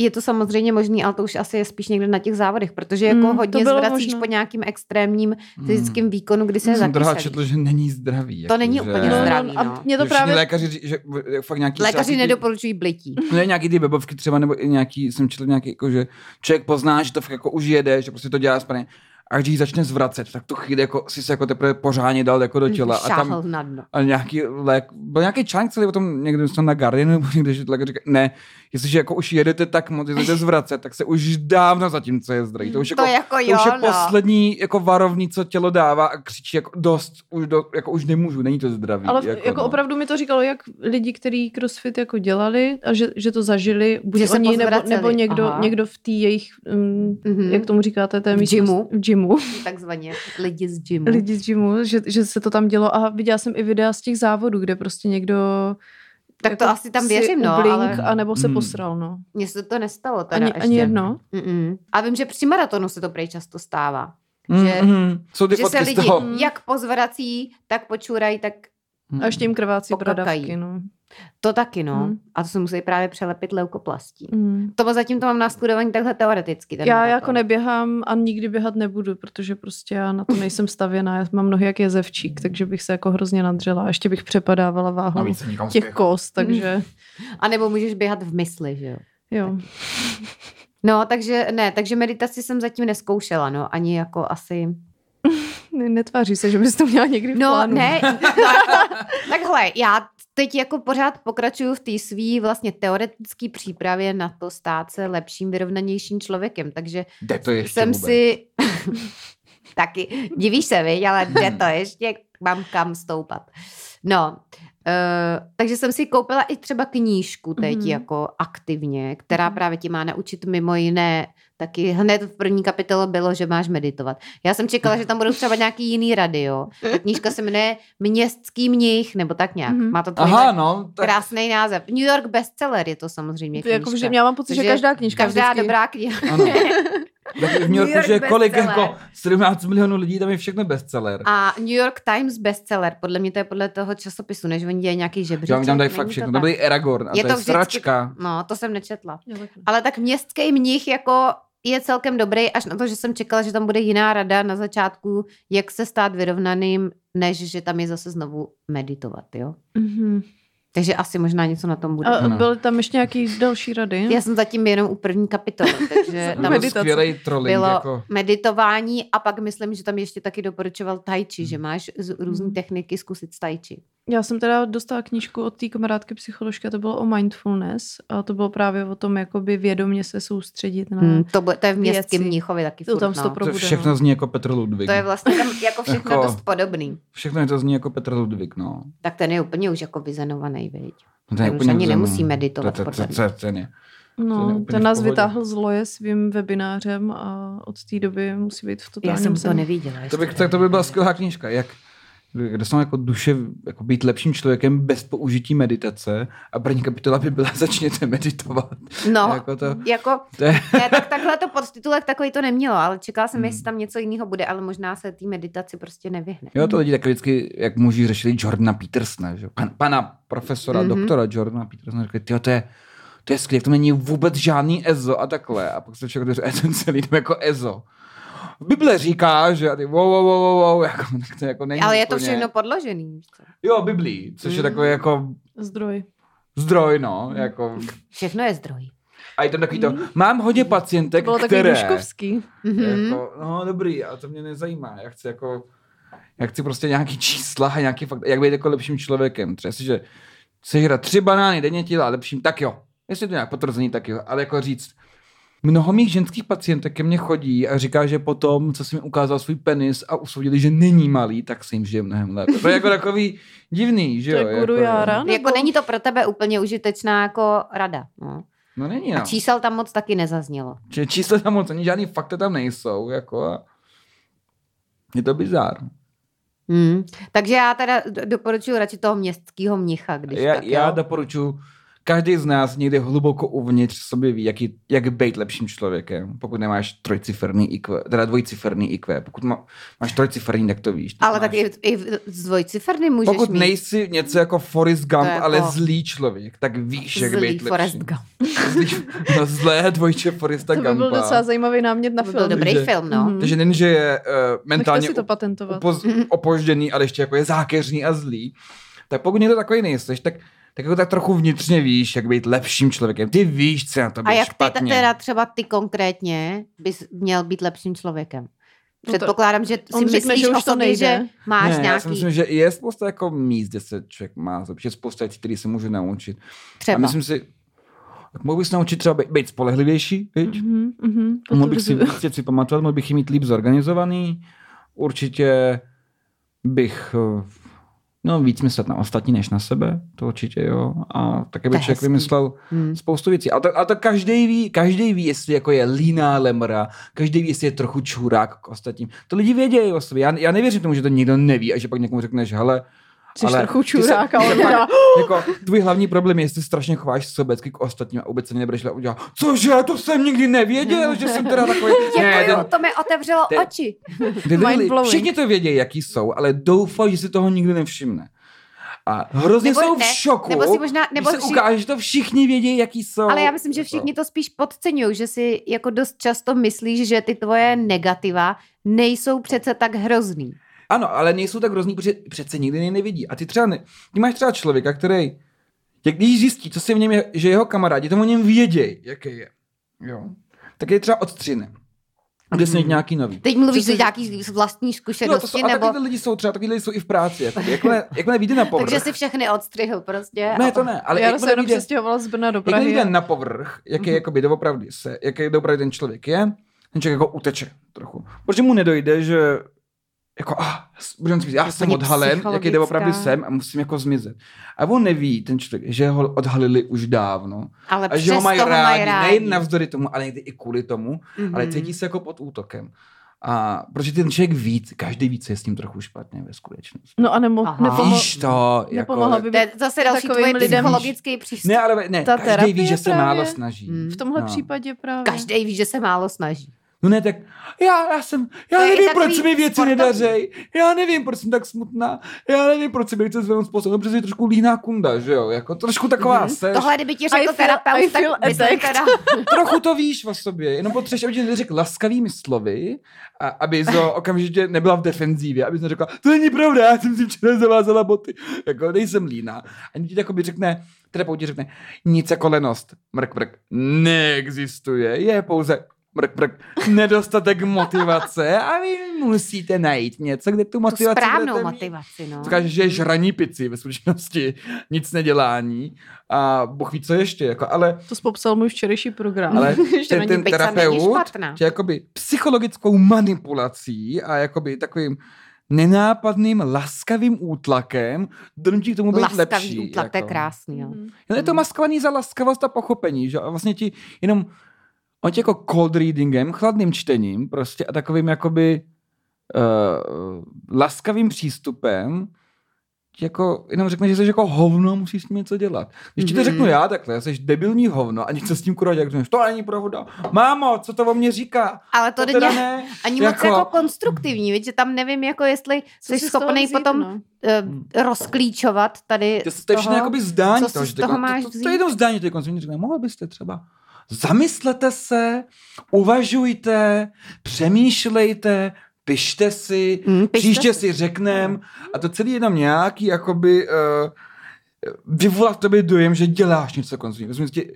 Speaker 3: je to samozřejmě možný, ale to už asi je spíš někde na těch závodech, protože jako
Speaker 2: Mm, to
Speaker 3: hodně
Speaker 2: bylo
Speaker 3: zvracíš
Speaker 2: možno.
Speaker 3: po nějakým extrémním fyzickým výkonu, kdy se
Speaker 1: Mhm. Hmm. jsem teda
Speaker 3: zakysel.
Speaker 1: četl, že není zdravý.
Speaker 3: To není úplně
Speaker 1: že...
Speaker 3: zdravý,
Speaker 2: a
Speaker 3: no.
Speaker 2: mě
Speaker 1: Že
Speaker 2: to
Speaker 1: všichni
Speaker 2: právě...
Speaker 1: lékaři, ří- že že fakt nějaký
Speaker 3: Lékaři
Speaker 1: třeba-
Speaker 3: nedoporučují blití.
Speaker 1: Ne, No, nějaký ty webovky třeba, nebo i nějaký, jsem četl nějaký, jako, že člověk pozná, že to fakt jako už jede, že prostě to dělá správně. A když ji začne zvracet, tak tu chvíli jako, si se jako teprve pořádně dal jako do těla. A
Speaker 3: Mhm, Šáhl
Speaker 1: tam
Speaker 3: na dno.
Speaker 1: a nějaký lék, byl nějaký článek celý o tom někde snad na Guardian, (laughs) nebo někde, že lékař říká, ne, jestliže jako už jedete tak moc, že jdete zvracet, tak se už dávno zatím, co je zdraví. To už
Speaker 3: To
Speaker 1: jako,
Speaker 3: jako
Speaker 1: to
Speaker 3: jo,
Speaker 1: už je
Speaker 3: no.
Speaker 1: poslední jako varovní, co tělo dává a křičí jako dost, už, do, jako už nemůžu, není to zdraví.
Speaker 2: Ale jako, jako
Speaker 1: no.
Speaker 2: opravdu mi to říkalo, jak lidi, kteří crossfit jako dělali a že, že to zažili, buď
Speaker 3: Že se
Speaker 2: oni, nebo,
Speaker 3: pozvraceli,
Speaker 2: nebo někdo,
Speaker 3: aha.
Speaker 2: někdo v té jejich, um,
Speaker 3: Mhm.
Speaker 2: jak tomu říkáte, té
Speaker 3: V
Speaker 2: místnosti-
Speaker 3: gymu. Mhm.
Speaker 2: v gymu.
Speaker 3: Takzvaně lidi z gymu.
Speaker 2: (laughs) lidi z gymu, že, že se to tam dělo a viděla jsem i videa z těch závodů, kde prostě někdo jako
Speaker 3: Tak to asi tam věřím, no, ale
Speaker 2: a nebo se
Speaker 1: Hmm.
Speaker 2: posral, no.
Speaker 3: mně se to nestalo teda
Speaker 2: Ani,
Speaker 3: ještě.
Speaker 2: ani jedno.
Speaker 3: Mm-mm. A vím, že při maratonu se to prej často stává. že-
Speaker 1: mm, jsou ty
Speaker 3: že se
Speaker 1: fotky z
Speaker 3: lidi
Speaker 1: toho.
Speaker 2: Mm.
Speaker 3: jak pozvrací, tak počurají, tak Mm.
Speaker 2: A ještě jim krvácí
Speaker 3: Pokakají.
Speaker 2: bradavky, no.
Speaker 3: to taky, no.
Speaker 2: Mm.
Speaker 3: A to se musí právě přelepit leukoplastí.
Speaker 2: Mm.
Speaker 3: To zatím to mám nastudovaný takhle teoreticky. ten
Speaker 2: Já
Speaker 3: maraton.
Speaker 2: jako neběhám a nikdy běhat nebudu, protože prostě já na to nejsem stavěná. Já mám nohy jak jezevčík, takže bych se jako hrozně nadřela. Ještě bych přepadávala váhou
Speaker 1: se nikam
Speaker 2: těch kost, takže
Speaker 3: A nebo můžeš běhat v mysli, že jo.
Speaker 2: jo.
Speaker 3: No, takže ne, takže meditaci jsem zatím neskoušela, no, ani jako asi...
Speaker 2: Ne- Netváří se, že bys to měla někdy v
Speaker 3: No,
Speaker 2: plánu. (laughs)
Speaker 3: ne, no, jako, takhle, já teď jako pořád pokračuju v té svý vlastně teoretické přípravě na to stát se lepším, vyrovnanějším člověkem, takže
Speaker 1: Jde to ještě
Speaker 3: jsem
Speaker 1: vůbec.
Speaker 3: si... (laughs) Taky, divíš se, viď, ale jde to ještě, mám kam stoupat. No, uh, takže jsem si koupila i třeba knížku teď
Speaker 2: Mhm.
Speaker 3: mm-hmm. jako aktivně, která
Speaker 2: Mhm.
Speaker 3: právě ti má naučit mimo jiné, taky hned v první kapitole bylo, že máš meditovat. Já jsem čekala, že tam budou třeba nějaký jiný rady, jo. Ta knížka se jmenuje Městský mnich, nebo tak nějak.
Speaker 2: Mhm.
Speaker 3: Má to tvůj
Speaker 1: Aha, no, tak
Speaker 3: krásný název. New York bestseller je to samozřejmě knížka.
Speaker 2: Jako, že já mám pocit, že
Speaker 3: Takže
Speaker 2: každá knížka
Speaker 3: Každá
Speaker 2: vždycky...
Speaker 3: dobrá kniha.
Speaker 1: Ano.
Speaker 3: (laughs)
Speaker 1: Tak v New
Speaker 3: New York
Speaker 1: Yorku, že je kolik,
Speaker 3: bestseller.
Speaker 1: jako 17 milionů lidí, tam je všechno bestseller.
Speaker 3: A New York Times bestseller, podle mě to je podle toho časopisu, než oni dělají nějaký žebříček.
Speaker 1: Já mi tam dají
Speaker 3: Není
Speaker 1: fakt všechno. To
Speaker 3: tak?
Speaker 1: byl i Aragorn a
Speaker 3: Je
Speaker 1: to
Speaker 3: to
Speaker 1: je
Speaker 3: vždycky-
Speaker 1: sračka.
Speaker 3: No, to jsem nečetla.
Speaker 2: Já taky ne.
Speaker 3: Ale tak městský mnich jako je celkem dobrý, až na to, že jsem čekala, že tam bude jiná rada na začátku, jak se stát vyrovnaným, než že tam je zase znovu meditovat, jo.
Speaker 2: Mm-hmm.
Speaker 3: Takže asi možná něco na tom bude.
Speaker 2: A
Speaker 1: Ano.
Speaker 2: byly tam ještě nějaký další rady?
Speaker 3: Já jsem zatím jenom u
Speaker 1: (laughs)
Speaker 3: první kapitoly, takže tam
Speaker 1: Tam
Speaker 2: Meditace.
Speaker 1: skvělej trolling,
Speaker 3: bylo
Speaker 1: jako...
Speaker 3: meditování a pak myslím, že tam ještě taky doporučoval tai chi,
Speaker 1: Mhm.
Speaker 3: že máš z- různé
Speaker 2: Hmm.
Speaker 3: techniky zkusit s tai chi.
Speaker 2: Já jsem teda dostala knížku od té kamarádky psycholožky, a to bylo o mindfulness a to bylo právě o tom, jakoby vědomě se soustředit na...
Speaker 3: Hmm. To, bude, to je v městském
Speaker 2: Věci.
Speaker 3: Mnichově taky
Speaker 2: To
Speaker 3: furt,
Speaker 2: tam
Speaker 3: no.
Speaker 2: stopro-
Speaker 1: To
Speaker 2: probude,
Speaker 1: všechno
Speaker 2: no.
Speaker 1: zní jako Petr Ludvík.
Speaker 3: To je vlastně tam jako všechno
Speaker 1: Jako-
Speaker 3: dost podobný.
Speaker 1: Všechno je to zní jako Petr Ludvík, no.
Speaker 3: Tak ten je úplně už jako vyzenovaný, viď?
Speaker 1: No, to je
Speaker 3: Ten už
Speaker 1: úplně
Speaker 3: ani
Speaker 1: vzemný.
Speaker 3: nemusí meditovat,
Speaker 1: To- to-
Speaker 3: podle
Speaker 1: to- to- Ten je. To je
Speaker 2: No,
Speaker 1: úplně
Speaker 2: ten
Speaker 1: v
Speaker 2: nás
Speaker 1: pohodě.
Speaker 2: vytáhl z loje svým webinářem a od té doby musí být v
Speaker 3: Já
Speaker 2: totálním
Speaker 3: jsem to
Speaker 2: zen.
Speaker 3: neviděla.
Speaker 1: To, bych,
Speaker 3: ještě.
Speaker 1: tak to by byla skvělá knížka, jak kde jsou jako duše, jako být lepším člověkem bez použití meditace a první kapitola by byla začněte meditovat.
Speaker 3: No,
Speaker 1: Jako to,
Speaker 3: jako,
Speaker 1: to je,
Speaker 3: ne, tak takhle to podtitulek takový to nemělo, ale čekala jsem,
Speaker 1: Hmm.
Speaker 3: jestli tam něco jiného bude, ale možná se té meditaci prostě nevyhne.
Speaker 1: jo, to lidi taky vždycky, jak muži řešili Jordana Petersna, že? jo, Pan, pana profesora,
Speaker 3: Mhm.
Speaker 1: mm-hmm. doktora Jordana Petersna, řekli, tyjo, to je, to je skvělé, to není vůbec žádný EZO a takhle. A pak se člověk dořekl, "E, ten celý to jako EZO. Bible říká, že a ty wow, wow, wow, wow, wow, jako, (laughs) tak to jako není
Speaker 3: Ale je to
Speaker 1: úplně-
Speaker 3: všechno podložený. víš co.
Speaker 1: Jo, Biblí, což je
Speaker 3: Mhm.
Speaker 1: takový jako
Speaker 2: Zdroj.
Speaker 1: zdroj, no, jako...
Speaker 3: Všechno je zdroj.
Speaker 1: A je tam takový to, mám hodně
Speaker 2: To
Speaker 1: pacientek,
Speaker 2: bylo takový
Speaker 1: které...
Speaker 2: duškovský.
Speaker 3: Mhm.
Speaker 1: Jako, no dobrý, a to mě nezajímá. Já chci jako... Já chci prostě nějaký čísla a nějaký fakt, jak být jako lepším člověkem. Třeba si, že sežrat tři banány denně ti dělá lepším, tak jo. Jestli je to nějak potvrzení, tak jo. Ale jako říct, mnoho mých ženských pacientek ke mně chodí a říká, že potom, co jsem jim ukázal svůj penis a usoudili, že není malý, tak se jim žije mnohem lépe. To je jako takový divný, že
Speaker 2: (laughs) To
Speaker 1: jo?
Speaker 2: je guru
Speaker 1: jako,
Speaker 2: Jára. Nebo-
Speaker 3: Jako není to pro tebe úplně užitečná jako rada. No.
Speaker 1: No není,
Speaker 3: A
Speaker 1: no.
Speaker 3: čísel tam moc taky nezaznělo.
Speaker 1: Že čísla tam moc ani žádný fakta tam nejsou, jako a je to bizár.
Speaker 3: Hmm. Takže já teda d- doporučuji radši toho městského mnicha, když
Speaker 1: Já,
Speaker 3: tak,
Speaker 1: já
Speaker 3: jo?
Speaker 1: doporučuji, každý z nás někde hluboko uvnitř sobě ví, jak, je, jak být lepším člověkem, pokud nemáš trojciferný IQ, teda dvojciferný IQ. Pokud má, máš trojciferný, tak to víš.
Speaker 3: Ale
Speaker 1: máš,
Speaker 3: tak i, i v- z dvojciferny můžeš
Speaker 1: Pokud
Speaker 3: mít.
Speaker 1: nejsi něco jako Forrest Gump,
Speaker 3: To je
Speaker 1: ale
Speaker 3: jako-
Speaker 1: zlý člověk, tak víš, jak
Speaker 3: Zlý
Speaker 1: být
Speaker 3: Forrest
Speaker 1: lepší.
Speaker 3: Gump.
Speaker 1: Zlý, no, zlé dvojče Forresta
Speaker 2: To by byl
Speaker 1: Gumpa.
Speaker 2: docela zajímavý námět na
Speaker 3: To by byl
Speaker 2: film.
Speaker 3: dobrý
Speaker 1: že-
Speaker 3: film, no.
Speaker 2: Mhm.
Speaker 1: Takže nejen, že je uh,
Speaker 2: Nechte
Speaker 1: mentálně
Speaker 2: si to patentovat.
Speaker 3: Mhm.
Speaker 1: opoz, opožděný, ale ještě jako je zákeřný a zlý, tak pokud někdo takový nejseš, tak, tak jako tak trochu vnitřně víš, jak být lepším člověkem. Ty víš, co je na to
Speaker 3: A jak ty
Speaker 1: špatně.
Speaker 3: teda třeba ty konkrétně bys měl být lepším člověkem?
Speaker 1: No
Speaker 2: to-
Speaker 3: Předpokládám, že
Speaker 2: on
Speaker 3: si
Speaker 2: řekne,
Speaker 3: myslíš
Speaker 2: že už
Speaker 3: o
Speaker 2: to
Speaker 3: sobě,
Speaker 2: nejde.
Speaker 3: že máš
Speaker 1: ne, já si
Speaker 3: nějaký
Speaker 1: myslím, že je spousta jako míst, kde se člověk má zlepšit, spousta věcí, které se může naučit.
Speaker 3: třeba.
Speaker 1: A myslím si, tak mohl bych se naučit třeba být, být spolehlivější, viď?
Speaker 2: Mhm, mhm,
Speaker 1: Mohl bych si
Speaker 2: (laughs) potvrzuju.
Speaker 1: prostě připamatovat, mohl bych ji mít líp zorganizovaný. Určitě bych eh, no, víc myslet na ostatní než na sebe, to určitě jo. A také
Speaker 3: To
Speaker 1: by
Speaker 3: je
Speaker 1: člověk
Speaker 3: hezký.
Speaker 1: vymyslel
Speaker 3: Hmm.
Speaker 1: spoustu věcí. A to, a to každý ví, každý ví, jestli jako je líná lemra, každý ví, jestli je trochu čurák k ostatním. To lidi vědějí o sobě. Já, já nevěřím tomu, že to někdo neví a že pak někomu řekneš, hele,
Speaker 2: Jsi
Speaker 1: ale
Speaker 2: trochu
Speaker 1: ty se-
Speaker 2: čurák,
Speaker 1: ty se
Speaker 2: ale
Speaker 1: pak-
Speaker 2: teda-
Speaker 1: jako, tvůj hlavní problém je, jestli strašně chováš sobecky k ostatním a vůbec se nebereš a udělá, cože, to jsem nikdy nevěděl, že jsem teda
Speaker 3: (laughs)
Speaker 1: takový. Ne,
Speaker 3: Děkuju,
Speaker 1: ten-
Speaker 3: Jako to mi otevřelo
Speaker 1: ten-
Speaker 3: oči.
Speaker 1: ty lidi,
Speaker 2: Mind-blowing.
Speaker 1: všichni to vědějí, jaký jsou, ale doufají, že si toho nikdy nevšimne. A hrozně
Speaker 3: Nebo
Speaker 1: jsou v
Speaker 3: ne,
Speaker 1: šoku,
Speaker 3: nebo si možná- nebo
Speaker 1: když se
Speaker 3: vši-
Speaker 1: ukáže, že to všichni vědí, jaký jsou.
Speaker 3: Ale já myslím, že
Speaker 1: Jako-
Speaker 3: všichni to spíš podceňují, že si jako dost často myslíš, že ty tvoje negativa nejsou přece tak hrozný.
Speaker 1: Ano, ale nejsou tak hrozný, protože přece nikdy je nevidí. A ty třeba ne, ty máš třeba člověka, který, jak když zjistí, co si v něm je, že jeho kamarádi tomu o něm vědějí, jaký je, jo, tak je třeba odstřine. A jde se
Speaker 3: Mhm.
Speaker 1: nějaký nový.
Speaker 3: Teď mluvíš
Speaker 1: Přece-
Speaker 3: z nějaký z vlastní
Speaker 1: No, to
Speaker 3: zkušenosti,
Speaker 1: jsou, a
Speaker 3: nebo...
Speaker 1: takový lidi jsou třeba, takový lidi jsou i v práci. Jakoby. Jakmile, jakmile vyjde na povrch.
Speaker 3: (laughs) Takže si všechny odstřihl prostě.
Speaker 1: Ne, to ne, ale
Speaker 2: Jára se
Speaker 1: jakmile
Speaker 2: jenom
Speaker 1: vyjde,
Speaker 2: přestěhovala z Brna do
Speaker 1: jakmile
Speaker 2: Prahy.
Speaker 1: vyjde
Speaker 2: a-
Speaker 1: na povrch, jaký
Speaker 2: Mhm.
Speaker 1: je jakoby doopravdy se, jaký doopravdy ten člověk je, ten člověk jako uteče trochu. Protože mu nedojde, že jako, ah, budeme si myslet, já jsem
Speaker 3: Úplně
Speaker 1: odhalen, jaký
Speaker 3: psychologická.
Speaker 1: doopravdy jsem a musím jako zmizet. A on neví, ten člověk, že ho odhalili už dávno.
Speaker 3: Ale
Speaker 1: A že
Speaker 3: přesto
Speaker 1: ho mají rádi, nejen
Speaker 3: rádi.
Speaker 1: navzdory tomu, ale někdy i kvůli tomu,
Speaker 3: Mhm.
Speaker 1: ale cítí se jako pod útokem. A protože ten člověk ví, každý ví, co je s ním trochu špatně ve skutečnosti.
Speaker 2: No a nemo,
Speaker 3: Aha.
Speaker 2: nepomo,
Speaker 1: Víš to,
Speaker 2: nepomohla
Speaker 1: jako,
Speaker 2: by
Speaker 3: To je
Speaker 2: mi
Speaker 3: zase další
Speaker 2: Takovým
Speaker 3: tvoje
Speaker 2: lidem-
Speaker 3: psychologický přístup.
Speaker 1: ne, ale ne,
Speaker 2: Ta
Speaker 1: každý
Speaker 2: terapie
Speaker 1: ví, že se
Speaker 2: právě.
Speaker 1: málo snaží.
Speaker 3: Hmm.
Speaker 2: v tomhle
Speaker 1: No.
Speaker 2: případě právě.
Speaker 3: Každý ví, že se málo snaží.
Speaker 1: No ne, tak já, já jsem, já
Speaker 3: To je i
Speaker 1: nevím,
Speaker 3: takový
Speaker 1: proč se mi věci
Speaker 3: sportovní.
Speaker 1: nedařej, já nevím, proč jsem tak smutná, já nevím, proč se mi věci zvednou způsobem, protože No, je trošku líná kunda, že jo, jako trošku taková mm-hmm. seš,
Speaker 3: Mhm. Tohle, kdyby ti
Speaker 2: I
Speaker 3: řekl
Speaker 2: feel- I
Speaker 3: terapeut,
Speaker 2: feel
Speaker 3: tak
Speaker 1: (laughs)
Speaker 3: myslím
Speaker 2: attacked.
Speaker 3: teda...
Speaker 1: trochu to víš o sobě, jenom potřebuješ, aby ti neřekl laskavými slovy, a, aby to
Speaker 3: (laughs)
Speaker 1: okamžitě nebyla v defenzívě, aby jsi neřekla, to není pravda, já jsem si včera zavázala boty, jako nejsem líná. Ani ti jakoby řekne, terapeut ti řekne, nic jako lenost, mrk, mrk, neexistuje, je pouze mrk, mrk, nedostatek motivace a vy musíte najít něco, kde tu
Speaker 3: Tu
Speaker 1: motivaci
Speaker 3: správnou
Speaker 1: budete mít.
Speaker 3: motivaci, no.
Speaker 1: Říkáš, že je žraní pici ve skutečnosti, nic nedělání a Bůh ví, co ještě. Jako, ale
Speaker 2: To popsal můj včerejší program. (laughs)
Speaker 1: ale
Speaker 2: Že
Speaker 1: ten,
Speaker 2: není
Speaker 1: ten
Speaker 3: pizza není
Speaker 1: terapeut,
Speaker 3: špatná.
Speaker 1: že jakoby psychologickou manipulací a jakoby takovým nenápadným, laskavým útlakem donutí k tomu být
Speaker 3: Laskavý
Speaker 1: lepší.
Speaker 3: útlak, to je
Speaker 1: jako.
Speaker 3: krásný, jo.
Speaker 2: Mhm.
Speaker 1: Jo, Je to maskovaný za laskavost a pochopení, že a vlastně ti jenom, on ti jako cold readingem, chladným čtením prostě a takovým jakoby uh, laskavým přístupem ti jako jenom řekne, že jsi jako hovno a musíš s tím něco dělat. Když ti to
Speaker 3: Mhm.
Speaker 1: řeknu já takhle, jsi debilní hovno a něco s tím kurva dělat, řekneš, to není pravda. Mámo, co to o mně říká?
Speaker 3: Ale to,
Speaker 1: To
Speaker 3: není
Speaker 1: teda ne.
Speaker 3: ani moc jako, jako konstruktivní, víš, že tam nevím, jako jestli
Speaker 2: Hmm. Co
Speaker 3: jsi
Speaker 2: si z toho
Speaker 3: schopný
Speaker 2: vzít,
Speaker 3: potom
Speaker 2: no?
Speaker 3: eh, rozklíčovat tady
Speaker 1: To,
Speaker 3: z
Speaker 1: to je všechno
Speaker 3: toho.
Speaker 1: jakoby zdání.
Speaker 3: co si z
Speaker 1: že ty-
Speaker 3: toho
Speaker 1: to,
Speaker 3: máš
Speaker 1: to, to,
Speaker 3: vzít?
Speaker 1: je jenom zdání, to je konzumní řekne, mohl byste třeba. Zamyslete se, uvažujte, přemýšlejte, pište si,
Speaker 3: Mm, pište
Speaker 1: příště si, řeknem. A to celý je tam nějaký, jakoby, uh, vyvolá v tobě dojem, že děláš něco konzumní. Rozumíš, tě-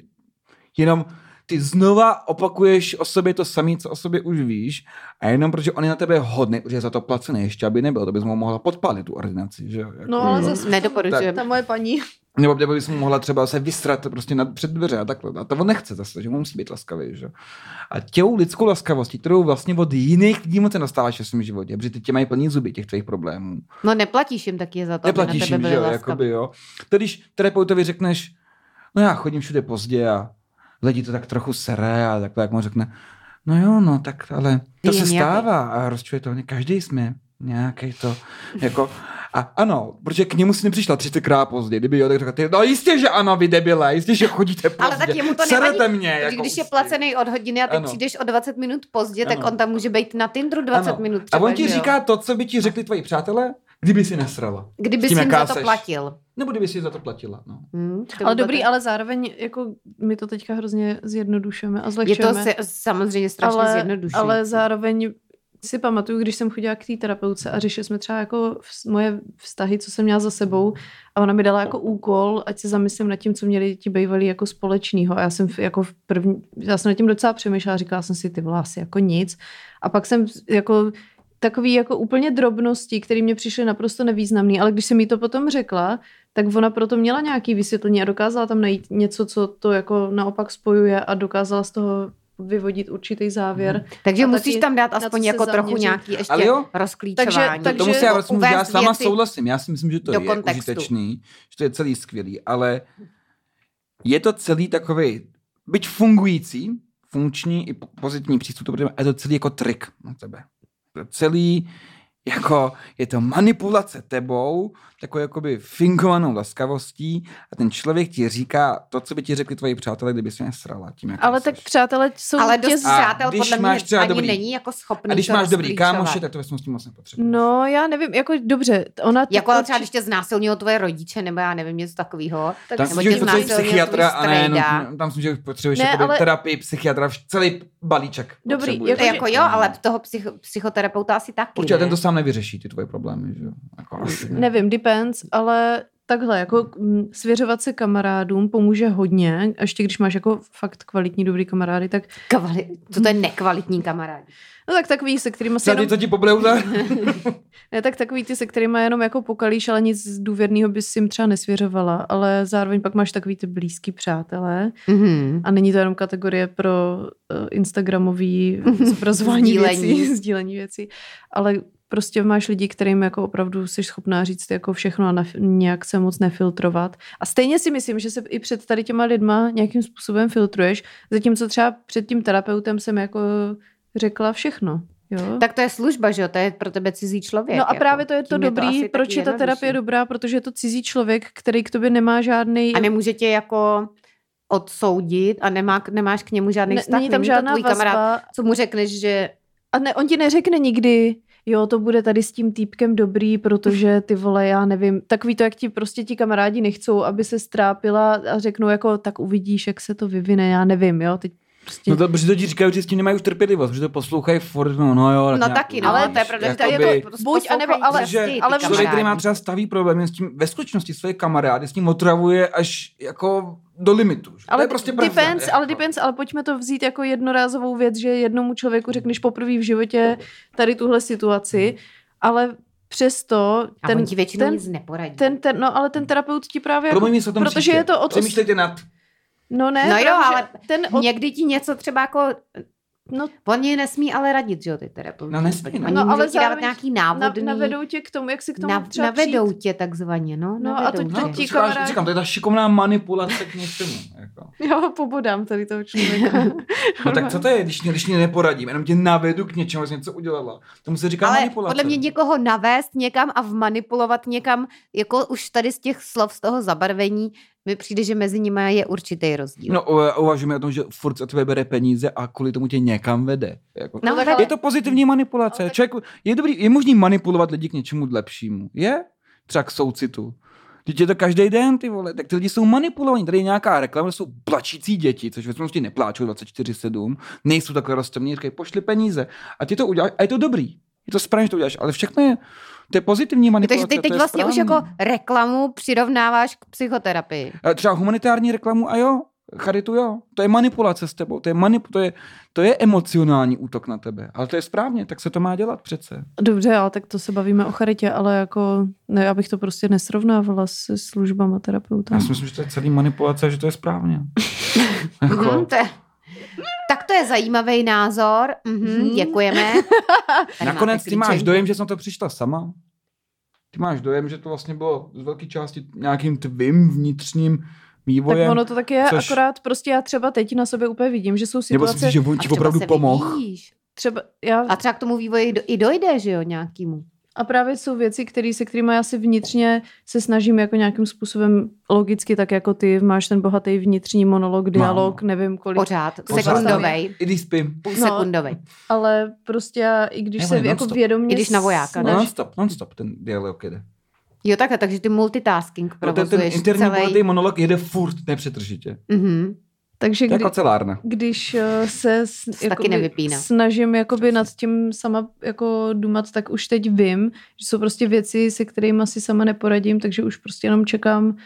Speaker 1: jenom ty znova opakuješ o sobě to samé, co o sobě už víš, a jenom protože on je na tebe hodný, protože je za to placený ještě, aby nebyl, to bys mu mohla podpálit tu ordinaci, že jo? Jako,
Speaker 2: No, ale
Speaker 1: jo.
Speaker 3: Mm,
Speaker 2: zase-
Speaker 3: Nedoporučujem.
Speaker 2: Ta moje paní.
Speaker 1: Nebo kde bys mu mohla třeba se vystrat prostě nad, před dveře a takhle. A to on nechce zase, že mu musí být laskavý. Že? A těou lidskou laskavostí, kterou vlastně od jiných lidí moc nedostáváš ve svém životě, protože ty tě mají plný zuby těch tvých problémů.
Speaker 3: No neplatíš jim taky za to, aby na
Speaker 1: Neplatíš
Speaker 3: tebe
Speaker 1: jim,
Speaker 3: byli
Speaker 1: že jo,
Speaker 3: laskaví.
Speaker 1: jakoby, jo. To když terapeutovi řekneš, no já chodím všude pozdě a lidi to tak trochu sere a takhle, jak mu řekne, no jo, no tak ale to
Speaker 3: Je
Speaker 1: se
Speaker 3: nějaký.
Speaker 1: stává a rozčuje to, každý jsme nějaký to, jako, a ano, protože k němu si nepřišla 30 krát pozdě, kdyby jo, tak řekla, ty, no jistě, že ano, vy debile, jistě, že chodíte pozdě,
Speaker 3: Ale tak jemu to
Speaker 1: serete
Speaker 3: nevadí,
Speaker 1: mě,
Speaker 3: Jako
Speaker 1: jako
Speaker 3: když je
Speaker 1: ústy.
Speaker 3: placený od hodiny a ty
Speaker 1: Ano.
Speaker 3: přijdeš o 20 minut pozdě, tak
Speaker 1: Ano.
Speaker 3: on tam může být na Tinderu 20
Speaker 1: Ano.
Speaker 3: minut.
Speaker 1: A
Speaker 3: Třeba,
Speaker 1: on ti
Speaker 3: že jo?
Speaker 1: říká to, co by ti řekli tvoji přátelé, kdyby si nesrala.
Speaker 3: kdyby
Speaker 1: s
Speaker 3: jsi
Speaker 1: tím,
Speaker 3: jim
Speaker 1: jaká
Speaker 3: za to
Speaker 1: seš.
Speaker 3: platil.
Speaker 1: Nebo kdyby si za to platila, no.
Speaker 3: Hm, to by
Speaker 2: Ale
Speaker 3: bylo
Speaker 2: dobrý,
Speaker 3: tak-
Speaker 2: ale zároveň jako my to teďka hrozně zjednodušujeme a
Speaker 3: Je to
Speaker 2: zlehčujeme.
Speaker 3: se, samozřejmě strašně zjednodušující.
Speaker 2: Ale zároveň si pamatuju, když jsem chodila k té terapeutce a řešili jsme třeba jako vz- moje vztahy, co jsem měla za sebou a ona mi dala jako úkol, ať se zamyslím nad tím, co měli ti bývalí jako společného. A já jsem v- jako v první, já jsem nad tím docela přemýšlela, říkala jsem si ty vole, asi jako nic. A pak jsem jako takový jako úplně drobnosti, které mě přišly naprosto nevýznamný, ale když jsem jí to potom řekla, tak ona proto měla nějaký vysvětlení a dokázala tam najít něco, co to jako naopak spojuje a dokázala z toho vyvodit určitý závěr.
Speaker 1: Mhm.
Speaker 3: Takže
Speaker 2: A
Speaker 3: musíš
Speaker 2: taky
Speaker 3: tam dát
Speaker 2: co
Speaker 3: aspoň
Speaker 2: se
Speaker 3: jako trochu
Speaker 2: zaměřit.
Speaker 3: nějaký ještě
Speaker 1: Ale jo.
Speaker 3: rozklíčování.
Speaker 2: Takže-
Speaker 1: K tomu se já vracím, že já
Speaker 3: uvést
Speaker 1: s váma
Speaker 3: věci-
Speaker 1: souhlasím. Já si myslím, že to
Speaker 3: do
Speaker 1: je
Speaker 3: kontextu.
Speaker 1: užitečný, že to je celý skvělý, ale je to celý takový, byť fungující, funkční i po- pozitivní přístup, to budeme, ale je to celý jako trik na tebe. To je celý jako, je to manipulace tebou, takovou jakoby fingovanou laskavostí a ten člověk ti říká to, co by ti řekli tvoji přátelé, kdyby si nesrala tím, jak
Speaker 2: Ale
Speaker 1: jsi.
Speaker 2: tak přátelé jsou
Speaker 3: Ale dost
Speaker 1: A
Speaker 3: přátel
Speaker 1: když
Speaker 3: podle mě
Speaker 1: máš třeba
Speaker 3: ani
Speaker 1: dobrý-
Speaker 3: není jako schopný
Speaker 1: a když
Speaker 3: to
Speaker 1: máš dobrý
Speaker 3: rozklíčovat.
Speaker 1: kámoše, tak to s tím moc nepotřebuješ.
Speaker 2: No, já nevím, jako dobře, ona...
Speaker 3: Jako ale třeba, když tě znásilnil tvoje rodiče, nebo já nevím, něco takového.
Speaker 1: Tam
Speaker 3: nebo
Speaker 1: si
Speaker 3: tě
Speaker 1: že potřebuješ
Speaker 3: znásilnil
Speaker 1: psychiatra
Speaker 3: tvůj
Speaker 1: a ne,
Speaker 3: strejda.
Speaker 1: no, tam si že potřebuješ
Speaker 2: Ne,
Speaker 1: ne,
Speaker 2: ale-
Speaker 1: ale... terapii, psychiatra, vš- celý balíček.
Speaker 2: Dobrý,
Speaker 1: potřebuješ.
Speaker 3: To
Speaker 2: jako, že-
Speaker 3: jako jo, ale toho psycho, psychoterapeuta asi taky,
Speaker 1: Určitě
Speaker 3: ne?
Speaker 1: ten to sám nevyřeší, ty tvoje problémy, že jo? Jako asi ne.
Speaker 2: Nevím, depends, ale takhle, jako mm, svěřovat se kamarádům pomůže hodně, a ještě když máš jako fakt kvalitní, dobrý kamarády, tak
Speaker 3: Kvali... Co to je nekvalitní kamarádi?
Speaker 2: no tak takový, se kterými se
Speaker 1: Tady,
Speaker 2: jenom,
Speaker 1: co ti pobleu
Speaker 3: (laughs)
Speaker 1: za...
Speaker 2: ne, tak takový ty, se kterými jenom jako pokalíš, ale nic důvěrného bys jim třeba nesvěřovala, ale zároveň pak máš takový ty blízký přátelé
Speaker 3: Mhm.
Speaker 2: a není to jenom kategorie pro uh, instagramový zobrazování
Speaker 3: (laughs) Sdílení.
Speaker 2: věcí, (laughs) sdílení věcí, ale prostě máš lidi, kterým jako opravdu jsi schopná říct jako všechno a nef- nějak se moc nefiltrovat. A stejně si myslím, že se i před tady těma lidma nějakým způsobem filtruješ, zatímco třeba před tím terapeutem jsem jako řekla všechno. Jo?
Speaker 3: Tak to je služba, že jo? To je pro tebe cizí člověk.
Speaker 2: no a
Speaker 3: jako.
Speaker 2: právě to je to
Speaker 3: Tím
Speaker 2: dobrý,
Speaker 3: asi
Speaker 2: proč
Speaker 3: taky
Speaker 2: je ta terapie
Speaker 3: jednodušší.
Speaker 2: dobrá, protože je to cizí člověk, který k tobě nemá žádný...
Speaker 3: A nemůže tě jako odsoudit a nemá, nemáš k němu žádný
Speaker 2: Ne,
Speaker 3: vztah.
Speaker 2: není tam
Speaker 3: to
Speaker 2: žádná
Speaker 3: tvůj
Speaker 2: vazba.
Speaker 3: kamarád, co mu řekneš, že
Speaker 2: A ne, on ti neřekne nikdy, jo, to bude tady s tím týpkem dobrý, protože ty vole, já nevím. Takový to, jak ti prostě ti kamarádi nechcou, aby se strápila a řeknou jako, tak uvidíš, jak se to vyvine, já nevím, jo, teď prostě...
Speaker 1: No to, protože to ti říkají, že s tím nemají už trpělivost, že to poslouchají furt, no, no jo.
Speaker 3: No
Speaker 1: nějak-
Speaker 3: taky, no, ale to je pravda, že to je
Speaker 1: jakoby-
Speaker 3: to prostě
Speaker 2: buď, anebo-
Speaker 3: poslouchají
Speaker 2: ale-
Speaker 3: prostě ty
Speaker 2: ale-
Speaker 1: Člověk, který má
Speaker 3: kamarádi.
Speaker 1: třeba stavý problém je s tím, ve skutečnosti své kamarády s ním otravuje až jako do limitu. Že? to je prostě pravda.
Speaker 2: depends,
Speaker 1: jako.
Speaker 2: ale depends, ale pojďme to vzít jako jednorázovou věc, že jednomu člověku řekneš poprvé v životě tady tuhle situaci,
Speaker 1: Hmm.
Speaker 2: ale přesto
Speaker 3: A
Speaker 2: ten,
Speaker 3: on ti většinou
Speaker 2: ten,
Speaker 3: nic neporadí.
Speaker 2: ten, ten, no ale ten terapeut ti právě jako,
Speaker 1: Promluvím se o tom
Speaker 2: protože
Speaker 1: příště.
Speaker 2: je to o to,
Speaker 1: Přemýšlejte nad...
Speaker 2: no ne,
Speaker 3: No
Speaker 2: právě,
Speaker 3: jo,
Speaker 2: že
Speaker 3: ale
Speaker 2: ten od,
Speaker 3: Někdy ti něco třeba jako,
Speaker 2: no,
Speaker 3: on ji nesmí ale radit, že jo, ty terapeuti.
Speaker 1: No, nesmí, no.
Speaker 3: Oni
Speaker 2: No, ale
Speaker 3: můžou ti dávat
Speaker 2: zároveň
Speaker 3: nějaký
Speaker 2: na,
Speaker 3: návodný,
Speaker 2: navedou tě k tomu, jak si k tomu
Speaker 3: na,
Speaker 2: třeba
Speaker 3: navedou
Speaker 2: přijít.
Speaker 3: tě takzvaně, no.
Speaker 2: No a to
Speaker 3: navedou
Speaker 2: ti-
Speaker 3: tě.
Speaker 1: No, to
Speaker 2: ti
Speaker 1: říkáš,
Speaker 2: kamarádi-
Speaker 1: říkám, to je ta šikovná manipulace k něčemu. Jako.
Speaker 2: (laughs) Já ho pobodám tady toho člověka.
Speaker 1: No
Speaker 3: (laughs)
Speaker 1: tak co to je, když mě, když mě neporadím, jenom tě navedu k něčemu, abys něco udělala. Tomu se říká
Speaker 3: Ale
Speaker 1: manipulace.
Speaker 3: podle mě někoho navést někam a vmanipulovat někam, jako už tady z těch slov, z toho zabarvení, mi přijde, že mezi nimi je určitý rozdíl.
Speaker 1: No, u- uvažujeme o tom, že furt se tebe bere peníze a kvůli tomu tě někam vede. Jako.
Speaker 3: No,
Speaker 2: tak
Speaker 3: tak
Speaker 2: ale-
Speaker 1: Je to pozitivní manipulace.
Speaker 2: Ale tak-
Speaker 1: Člověk, je, dobrý, je možný manipulovat lidi k něčemu lepšímu. Je? Třeba k soucitu. Teď je to každý den, ty vole. Tak ty lidi jsou manipulovaní. Tady je nějaká reklama, kde jsou plačící děti, což ve skutečnosti nepláčou 24-7, nejsou takhle roztomní, říkají, pošli peníze. A ty to uděláš, a je to dobrý. Je to správně, že to uděláš, ale všechno je, to je pozitivní manipulace.
Speaker 3: Takže ty teď
Speaker 1: to je
Speaker 3: vlastně už
Speaker 1: správný.
Speaker 3: jako reklamu přirovnáváš k psychoterapii.
Speaker 1: E, Třeba humanitární reklamu, a jo, charitu jo, to je manipulace s tebou, to je, manip, to je, to je emocionální útok na tebe, ale to je správně, tak se to má dělat přece.
Speaker 2: (laughs) Dobře, ale tak to se bavíme o charitě, ale jako, ne, já bych to prostě nesrovnávala se službama terapeuta.
Speaker 1: Já si myslím, že to je celý manipulace, a že to je správně.
Speaker 3: Mhm,
Speaker 1: jako,
Speaker 3: to je... Tak to je zajímavý názor. Mhm,
Speaker 1: (laughs)
Speaker 2: Mhm.
Speaker 3: děkujeme. Tady
Speaker 1: nakonec
Speaker 3: máte
Speaker 1: ty máš
Speaker 3: klíček.
Speaker 1: dojem, že jsi na to přišla sama. Ty máš dojem, že to vlastně bylo z velké části nějakým tvým vnitřním vývojem.
Speaker 2: Tak ono to tak je,
Speaker 1: což-
Speaker 2: což... akorát prostě já třeba teď na sobě úplně vidím, že jsou
Speaker 1: Nebo si myslíš,
Speaker 2: situace,
Speaker 1: že on
Speaker 3: A
Speaker 1: ti
Speaker 3: třeba
Speaker 1: opravdu
Speaker 3: se
Speaker 1: pomohl.
Speaker 3: vyvíjíš.
Speaker 2: třeba já,
Speaker 3: A třeba k tomu vývoji do, i dojde, že jo, nějakýmu.
Speaker 2: a právě jsou věci, který, se kterými já si vnitřně se snažím jako nějakým způsobem logicky, tak jako ty máš ten bohatý vnitřní monolog, dialog, nevím kolik,
Speaker 3: Pořád,
Speaker 1: Pořád.
Speaker 3: sekundovej,
Speaker 1: I když spím.
Speaker 3: půl
Speaker 2: No.
Speaker 3: sekundovej.
Speaker 2: ale prostě já, i když
Speaker 1: Ne,
Speaker 2: se
Speaker 1: on je
Speaker 2: jako
Speaker 1: nonstop.
Speaker 2: vědomě
Speaker 3: I když na vojáka, ne?
Speaker 2: snažím-
Speaker 1: No, Non-stop, non-stop ten dialog jede.
Speaker 3: Jo, takhle, takže ty multitasking
Speaker 1: No, ten, ten
Speaker 3: provozuješ
Speaker 1: interní bohatý
Speaker 3: celý.
Speaker 1: monolog jede furt nepřetržitě.
Speaker 3: Mhm.
Speaker 2: takže
Speaker 1: To je jako
Speaker 2: kdy,
Speaker 1: kancelárna.
Speaker 2: když eh, se s-
Speaker 3: se taky nevypíná.
Speaker 2: snažím jakoby nad tím sama jako dumat, tak už teď vím, že jsou prostě věci, se kterými si sama neporadím, takže už prostě jenom čekám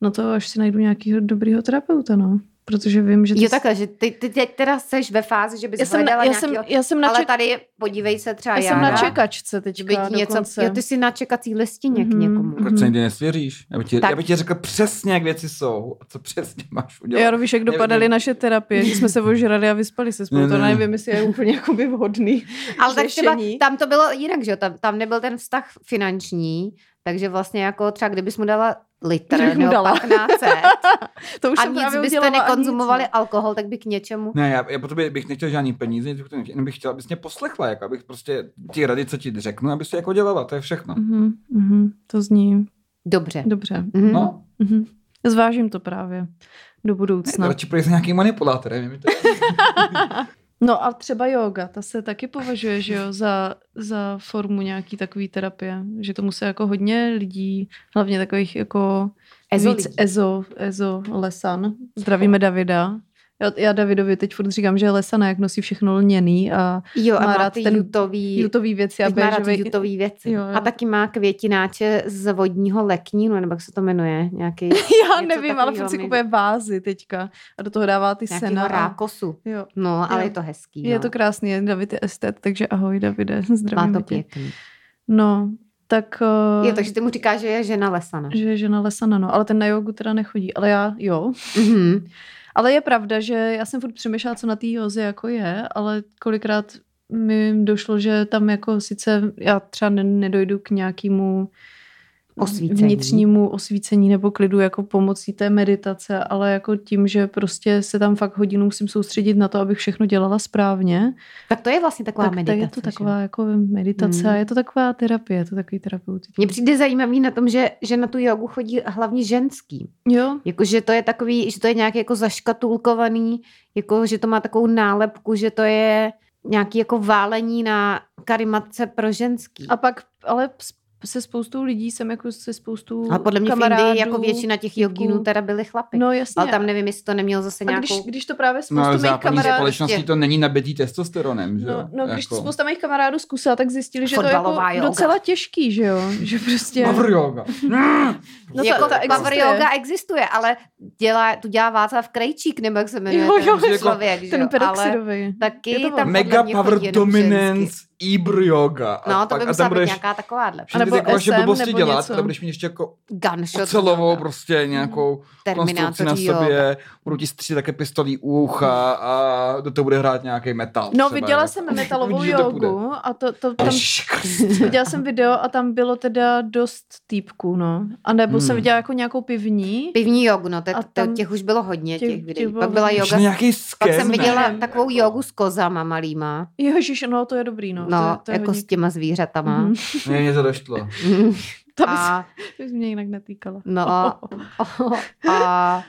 Speaker 2: na to, až si najdu nějakého dobrýho terapeuta, no. Protože vím, že... ty-
Speaker 3: Jo, takhle, že ty, ty teď teda seš ve fázi, že bys
Speaker 2: já jsem,
Speaker 3: hledala
Speaker 2: na, já, jsem,
Speaker 3: nějakýho...
Speaker 2: já jsem na,
Speaker 3: Ale
Speaker 2: ček,
Speaker 3: tady, je- podívej se třeba
Speaker 2: já jsem
Speaker 3: Jára,
Speaker 2: na čekačce
Speaker 3: že by
Speaker 2: teďka
Speaker 3: ti něco...
Speaker 2: dokonce.
Speaker 3: Jo, ty jsi na čekací listině k
Speaker 2: Mhm.
Speaker 3: někomu.
Speaker 1: Proč
Speaker 2: Mhm.
Speaker 1: se nikdy nesvěříš? Já bych, ti,
Speaker 3: Tak.
Speaker 1: já bych ti řekl přesně, jak věci jsou a co přesně máš udělat.
Speaker 2: Já víš, jak dopadaly
Speaker 1: Nevím.
Speaker 2: naše terapie, že jsme
Speaker 3: (laughs)
Speaker 2: se ožrali a vyspali se spolu,
Speaker 1: Ne,
Speaker 2: to
Speaker 1: ne, ne.
Speaker 2: nevím, jestli je úplně jakoby vhodný.
Speaker 3: Ale tak třeba
Speaker 2: řešení.
Speaker 3: tam to bylo jinak, že jo? Tam, tam nebyl ten vztah finanční, takže vlastně jako třeba kdybys mu dala litr
Speaker 2: Kdybych mu
Speaker 3: nebo
Speaker 2: dala.
Speaker 3: 15
Speaker 2: To (laughs) už
Speaker 3: a
Speaker 2: jsem
Speaker 3: nic
Speaker 2: právě
Speaker 3: byste
Speaker 2: udělala a nic, no.
Speaker 3: nekonzumovali alkohol, tak by k něčemu.
Speaker 1: Ne, já, já po tobě bych nechtěl žádný peníze, nic bych to nechtěl, jenom bych chtěl, abys mě poslechla, jako, abych prostě ti rady, co ti řeknu, abys to jako dělala, to je všechno.
Speaker 2: Mhm, mhm, to zní
Speaker 3: Dobře.
Speaker 2: dobře.
Speaker 3: Mhm.
Speaker 1: No,
Speaker 2: Mhm. Zvážím to právě do
Speaker 1: no.
Speaker 2: budoucna.
Speaker 1: radši projít za nějakým manipulátorem. je mi to-
Speaker 2: No a třeba yoga, ta se taky považuje, že jo, za, za formu nějaký takový terapie. Že tomu se jako hodně lidí, hlavně takových jako
Speaker 3: Ezo
Speaker 2: víc
Speaker 3: lidí.
Speaker 2: ezo, ezo lesan. Zdravíme Davida. Já, já Davidovi teď furt říkám, že je lesana, jak nosí všechno lněný a
Speaker 3: Jo, a
Speaker 2: Má
Speaker 3: má
Speaker 2: rád
Speaker 3: rád ty
Speaker 2: ten
Speaker 3: jutový,
Speaker 2: jutový věci a
Speaker 3: teď má rád
Speaker 2: béžový-
Speaker 3: jutový věci.
Speaker 2: Jo, jo.
Speaker 3: A taky má květináče z vodního leknínu, nebo jak se to jmenuje,
Speaker 2: (laughs) (laughs)
Speaker 3: nějaký,
Speaker 2: Já
Speaker 3: něco
Speaker 2: nevím, ale
Speaker 3: takovýho
Speaker 2: furt si
Speaker 3: mi-
Speaker 2: kupuje vázy teďka a do toho dává ty
Speaker 3: nějakýho
Speaker 2: sena. a-
Speaker 3: rákosu.
Speaker 2: Jo.
Speaker 3: No, ale
Speaker 2: Jo.
Speaker 3: je to hezký.
Speaker 2: Je
Speaker 3: no.
Speaker 2: to krásný, je David je estet, takže ahoj Davide,
Speaker 3: Má
Speaker 2: zdravím
Speaker 3: to
Speaker 2: tě.
Speaker 3: pěkný.
Speaker 2: No, tak... eh,
Speaker 3: Jo, takže ty mu říkáš, že je žena lesana.
Speaker 2: Že je žena lesana, no, ale ten na jogu teda nechodí, ale já jo.
Speaker 3: Mhm.
Speaker 2: Ale je pravda, že já jsem furt přemýšlela, co na té joze jako je, ale kolikrát mi došlo, že tam jako sice já třeba ne- nedojdu k nějakému
Speaker 3: Osvícení.
Speaker 2: vnitřnímu osvícení nebo klidu jako pomocí té meditace, ale jako tím, že prostě se tam fakt hodinu musím soustředit na to, abych všechno dělala správně,
Speaker 3: Tak to je vlastně taková
Speaker 2: tak,
Speaker 3: meditace.
Speaker 2: tak je to
Speaker 3: že?
Speaker 2: taková jako meditace
Speaker 3: Hmm.
Speaker 2: a je to taková terapie, je to takový terapeutický.
Speaker 3: Mně přijde zajímavý na tom, že, že na tu jogu chodí hlavně ženský.
Speaker 2: Jo,
Speaker 3: Jakože to je takový, že to je nějak jako zaškatulkovaný, jako že to má takovou nálepku, že to je nějaký jako válení na karimatce pro ženský.
Speaker 2: a pak, ale s- se spoustou lidí jsem jako se spoustou
Speaker 3: A podle mě v
Speaker 2: kamarádů,
Speaker 3: Indii jako většina těch jogínů teda byly chlapy. No,
Speaker 2: No jasně.
Speaker 3: ale tam nevím, jestli to nemělo zase
Speaker 2: a
Speaker 3: nějakou...
Speaker 2: když, když to právě
Speaker 1: No, ale v
Speaker 2: spoustu mých
Speaker 1: západní
Speaker 2: kamarádů...
Speaker 1: společnosti to není nabitý testosteronem, že jo? Jako
Speaker 2: No, no když spousta mých kamarádů zkusila, tak zjistili, že to je jako
Speaker 3: Fotbalová jóga.
Speaker 2: docela těžký, že jo? (laughs) Že prostě...
Speaker 1: Power yoga.
Speaker 2: No,
Speaker 3: No
Speaker 2: to-
Speaker 3: jako
Speaker 2: to
Speaker 3: ta cover
Speaker 2: existuje.
Speaker 3: yoga existuje, ale dělá, tu dělá Václav Krejčík, nebo jak se jmenuje
Speaker 2: Jo, jo,
Speaker 3: ten
Speaker 1: jako
Speaker 3: člověk, že jo,
Speaker 2: Ten
Speaker 3: ale
Speaker 2: peroxidový.
Speaker 3: taky
Speaker 2: Je to
Speaker 3: tam podle
Speaker 1: Mega
Speaker 3: mě
Speaker 1: power
Speaker 3: chodí jenom
Speaker 1: dominance,
Speaker 3: žensky.
Speaker 1: ibr yoga.
Speaker 3: No, to by musela být
Speaker 1: budeš-
Speaker 3: nějaká takováhle.
Speaker 1: Všechny
Speaker 2: Nebo
Speaker 1: ty jako vaše
Speaker 2: SM,
Speaker 1: blbosti
Speaker 2: nebo
Speaker 1: dělat,
Speaker 2: něco.
Speaker 1: tam budeš mít ještě jako
Speaker 3: Gunshot.
Speaker 1: ocelovou
Speaker 3: yoga,
Speaker 1: prostě nějakou konstrukci
Speaker 3: Terminator
Speaker 1: Prostě na
Speaker 3: yoga.
Speaker 1: sobě, budou ti střílet také pistolí u ucha a do toho bude hrát nějaký metal.
Speaker 2: No,
Speaker 1: třeba,
Speaker 2: viděla
Speaker 1: jako.
Speaker 2: jsem metalovou
Speaker 1: Vidíš, že to půjde.
Speaker 2: jogu a to, to tam...
Speaker 1: Škrst.
Speaker 2: Viděla jsem video a tam bylo teda dost týpků, no. A nebo
Speaker 1: Hmm.
Speaker 2: jsem viděla jako nějakou pivní.
Speaker 3: (laughs) Pivní jogu, no, to,
Speaker 2: A
Speaker 3: to,
Speaker 2: tam-
Speaker 3: těch už bylo hodně,
Speaker 2: těch-
Speaker 3: těch videí.
Speaker 2: těch
Speaker 3: Pak byla
Speaker 2: bylo-
Speaker 1: Ještě
Speaker 3: joga,
Speaker 1: nějaký
Speaker 3: pak
Speaker 1: skem,
Speaker 3: jsem viděla
Speaker 2: ne?
Speaker 3: takovou jogu s kozama malýma.
Speaker 2: Ježiš, no to je dobrý, no.
Speaker 3: No,
Speaker 2: to, je- to je
Speaker 3: jako
Speaker 2: hodně...
Speaker 3: s těma zvířatama.
Speaker 2: Mhm.
Speaker 1: Ne, mě to došlo.
Speaker 2: To by se-
Speaker 3: (laughs) A,
Speaker 2: to by se mě jinak netýkala. (laughs)
Speaker 3: no, a, a,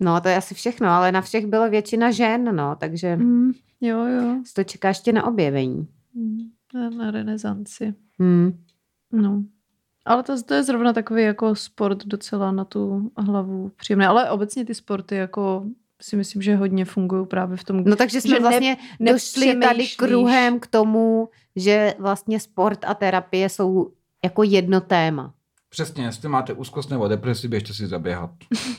Speaker 3: no, to je asi všechno, ale na všech bylo většina žen, no, takže
Speaker 2: Mm, jo, jo.
Speaker 3: to čeká ještě na objevení.
Speaker 2: Mm, na- Na renesanci.
Speaker 3: Hmm.
Speaker 2: No. Ale to, to je zrovna takový jako sport docela na tu hlavu příjemné. Ale obecně ty sporty jako si myslím, že hodně fungují právě v tom,
Speaker 3: No takže jsme
Speaker 2: Že ne-
Speaker 3: vlastně ne, došli tady
Speaker 2: nepřemýšlíš.
Speaker 3: kruhem k tomu, že vlastně sport a terapie jsou jako jedno téma.
Speaker 1: Přesně, jestli máte úzkost nebo depresi, běžte si zaběhat.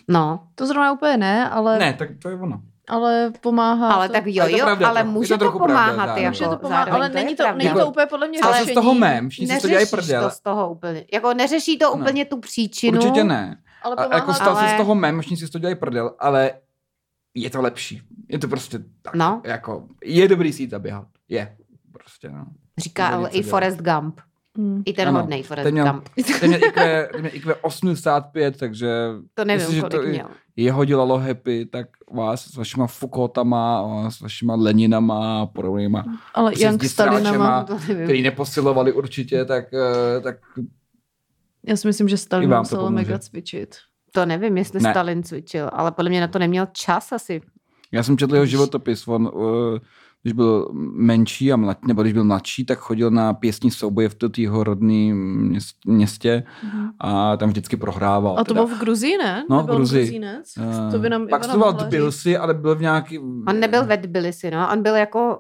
Speaker 3: No,
Speaker 2: To zrovna úplně ne, ale,
Speaker 1: Ne, tak to je ono.
Speaker 2: ale pomáhá
Speaker 3: ale
Speaker 2: to.
Speaker 3: tak jo,
Speaker 1: je to
Speaker 3: jo,
Speaker 1: pravda
Speaker 3: ale
Speaker 1: trochu. Je
Speaker 3: může
Speaker 1: to
Speaker 3: to,
Speaker 1: trochu pravda,
Speaker 3: pomáhat.
Speaker 1: zároveň.
Speaker 3: jako,
Speaker 2: Může to pomáhat,
Speaker 3: zároveň,
Speaker 2: ale
Speaker 3: je
Speaker 2: není to,
Speaker 3: pravda.
Speaker 2: není to
Speaker 1: Jako-
Speaker 2: úplně podle mě
Speaker 1: Stalo se
Speaker 2: řešení.
Speaker 1: z toho mém, všichni si to dělají
Speaker 3: Neřešíš to
Speaker 1: prdel.
Speaker 3: z toho úplně. Jako neřeší to
Speaker 1: Ne.
Speaker 3: úplně tu příčinu.
Speaker 1: Určitě ne.
Speaker 2: Ale
Speaker 1: A,
Speaker 2: pomáhá
Speaker 1: jako
Speaker 2: to.
Speaker 1: stal se z
Speaker 3: ale-
Speaker 1: toho mém, všichni si to dělají prdel, ale je to lepší. Je to prostě tak.
Speaker 3: No.
Speaker 1: Jako, je dobrý si jít zaběhat. Je. Prostě, no.
Speaker 3: Říká
Speaker 1: Neví,
Speaker 3: ale
Speaker 1: co
Speaker 3: i
Speaker 1: dělat.
Speaker 3: Forrest Gump.
Speaker 2: Mm.
Speaker 3: I ten
Speaker 1: Ano,
Speaker 3: hodnej Forrest
Speaker 1: ten měl-
Speaker 3: Gump. (laughs)
Speaker 1: Ten měl IQ, ten měl IQ 85, takže
Speaker 3: To
Speaker 1: Jestliže
Speaker 3: nevím,
Speaker 1: to
Speaker 3: kolik
Speaker 1: i-
Speaker 3: měl.
Speaker 1: jeho dělalo happy, tak vás s vašima Foucaultama, vás s vašima Leninama a podobnýma,
Speaker 2: Ale
Speaker 1: Prostě s
Speaker 2: Young Stalinama,
Speaker 1: distráčema.
Speaker 3: To nevím.
Speaker 1: který neposilovali určitě, tak, eh, tak
Speaker 2: já si myslím, že
Speaker 1: I
Speaker 2: Stalin
Speaker 1: vám to
Speaker 2: musel
Speaker 1: pomůže.
Speaker 2: mega cvičit.
Speaker 3: To nevím, jestli
Speaker 1: Ne.
Speaker 3: Stalin cvičil, ale podle mě na to neměl čas asi.
Speaker 1: já jsem četl jeho
Speaker 3: Když-
Speaker 1: životopis, on eh, když byl menší a mlad, nebo když byl mladší, tak chodil na pěstní souboje v to jeho rodném měst- městě
Speaker 2: Mhm.
Speaker 1: a tam vždycky prohrával.
Speaker 2: A to
Speaker 1: teda.
Speaker 2: bylo v Gruzii, ne?
Speaker 1: No, v
Speaker 2: Nebyl
Speaker 1: Gruzii.
Speaker 2: Gruzinec?
Speaker 1: Eh,
Speaker 2: To by nám
Speaker 1: Pak
Speaker 2: Ivana
Speaker 1: studoval
Speaker 2: mohla říct.
Speaker 1: Tbilisi, ale byl v nějaký...
Speaker 3: On nebyl ve Tbilisi, no. On byl jako...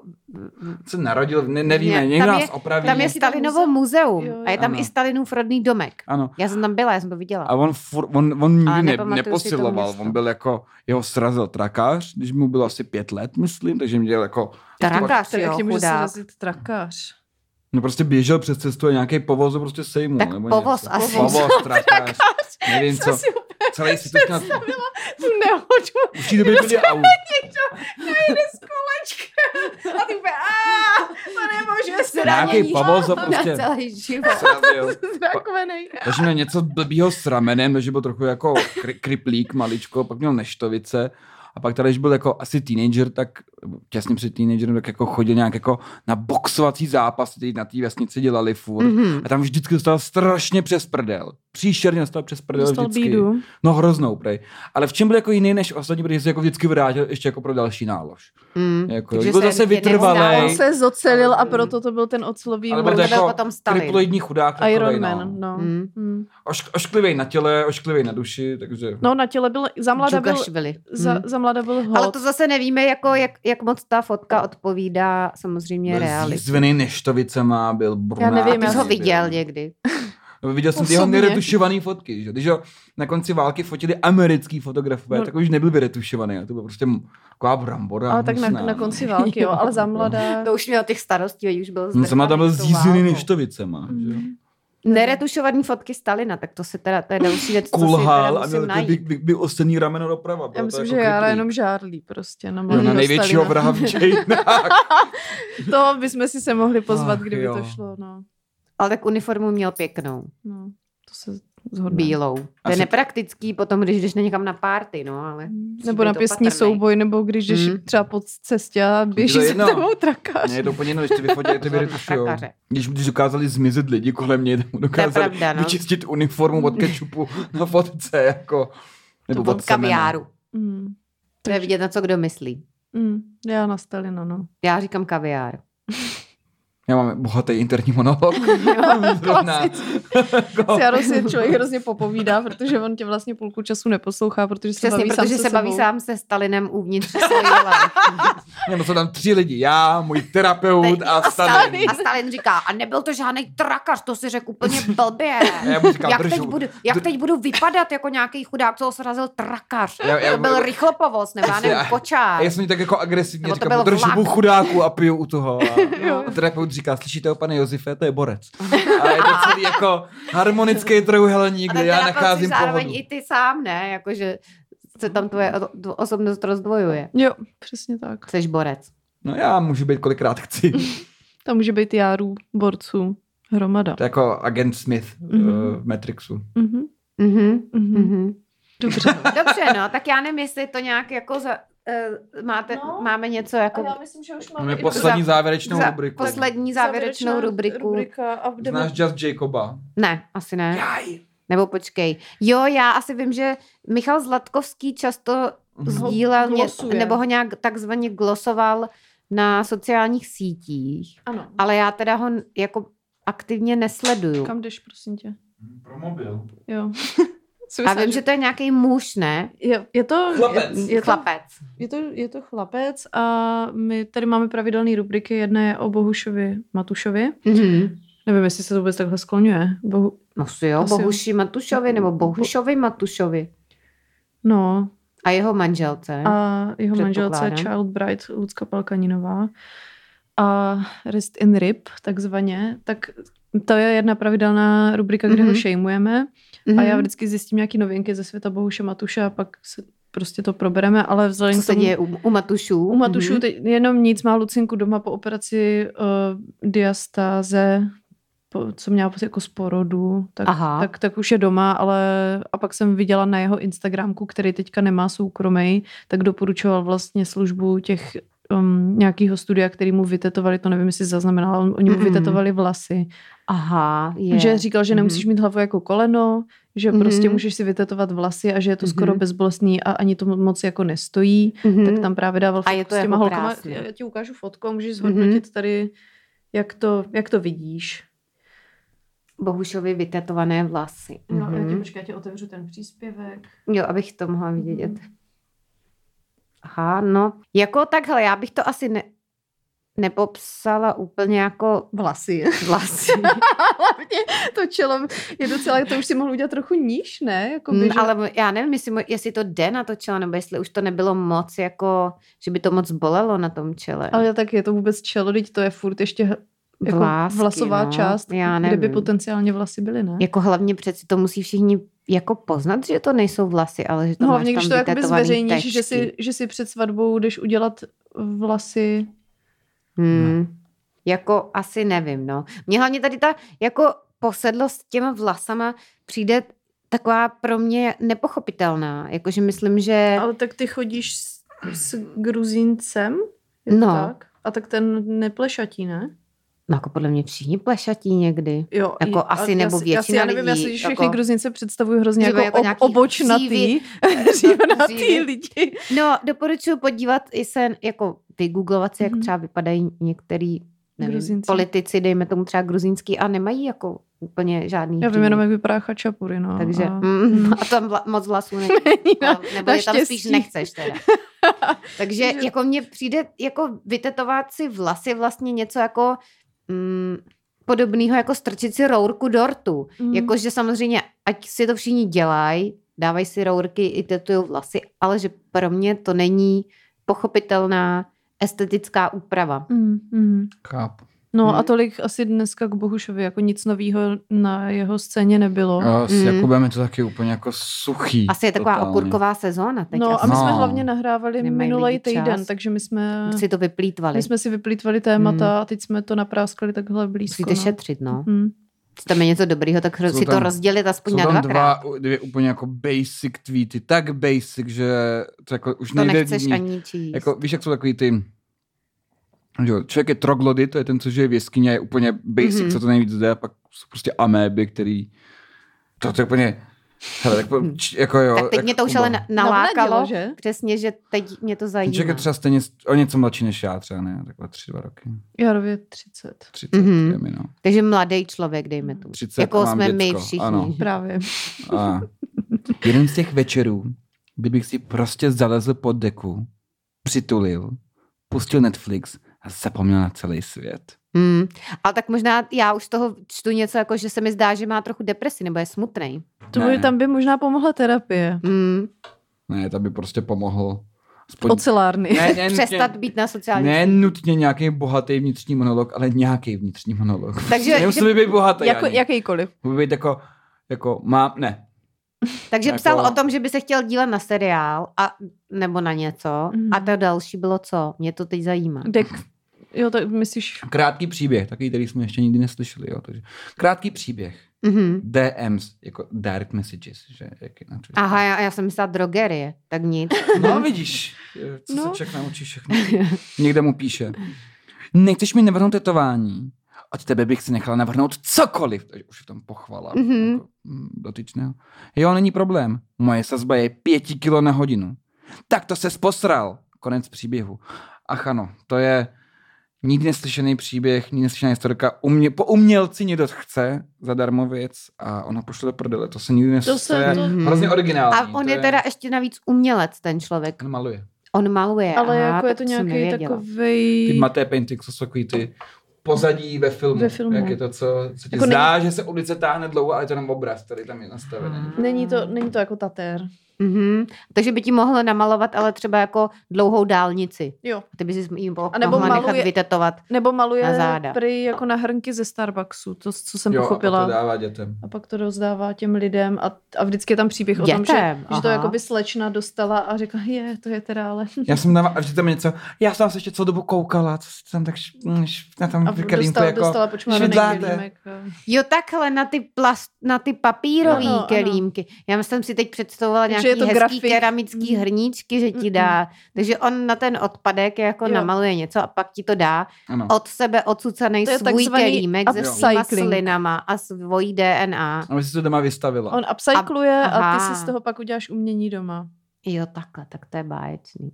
Speaker 1: Se narodil, ne, nevíme,
Speaker 3: Ne,
Speaker 1: někdo
Speaker 3: tam
Speaker 1: nás
Speaker 3: je-
Speaker 1: opraví.
Speaker 3: Tam je
Speaker 2: Nějaký tam
Speaker 3: Stalinovo
Speaker 2: Jo, jo.
Speaker 3: muzeum. A je tam
Speaker 1: Ano.
Speaker 3: i Stalinův rodný domek.
Speaker 1: Ano.
Speaker 3: Já jsem tam byla, já jsem to viděla.
Speaker 1: A on, fur, on, on nikdy
Speaker 3: Ale
Speaker 1: ne,
Speaker 3: nepamatuju si to
Speaker 1: neposiloval,
Speaker 3: město.
Speaker 1: on byl jako, jeho srazil trakář, když mu bylo asi pět let, myslím, takže měl jako,
Speaker 3: Trakas,
Speaker 2: Tady jak
Speaker 3: jo,
Speaker 2: tě může (laughs)
Speaker 3: chudák.
Speaker 2: srazit trakář.
Speaker 1: no prostě běžel přes cestu a nějaký povoz ho prostě sejmul.
Speaker 3: Tak
Speaker 1: nebo
Speaker 3: povoz
Speaker 1: něco.
Speaker 3: asi.
Speaker 1: Povoz, trakář, nevím co,
Speaker 2: si úplně
Speaker 1: celý si to na
Speaker 2: tu nehodu
Speaker 1: v té době
Speaker 3: Prostě
Speaker 1: byli aut.
Speaker 2: s kolečkem. A ty úplně, aaa, to nemůže se
Speaker 1: Nějaký povoz ho
Speaker 3: Na
Speaker 1: prostě
Speaker 3: celý život.
Speaker 1: srazil.
Speaker 2: Zrakovenej.
Speaker 1: Takže měl něco blbýho s ramenem, takže byl trochu jako kri- kriplík maličko, pak měl neštovice. A pak tady, když byl jako asi teenager, tak těsně před teenagerem, tak jako chodil nějak jako na boxovací zápas, který na té vesnici dělali furt. Mm-hmm.
Speaker 3: Mhm.
Speaker 1: A tam vždycky dostal strašně přes prdel. Příšerně dostal přes prdel
Speaker 2: Dostal
Speaker 1: vždycky.
Speaker 2: bídu.
Speaker 1: No hroznou, prej. Ale v čem byl jako jiný než ostatní, protože se jako vždycky vrátil ještě jako pro další nálož.
Speaker 2: Mhm.
Speaker 3: Mm.
Speaker 1: Jako,
Speaker 3: Takže
Speaker 1: byl
Speaker 3: se
Speaker 1: zase
Speaker 3: tě nevzdával.
Speaker 2: On
Speaker 1: vytrvalej,
Speaker 2: se zocelil a proto to byl ten ocelový
Speaker 1: ale
Speaker 3: proto
Speaker 1: byl
Speaker 2: mrk.
Speaker 1: to
Speaker 3: byl
Speaker 1: jako
Speaker 3: potom Stalin.
Speaker 1: kriploidní chudák. takovej,
Speaker 2: Iron
Speaker 1: no.
Speaker 2: Man, no.
Speaker 3: Mm.
Speaker 2: Mm.
Speaker 1: Ošk- ošklivej na těle, ošklivej na duši, takže...
Speaker 2: No na těle byl, za mlada byl,
Speaker 3: Džugašvili.
Speaker 2: za,
Speaker 3: Mm.
Speaker 2: za mlada byl hot.
Speaker 3: Ale to zase nevíme, jako, jak, jak moc ta fotka odpovídá samozřejmě
Speaker 1: Byl
Speaker 3: realitě.
Speaker 1: Zvený neštovicema, byl brunátní.
Speaker 2: nevím,
Speaker 3: Ty
Speaker 2: já
Speaker 3: jsi ho
Speaker 2: jsem-
Speaker 3: viděl někdy.
Speaker 1: No, viděl jsem ty jeho
Speaker 2: Osobně.
Speaker 1: neretušované fotky. Že? Když ho na konci války fotili americký fotografové,
Speaker 2: No.
Speaker 1: tak už nebyl vyretušovaný. To byl prostě m- taková brambora.
Speaker 2: ale tak na,
Speaker 1: hnusná.
Speaker 2: na konci války, jo, ale za mladá.
Speaker 3: (laughs) To už měl těch starostí, veď už byl
Speaker 1: No, sama tam byl
Speaker 3: zdrchaný s tou
Speaker 1: zjízený
Speaker 2: jako-
Speaker 3: válkou.
Speaker 1: neštovicema. Že?
Speaker 2: Mm.
Speaker 1: jo.
Speaker 2: Hmm.
Speaker 3: Mhm. Neretušovaný fotky Stalina, tak to se teda, to je další věc, co si
Speaker 1: Kulhal
Speaker 3: teda
Speaker 1: a
Speaker 3: musím
Speaker 1: měl
Speaker 3: najít.
Speaker 1: by, by, by ostený rameno doprava.
Speaker 2: Já myslím,
Speaker 1: jako
Speaker 2: že Jara
Speaker 1: kriplík.
Speaker 2: jenom žárlí prostě na
Speaker 1: Jo,
Speaker 2: mladého
Speaker 1: na největšího
Speaker 2: Stalina.
Speaker 1: vraha v dějinách.
Speaker 2: To bychom si se mohli pozvat,
Speaker 1: Ach,
Speaker 2: kdyby
Speaker 1: jo.
Speaker 2: to šlo, no.
Speaker 3: Ale tak uniformu měl pěknou.
Speaker 2: no. To se zhodné.
Speaker 3: bílou. To je
Speaker 1: Asi-
Speaker 3: nepraktický potom, když jdeš na někam na párty, no, ale...
Speaker 2: Nebo na
Speaker 3: Být
Speaker 2: pěstní
Speaker 3: opatrnej.
Speaker 2: souboj, nebo když jdeš
Speaker 1: Hmm.
Speaker 3: Mm.
Speaker 2: třeba po cestě a běží
Speaker 1: to
Speaker 2: se
Speaker 1: jedno.
Speaker 2: tebou trakař.
Speaker 1: Mně je to úplně jedno, když ty vyfotili, ty
Speaker 3: Pozor na
Speaker 1: vyretušujou.
Speaker 3: trakaře.
Speaker 1: Když, když dokázali zmizet lidi kolem mě, tak mu dokázali
Speaker 3: pravda, no.
Speaker 1: vyčistit uniformu od
Speaker 3: (laughs)
Speaker 1: kečupu na fotce, jako... Nebo
Speaker 3: Od
Speaker 1: od semena.
Speaker 3: kaviáru.
Speaker 2: Mm.
Speaker 3: To je vidět, na co kdo myslí.
Speaker 2: Mm. Já na Stalina, no.
Speaker 3: Já říkám kaviár.
Speaker 1: Já mám bohatý interní
Speaker 3: (laughs)
Speaker 1: monolog. Zrovna.
Speaker 2: S Jarou si
Speaker 1: (laughs)
Speaker 2: člověk hrozně popovídá, protože on tě vlastně půlku času neposlouchá, protože se
Speaker 3: Přesně,
Speaker 2: baví sám
Speaker 3: protože
Speaker 2: se
Speaker 3: se baví
Speaker 2: sebou.
Speaker 3: sám se Stalinem uvnitř svojí
Speaker 2: (laughs)
Speaker 3: hlavy.
Speaker 1: Nebo jsou tam tři lidi. Já, můj terapeut a Stalin.
Speaker 3: A Stalin říká, a nebyl to žádný trakař, to si řekl úplně blbě.
Speaker 1: A (laughs) já mu říkám,
Speaker 3: jak,
Speaker 1: držu.
Speaker 3: teď budu, jak teď budu vypadat jako nějaký chudák, co ho srazil trakař?
Speaker 1: Já- já-
Speaker 3: to byl rychlopovoz, nebo já nevím,
Speaker 1: Já-
Speaker 3: kočár.
Speaker 1: A já jsem ji tak jako agresivně
Speaker 3: Nebo to
Speaker 1: říkal,
Speaker 3: byl
Speaker 1: drž hubu
Speaker 3: vlak.
Speaker 1: chudáku a piju u toho.
Speaker 3: (laughs) Jo.
Speaker 1: A, a terapeut říká, slyšíte ho, pane Josefe, to je borec. A je to celý jako harmonický trojuhelník,
Speaker 3: A
Speaker 1: kde
Speaker 3: ten
Speaker 1: já
Speaker 3: terapeut si
Speaker 1: nacházím
Speaker 3: zároveň
Speaker 1: pohodu.
Speaker 3: i ty sám, ne? Jakože se tam tvoje o- osobnost rozdvojuje.
Speaker 2: Jo, přesně tak.
Speaker 3: Jsi borec.
Speaker 1: No já můžu být kolikrát chci.
Speaker 2: Tam může být Járů, borců, hromada.
Speaker 1: To je jako agent Smith
Speaker 2: Mhm.
Speaker 1: eh, v Matrixu.
Speaker 2: Mhm.
Speaker 3: Mhm,
Speaker 2: Mhm.
Speaker 3: mhm. (laughs)
Speaker 2: Dobře.
Speaker 3: Dobře, no, tak já nevím, jestli to nějak jako za, uh, máte, no,
Speaker 2: No,
Speaker 3: máme něco jako
Speaker 2: A já myslím, že už máme
Speaker 1: Máme
Speaker 2: i
Speaker 1: poslední závěrečnou
Speaker 3: za
Speaker 1: rubriku.
Speaker 3: poslední
Speaker 2: závěrečná
Speaker 3: závěrečnou rubriku.
Speaker 2: rubrika a jdeme
Speaker 1: Znáš Just Jacoba?
Speaker 3: Ne, asi ne.
Speaker 1: Jaj.
Speaker 3: Nebo počkej. Jo, já asi vím, že Michal Zlatkovský často
Speaker 1: Mhm.
Speaker 2: Ho
Speaker 3: sdílel, ně,
Speaker 2: glosuje.
Speaker 3: nebo ho nějak takzvaně glosoval na sociálních sítích.
Speaker 2: Ano.
Speaker 3: Ale já teda ho n- jako aktivně nesleduju.
Speaker 2: Kam jdeš, prosím tě?
Speaker 1: Pro mobil.
Speaker 2: Jo. (laughs) Jsem
Speaker 3: A
Speaker 2: myslela,
Speaker 3: vím, že to je nějaký muž, ne?
Speaker 2: je, je to...
Speaker 1: Chlapec.
Speaker 2: Je, je to,
Speaker 3: Chlapec.
Speaker 2: je, to, je to chlapec a my tady máme pravidelné rubriky. Jedna je o Bohušovi Matušovi.
Speaker 3: Mhm.
Speaker 2: Nevím, jestli se to vůbec takhle skloňuje. Bohu...
Speaker 3: No si jo,
Speaker 2: Asi jo.
Speaker 3: Bohuši Matušovi, nebo Bohušovi Matušovi.
Speaker 2: No,
Speaker 3: A jeho manželce.
Speaker 2: a jeho manželce je
Speaker 3: Předpokládám.
Speaker 2: Child Bride Lucka Palkaninová a Rest in Rip takzvaně, tak to je jedna pravidelná rubrika, kde mm-hmm. ho
Speaker 3: Mhm.
Speaker 2: šejmujeme
Speaker 3: Mhm.
Speaker 2: a já vždycky zjistím nějaké novinky ze světa Bohuše Matuše a pak se prostě to probereme, ale vzhledem
Speaker 3: Co
Speaker 2: k
Speaker 3: se
Speaker 2: tomu,
Speaker 3: děje u, u Matušů?
Speaker 2: u Matušů
Speaker 3: Mhm.
Speaker 2: mm-hmm. teď jenom nic, má Lucinku doma po operaci uh, diastáze, po, co měla jako z porodu, tak
Speaker 3: Aha.
Speaker 2: tak, tak už je doma, ale a pak jsem viděla na jeho Instagramku, který teďka nemá soukromý, tak doporučoval vlastně službu těch um, nějakého studia, který mu vytetovali, to nevím, jestli zaznamenala, on- oni mu
Speaker 3: Mm-mm.
Speaker 2: vytetovali vlasy.
Speaker 3: Aha, Mhm. je.
Speaker 2: Že říkal, že nemusíš
Speaker 3: Mhm.
Speaker 2: mít hlavu jako koleno, že prostě
Speaker 3: Mhm.
Speaker 2: můžeš si vytetovat vlasy a že je to
Speaker 3: Mhm.
Speaker 2: skoro bezbolestný a ani to moc jako nestojí,
Speaker 3: Mhm.
Speaker 2: tak tam právě dával
Speaker 3: A je
Speaker 2: fotku
Speaker 3: to
Speaker 2: s těma
Speaker 3: jako
Speaker 2: holkama. Mhm.
Speaker 3: krásný.
Speaker 2: Já já ti ukážu fotku a můžeš zhodnotit tady, jak to, jak to vidíš.
Speaker 3: Bohušovi vytetované vlasy.
Speaker 2: No,
Speaker 3: Mhm.
Speaker 2: počkej, já ti otevřu ten příspěvek.
Speaker 3: Jo, abych to mohla vidět.
Speaker 2: Mhm.
Speaker 3: Aha, no, jako takhle, já bych to asi ne, nepopsala úplně jako
Speaker 2: Vlasy. (laughs)
Speaker 3: vlasy,
Speaker 2: Jako Hlavně to čelo je docela, to už si mohl udělat trochu níž, ne? Jako Jakoby,
Speaker 3: Mm,
Speaker 2: že...
Speaker 3: ale já nevím, jestli, mo- jestli to jde na to čelo, nebo jestli už to nebylo moc jako, že by to moc bolelo na tom čele.
Speaker 2: ale tak je to vůbec čelo, teď to je furt ještě h- jako
Speaker 3: Vlásky,
Speaker 2: vlasová
Speaker 3: no,
Speaker 2: část,
Speaker 3: já
Speaker 2: kde by
Speaker 3: nevím.
Speaker 2: potenciálně vlasy byly, ne?
Speaker 3: Jako hlavně přeci to musí všichni jako poznat, že to nejsou vlasy, ale že to
Speaker 2: No
Speaker 3: máš
Speaker 2: hlavně,
Speaker 3: tam
Speaker 2: když to jakoby
Speaker 3: vytetovaný
Speaker 2: zveřejníš, že
Speaker 3: tečky.
Speaker 2: si, že si před svatbou jdeš udělat vlasy.
Speaker 3: Hmm. Jako asi nevím, no. Mně hlavně tady ta jako posedlost těma vlasama přijde taková pro mě nepochopitelná. Jakože myslím, že...
Speaker 2: Ale tak ty chodíš s, s gruzincem? Je to
Speaker 3: No.
Speaker 2: Tak? A tak ten neplešatí, ne?
Speaker 3: No jako podle mě všichni plešatí někdy.
Speaker 2: Jo,
Speaker 3: Jako
Speaker 2: i-
Speaker 3: asi
Speaker 2: já
Speaker 3: nebo
Speaker 2: si- já si- já
Speaker 3: většina
Speaker 2: nevím, já
Speaker 3: lidí,
Speaker 2: si
Speaker 3: jako-
Speaker 2: všechny gruzince představuju hrozně
Speaker 3: Že
Speaker 2: jako,
Speaker 3: by jako
Speaker 2: jako ob, (laughs)
Speaker 3: nějaký
Speaker 2: obočnatý, dřívnatý
Speaker 3: dřívy.
Speaker 2: lidi.
Speaker 3: No, doporučuji podívat i se, jako vygooglovat si, jak
Speaker 2: Mhm.
Speaker 3: třeba vypadají některý nevím,
Speaker 2: Gruzinci.
Speaker 3: politici, dejme tomu třeba gruzínský, a nemají jako úplně žádný
Speaker 2: Já vím
Speaker 3: dřív.
Speaker 2: jenom, jak vypadá chačapury, no.
Speaker 3: Takže
Speaker 2: a...
Speaker 3: a,
Speaker 2: (laughs)
Speaker 3: mm, (laughs) a tam vla, moc vlasů není.
Speaker 2: na-
Speaker 3: A- Nebo je tam spíš
Speaker 2: naštěstí. (laughs)
Speaker 3: nechceš teda. Takže
Speaker 2: Takže-
Speaker 3: jako mně přijde jako vytetovat si vlasy vlastně něco jako mm, podobného jako strčit si rourku dortu.
Speaker 2: Mm.
Speaker 3: Mm. Jakože samozřejmě, ať si to všichni dělají, dávají si rourky i tetují vlasy, ale že pro mě to není pochopitelná estetická úprava.
Speaker 2: Mm, mm.
Speaker 1: Chápu.
Speaker 2: No
Speaker 3: Mhm.
Speaker 2: a tolik asi dneska k Bohušovi, jako nic nového na jeho scéně nebylo.
Speaker 1: A s
Speaker 3: Mm.
Speaker 1: Jakubem je to taky úplně jako suchý.
Speaker 3: Asi je taková
Speaker 1: totálně.
Speaker 3: okurková sezóna teď.
Speaker 2: No a
Speaker 3: asi.
Speaker 2: my jsme
Speaker 1: No.
Speaker 2: hlavně nahrávali
Speaker 3: Nemají
Speaker 2: minulý
Speaker 3: lidi čas.
Speaker 2: týden, takže my jsme,
Speaker 3: si to vyplýtvali.
Speaker 2: my jsme si vyplýtvali témata a teď jsme to napráskali takhle blízko. no.
Speaker 3: Musíte šetřit, Hmm. no.
Speaker 2: Mm.
Speaker 3: Co tam je něco dobrýho, tak
Speaker 1: Jsou
Speaker 3: si to
Speaker 1: tam-
Speaker 3: rozdělit aspoň
Speaker 1: Jsou
Speaker 3: na
Speaker 1: tam
Speaker 3: dvakrát.
Speaker 1: dva, dvě úplně jako basic tweety, tak basic, že to jako už
Speaker 3: To
Speaker 1: nejde
Speaker 3: nechceš
Speaker 1: ní-
Speaker 3: ani číst.
Speaker 1: Jako, víš, jak jsou takový ty... Že jo, člověk je troglody, to je ten, co žije v jeskyni a je úplně basic,
Speaker 3: Mhm.
Speaker 1: mm-hmm. co to nejvíc jde, a pak jsou prostě améby, který... To, to je úplně... Hele, tak, po- č- jako jo,
Speaker 3: Hmm. tak teď
Speaker 1: jak
Speaker 3: mě to už
Speaker 1: Kuba.
Speaker 3: ale na-
Speaker 2: No,
Speaker 3: nalákalo.
Speaker 2: že?
Speaker 3: Přesně, že teď mě to
Speaker 1: Ten
Speaker 3: zajímá.
Speaker 1: člověk je třeba stejně o něco mladší než já, třeba ne, takhle tři, dva roky.
Speaker 2: Jarově 30.
Speaker 1: 30,
Speaker 3: Mhm.
Speaker 1: mm-hmm. je mi, no.
Speaker 3: Takže mladý člověk, dejme tomu.
Speaker 1: 30
Speaker 3: jako
Speaker 1: a mám
Speaker 3: jsme my
Speaker 1: děcko,
Speaker 3: všichni.
Speaker 1: ano.
Speaker 2: Právě.
Speaker 1: A jeden z těch večerů, kdybych si prostě zalezl pod deku, přitulil, pustil Netflix a zapomněl na celý svět.
Speaker 3: Hmm. Ale tak možná já už z toho čtu něco, jako že se mi zdá, že má trochu depresi nebo je smutný.
Speaker 2: To
Speaker 1: Ne.
Speaker 2: by, tam by možná pomohla terapie.
Speaker 3: Hmm.
Speaker 1: Ne, to by prostě pomohl. Aspoň...
Speaker 2: Ocelárny.
Speaker 1: (laughs) Ne, ne,
Speaker 3: Přestat být na
Speaker 1: ne,
Speaker 3: sociální.
Speaker 1: ne
Speaker 3: síti.
Speaker 1: nutně nějaký bohatý vnitřní monolog, ale nějaký vnitřní monolog. (laughs)
Speaker 3: Takže-
Speaker 1: Nemusel by být bohatý
Speaker 2: Jako,
Speaker 1: jako, jak...
Speaker 2: jakýkoliv.
Speaker 1: Může být jako, jako mám, ne.
Speaker 3: Takže
Speaker 1: jako-
Speaker 3: psal o tom, že by se chtěl dílet na seriál a, nebo na něco.
Speaker 2: Mhm.
Speaker 3: A to další bylo co? Mě to teď zajímá.
Speaker 2: Dek. Jo, tak myslíš...
Speaker 1: Krátký příběh, takový, který jsme ještě nikdy neslyšeli. Jo, takže. Krátký příběh.
Speaker 3: Mhm.
Speaker 1: DMs, jako direct messages, že jak je na Twitteru.
Speaker 3: Aha, já, já jsem myslela drogerie, tak nic. (laughs)
Speaker 1: No vidíš, eh, co
Speaker 2: No.
Speaker 1: se člověk naučí všechno. Někde mu píše, nechceš mi navrhnout tetování? Od tebe bych si nechala navrhnout cokoliv. Takže už je tam pochvala
Speaker 3: Mhm.
Speaker 1: mm-hmm. jako, mm, dotyčného. Jo, není problém. Moje sazba je pěti kilo na hodinu. Tak to se posral. Konec příběhu. Ach ano, to je nikdy neslyšený příběh, nikdy neslyšená historka. Umě, po umělci někdo chce zadarmo věc a ona pošle do prdele. To se nikdy
Speaker 2: To
Speaker 1: neslyší.
Speaker 2: se... To...
Speaker 3: Mhm.
Speaker 1: Hrozně originální.
Speaker 3: A on
Speaker 1: to
Speaker 3: je teda ještě navíc umělec, ten člověk.
Speaker 1: On maluje.
Speaker 3: On maluje.
Speaker 2: Ale
Speaker 3: aha,
Speaker 2: jako je to
Speaker 3: jsem
Speaker 2: nějaký
Speaker 3: nevěděla.
Speaker 1: Ty
Speaker 2: takový.
Speaker 1: maté painting jsou takový ty pozadí ve filmu.
Speaker 2: Ve filmu.
Speaker 1: Jak je to, co, co ti jako
Speaker 2: Jako
Speaker 1: zdá, není... že se ulice táhne dlouho, ale je to jenom obraz, který tam je nastavený.
Speaker 2: Není to, není to jako tatér.
Speaker 3: Mhm. Takže by ti mohlo namalovat, ale třeba jako dlouhou dálnici.
Speaker 2: Jo.
Speaker 3: A Ty bys jim jim
Speaker 2: A nebo
Speaker 3: mohla maluje... nechat
Speaker 2: maluje-
Speaker 3: vytetovat.
Speaker 2: Nebo
Speaker 3: Na
Speaker 2: maluje
Speaker 3: záda.
Speaker 2: prý jako na hrnky ze Starbucksu, to, co jsem
Speaker 1: jo,
Speaker 2: pochopila.
Speaker 1: a to dává dětem.
Speaker 2: A pak to rozdává těm lidem a, a vždycky je tam příběh o tom, že,
Speaker 3: Dětem,
Speaker 2: že to
Speaker 3: aha.
Speaker 2: jakoby slečna dostala a řekla, je, to je teda ale.
Speaker 1: Já jsem tam, a vždy tam je něco, já jsem tam se ještě celou dobu koukala, co si tam tak, š, hm, š, na tam
Speaker 2: A
Speaker 1: krlínku
Speaker 2: dostala, jako
Speaker 1: jako,
Speaker 2: dostala počmáraný
Speaker 1: švidláte.
Speaker 2: kelímek. a-
Speaker 3: Jo, takhle na ty, plast, na ty papírový
Speaker 2: Ano, ano.
Speaker 3: kelímky. Já jsem si teď představovala
Speaker 2: Že
Speaker 3: nějaký
Speaker 2: je to
Speaker 3: hezký
Speaker 2: grafik.
Speaker 3: keramický
Speaker 2: Mm.
Speaker 3: hrníčky, že ti
Speaker 2: Mm-mm.
Speaker 3: dá. Takže on na ten odpadek jako
Speaker 2: Jo.
Speaker 3: namaluje něco a pak ti to dá
Speaker 1: ano.
Speaker 3: od sebe odsucaný
Speaker 2: To je
Speaker 3: svůj
Speaker 2: takzvaný
Speaker 3: kelímek se svýma
Speaker 2: upcycling.
Speaker 3: slinama a svojí DNA.
Speaker 1: A my si to doma vystavila.
Speaker 2: On upcykluje a, a ty
Speaker 3: aha.
Speaker 2: si z toho pak uděláš umění doma.
Speaker 3: Jo, takhle, tak to je báječný.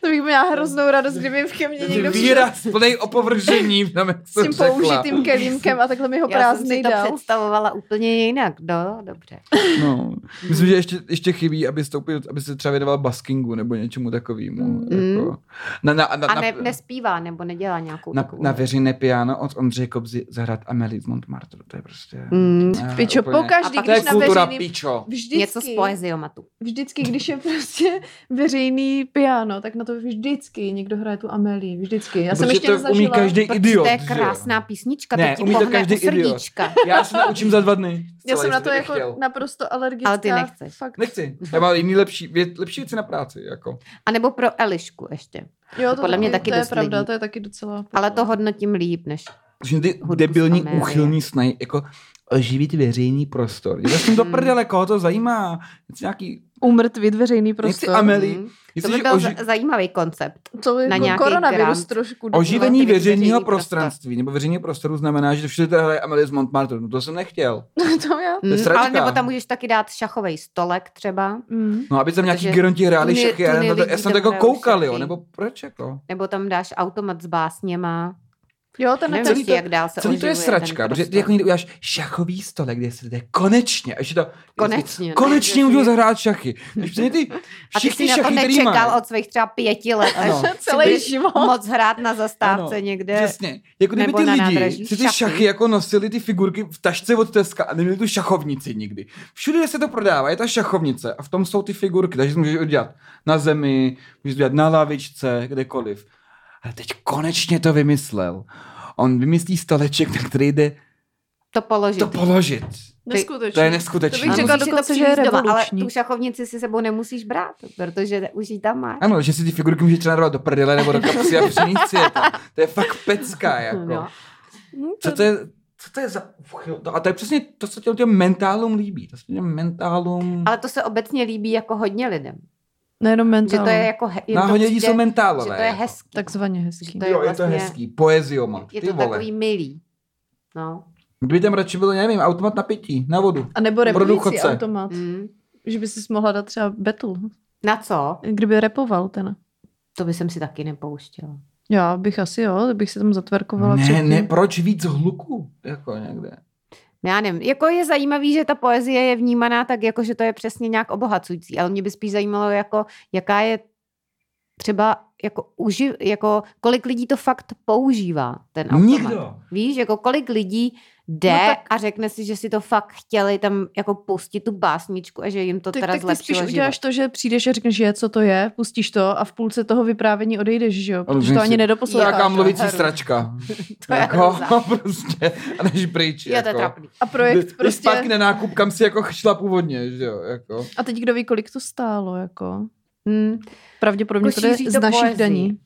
Speaker 2: To bych měla hroznou radost, kdyby v ke mně
Speaker 1: Ty
Speaker 2: někdo přišel
Speaker 1: výraz plný opovržení, tam jak
Speaker 2: s
Speaker 1: jsem
Speaker 2: tím
Speaker 1: řekla.
Speaker 2: použitým kelímkem a takhle mi ho
Speaker 3: Já jsem si
Speaker 2: prázdnej
Speaker 3: to
Speaker 2: dal.
Speaker 3: představovala úplně jinak. No, dobře.
Speaker 1: No. Myslím, že ještě, ještě chybí, aby, stoupil, aby se třeba věnoval baskingu nebo něčemu takovému.
Speaker 3: Mm.
Speaker 1: Jako. Na, na, na,
Speaker 3: A ne,
Speaker 1: na-
Speaker 3: nespívá nebo nedělá nějakou
Speaker 1: na,
Speaker 3: takovou.
Speaker 1: na veřejné piano od Ondřeje Kobzy zahrát Amelie z Montmartre. To je prostě...
Speaker 3: Mm,
Speaker 1: eh,
Speaker 2: Pičo,
Speaker 1: úplně-
Speaker 2: pokaždý,
Speaker 3: A pak
Speaker 1: To je
Speaker 2: když na
Speaker 1: kultura
Speaker 2: veřejný...
Speaker 1: pičo.
Speaker 2: Vždycky,
Speaker 3: něco z poeziomatu.
Speaker 2: vždycky, když je prostě veřejný piano, tak na to vždycky někdo hraje tu Amélii. Vždycky. Já jsem
Speaker 1: Protože
Speaker 2: ještě
Speaker 1: to umí
Speaker 2: nezažila.
Speaker 1: každý
Speaker 3: Protože
Speaker 1: idiot.
Speaker 3: to je
Speaker 1: že jo?
Speaker 3: krásná písnička,
Speaker 1: Ne,
Speaker 3: to ti
Speaker 1: umí to
Speaker 3: pohne
Speaker 1: každý
Speaker 3: u
Speaker 1: idiot.
Speaker 3: srdíčka.
Speaker 1: Já se naučím za dva dny.
Speaker 2: Já
Speaker 1: Celé,
Speaker 2: jsem na
Speaker 1: co
Speaker 2: to
Speaker 1: bych
Speaker 2: jako
Speaker 1: chtěl.
Speaker 2: naprosto alergická.
Speaker 3: Ale ty nechceš.
Speaker 2: Fakt.
Speaker 1: Nechci. Já mám jiný lepší, vě- lepší věci na práci. Jako.
Speaker 3: A nebo pro Elišku ještě.
Speaker 2: Jo, to
Speaker 3: Podle mě taky
Speaker 2: to je
Speaker 3: dost
Speaker 2: pravda,
Speaker 3: lidí.
Speaker 2: to je taky docela.
Speaker 3: Ale to hodnotím líp, než...
Speaker 1: Protože ty
Speaker 3: Hudbu z
Speaker 1: debilní,
Speaker 3: Amélie.
Speaker 1: úchylní sny, jako oživit veřejný prostor. Já jsem do
Speaker 3: Mm.
Speaker 1: prdele, koho to zajímá. Něco Nějaký,
Speaker 2: Umrtvit veřejný
Speaker 1: nechci
Speaker 2: prostor.
Speaker 1: Amelie.
Speaker 3: Mhm. To by
Speaker 1: Jestliže
Speaker 3: byl
Speaker 1: oži...
Speaker 3: za- zajímavý koncept.
Speaker 2: To je
Speaker 3: Na
Speaker 2: jako
Speaker 3: nějaký
Speaker 2: koronavirus
Speaker 3: grant.
Speaker 2: trošku.
Speaker 1: Oživení
Speaker 3: Relativně
Speaker 1: veřejného
Speaker 3: veřejný prostor.
Speaker 1: prostranství nebo veřejného prostoru znamená, že všude tady hraje Amelie z Montmartre. No to jsem nechtěl.
Speaker 2: (laughs) to já.
Speaker 1: je
Speaker 3: Mm, ale
Speaker 1: sračka.
Speaker 3: nebo tam můžeš taky dát šachový stolek třeba.
Speaker 2: Mm.
Speaker 1: No, aby tam nějaký
Speaker 3: Protože
Speaker 1: geronti hráli
Speaker 3: tuny-
Speaker 1: šachy, já,
Speaker 3: tuny
Speaker 1: na to, já
Speaker 3: lidí
Speaker 1: jsem
Speaker 3: tam
Speaker 1: to jako
Speaker 3: hrajou
Speaker 1: koukal, jo,
Speaker 3: šachy.
Speaker 1: nebo proč jako?
Speaker 3: Nebo tam dáš automat s básněma.
Speaker 2: Jo, ten
Speaker 3: Nevím,
Speaker 2: ten,
Speaker 1: celý
Speaker 3: jestli
Speaker 1: to-
Speaker 2: (laughs)
Speaker 3: jak dál se
Speaker 1: Co to je
Speaker 3: oživuje
Speaker 1: sračka,
Speaker 3: ten
Speaker 1: protože ty
Speaker 3: prostor.
Speaker 1: jako někdy uděláš šachový stolek, kde se jde konečně, až je to,
Speaker 3: Konečně, ne?
Speaker 1: konečně
Speaker 3: Že-
Speaker 1: můžu zahrát šachy. Když přesně ty
Speaker 3: (laughs) A ty
Speaker 1: všichni
Speaker 3: jsi na to
Speaker 1: šachy, který
Speaker 3: nečekal
Speaker 1: máš.
Speaker 3: od svých třeba pěti let,
Speaker 1: Ano.
Speaker 3: až
Speaker 2: Celý
Speaker 3: budeš
Speaker 2: život.
Speaker 3: moc hrát na zastávce
Speaker 1: Ano,
Speaker 3: někde.
Speaker 1: Přesně. Jako kdyby
Speaker 3: nebo
Speaker 1: ty
Speaker 3: na
Speaker 1: lidi
Speaker 3: nádraží
Speaker 1: si ty
Speaker 3: šachy.
Speaker 1: šachy jako nosili ty figurky v tašce od Teska a neměli tu šachovnici nikdy. Všude, kde se to prodává, je ta šachovnice a v tom jsou ty figurky, takže to můžeš udělat na zemi, můžeš udělat na lavičce, kdekoliv. Ale teď konečně to vymyslel. On vymyslí stoleček, na který jde
Speaker 3: To položit.
Speaker 1: to položit.
Speaker 2: Neskutečný.
Speaker 1: To je neskutečný.
Speaker 2: To bych
Speaker 1: Ano.
Speaker 2: řekla
Speaker 3: Musíš si to
Speaker 2: dokonce, že
Speaker 3: přivést
Speaker 2: je
Speaker 3: doma, ale
Speaker 2: revoluční.
Speaker 3: tu šachovnici si sebou nemusíš brát, protože už ji tam máš.
Speaker 1: Ano, že si ty figurky můžeš třeba narvat do
Speaker 3: (laughs)
Speaker 1: prdele nebo do kapsy a přinést si je tam. To je fakt pecka, jako.
Speaker 3: No.
Speaker 1: Co to je? co to je za uchyl? To- A to je přesně to, co těm, těm mentálům líbí. To se těm mentálům...
Speaker 3: Ale to se obecně líbí jako hodně lidem.
Speaker 2: Nejenom
Speaker 3: Že
Speaker 2: mentálně.
Speaker 3: to je jako... He, jim
Speaker 1: No,
Speaker 3: to
Speaker 1: hodně lidí
Speaker 3: přijde,
Speaker 1: jsou mentálové.
Speaker 3: Že to je
Speaker 1: jako.
Speaker 3: hezký.
Speaker 2: Takzvaně hezký.
Speaker 3: to je
Speaker 1: jo, je to
Speaker 3: vlastně-
Speaker 1: hezký. Poeziomat.
Speaker 3: je
Speaker 1: ty
Speaker 3: to
Speaker 1: vole.
Speaker 3: takový milý. No.
Speaker 1: Kdyby tam radši byl, nevím, automat na pití, na vodu.
Speaker 2: A nebo repující
Speaker 1: důchodce.
Speaker 2: automat.
Speaker 3: Mm.
Speaker 2: Že by si mohla dát třeba battle,
Speaker 3: Na co?
Speaker 2: kdyby repoval ten.
Speaker 3: To by jsem si taky nepouštěla.
Speaker 2: Já bych asi jo, bych se tam zatverkovala
Speaker 1: Ne,
Speaker 2: předtím.
Speaker 1: ne, proč víc hluku? Jako někde.
Speaker 3: Já nevím, jako je zajímavý, že ta poezie je vnímaná tak, jako že to je přesně nějak obohacující, ale mě by spíš zajímalo, jako, jaká je třeba, jako, uživ, jako, kolik lidí to fakt používá, ten automat.
Speaker 1: Nikdo.
Speaker 3: Víš, jako kolik lidí jde
Speaker 2: No
Speaker 3: no
Speaker 2: tak-
Speaker 3: tak... a řekne si, že si to fakt chtěli tam jako pustit tu básničku a že jim to
Speaker 2: Ty,
Speaker 3: teda
Speaker 2: tak ty spíš
Speaker 3: zlepšilo život.
Speaker 2: uděláš to, že přijdeš a řekneš, že je, co to je, pustíš to a v půlce toho vyprávění odejdeš, že jo? Protože
Speaker 1: rozumím
Speaker 2: to
Speaker 1: si.
Speaker 2: ani
Speaker 1: To je
Speaker 3: Jo,
Speaker 2: nedoposloucháš.
Speaker 1: jaká
Speaker 3: to
Speaker 1: mluvící
Speaker 3: je
Speaker 1: stračka.
Speaker 3: To (laughs) je
Speaker 1: jako,
Speaker 3: hrůza.
Speaker 1: (laughs) prostě, a než pryč.
Speaker 3: Jo, to je
Speaker 1: jako.
Speaker 3: trapný.
Speaker 2: A projekt
Speaker 1: Jde- jde
Speaker 2: prostě...
Speaker 1: zpátky na nákup, kam si jako šla původně, že jo, jako.
Speaker 2: A teď kdo ví, kolik to stálo, jako.
Speaker 3: Hmm.
Speaker 2: Pravděpodobně
Speaker 3: Jako
Speaker 2: to jde
Speaker 3: šíří
Speaker 2: z
Speaker 3: to
Speaker 2: našich
Speaker 3: poezii.
Speaker 2: daní.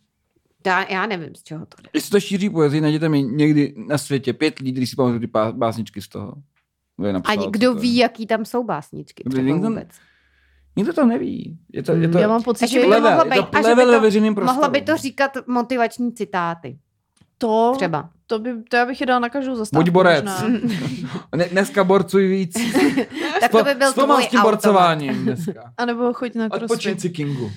Speaker 3: Já, já nevím, z čeho to jde.
Speaker 1: Jestli to šíří poezii, najděte mi někdy na světě pět lidí, kteří si pamatují ty pá- básničky z toho. Kdo je napsal,
Speaker 3: A
Speaker 1: co
Speaker 3: kdo
Speaker 1: to je.
Speaker 3: ví, jaký tam jsou básničky
Speaker 1: Kdo
Speaker 3: třeba
Speaker 1: ví, tam-
Speaker 3: vůbec.
Speaker 1: Nikdo to neví. Je to, je to,
Speaker 2: Já mám pocit,
Speaker 3: Takže by
Speaker 2: že
Speaker 3: to
Speaker 1: level,
Speaker 3: mohlo
Speaker 1: je to
Speaker 3: být- a že by
Speaker 1: level
Speaker 3: to-
Speaker 1: ve veřejným prostoru.
Speaker 3: Mohla by to říkat motivační citáty,
Speaker 2: to,
Speaker 3: třeba.
Speaker 2: to, by, to já bych je dala na každou zastávku.
Speaker 1: Buď borec.
Speaker 2: možná.
Speaker 1: (laughs) Ne, dneska borcuj víc.
Speaker 3: (laughs) Tak to by byl tvůj
Speaker 1: s tím
Speaker 3: automat. prostě-
Speaker 1: borcováním
Speaker 3: (laughs)
Speaker 1: dneska.
Speaker 2: A nebo choď na crossfit.
Speaker 1: Odpočin si Kingu.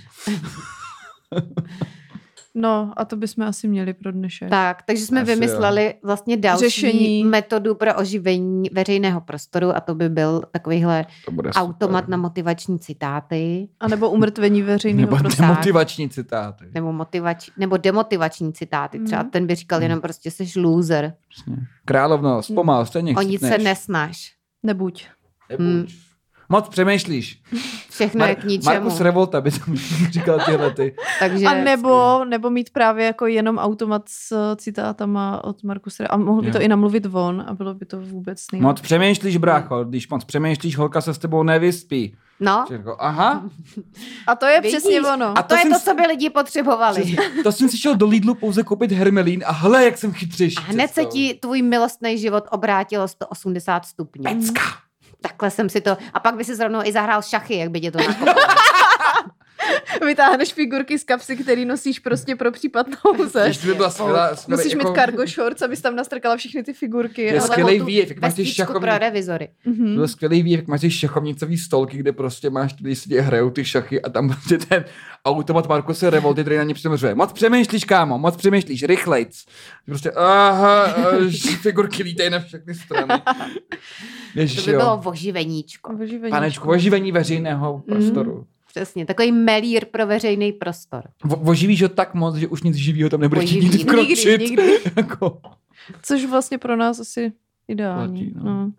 Speaker 2: No a to bychom asi měli pro dnešek.
Speaker 3: Tak, takže jsme
Speaker 1: Asi jo.
Speaker 3: vymysleli vlastně další
Speaker 2: Řešení.
Speaker 3: Řešení. metodu pro oživení veřejného prostoru a to by byl takovýhle
Speaker 1: To bude super.
Speaker 3: automat na motivační citáty
Speaker 2: A nebo umrtvení veřejného
Speaker 1: Nebo
Speaker 2: prostoru.
Speaker 3: prosák.
Speaker 1: motivační citáty.
Speaker 3: nebo, motivač, nebo demotivační citáty. Třeba
Speaker 2: Mhm.
Speaker 3: ten by říkal jenom
Speaker 1: Hmm.
Speaker 3: prostě seš loser,
Speaker 1: Přesně. Královna, zpomal, stejně
Speaker 3: Hmm. o nic se nesnaž.
Speaker 2: Nebuď.
Speaker 1: Nebuď. Moc přemýšlíš.
Speaker 3: Všechno je k ničemu.
Speaker 1: Markus Revolta by tam (laughs) říkal tyhle ty.
Speaker 3: Takže
Speaker 2: A nebo, nebo mít právě jako jenom automat s citátama od Markuse. A mohl by
Speaker 1: Jo.
Speaker 2: to i namluvit von a bylo by to vůbec nejlepší.
Speaker 1: Moc přemýšlíš, brácho, když moc přemýšlíš, holka se s tebou nevyspí.
Speaker 3: Hmm. No,
Speaker 1: Říkal, aha,
Speaker 2: A to je
Speaker 3: Vidíš?
Speaker 2: přesně ono.
Speaker 1: A
Speaker 3: a
Speaker 1: to
Speaker 3: to, je
Speaker 1: jsem
Speaker 3: to,
Speaker 1: s-
Speaker 3: co by lidi potřebovali.
Speaker 1: přesně. to jsem si šel do Lidlu pouze koupit hermelín a hele, jak jsem chytřejší.
Speaker 3: A hned se
Speaker 1: cestou.
Speaker 3: ti tvůj milostný život obrátilo 180 stupňů.
Speaker 1: Pecka.
Speaker 3: Takhle jsem si to... A pak by si zrovna i zahrál šachy, jak
Speaker 1: (laughs)
Speaker 3: by tě to nakoplo.
Speaker 2: Vytáhneš figurky z kapsy, který nosíš prostě pro případ nouze.
Speaker 1: Ještě by byla
Speaker 3: oh,
Speaker 1: skvělá, jako- skvělá,
Speaker 2: Musíš mít cargo shorts, abys tam nastrkala všechny ty figurky.
Speaker 1: Je
Speaker 2: ale-
Speaker 3: Nebo
Speaker 1: skvělý
Speaker 3: tu
Speaker 1: výjev, jak máš ty
Speaker 3: vestičku
Speaker 1: šachovní.
Speaker 3: pro revizory.
Speaker 2: Mhm.
Speaker 1: byl skvělý výjev, jak máš ty šachovnicový stolky, kde prostě máš, když si tě hrajou ty šachy a tam prostě ten automat Marko se revolty, který na ně přitom řve. Moc přemýšlíš, kámo, moc přemýšlíš, rychlejc. Prostě aha,
Speaker 3: (laughs)
Speaker 1: až figurky lítají na všechny strany.
Speaker 3: To
Speaker 1: Ježiš,
Speaker 3: by bylo Mhm.
Speaker 1: jo.
Speaker 3: voživeníčko.
Speaker 2: Oživení.
Speaker 1: Jako Panečku, oživení veřejného prostoru.
Speaker 3: Přesně, takový melír pro veřejný prostor.
Speaker 1: Mm. Oživíš ho tak moc, že už nic živého tam nebude chtít
Speaker 3: Oživí.
Speaker 1: nikdy
Speaker 3: Nikdy,
Speaker 1: kročit.
Speaker 3: nikdy.
Speaker 1: (laughs) Jako.
Speaker 2: Což vlastně pro nás asi ideální.
Speaker 1: Platí, no.
Speaker 2: no. No.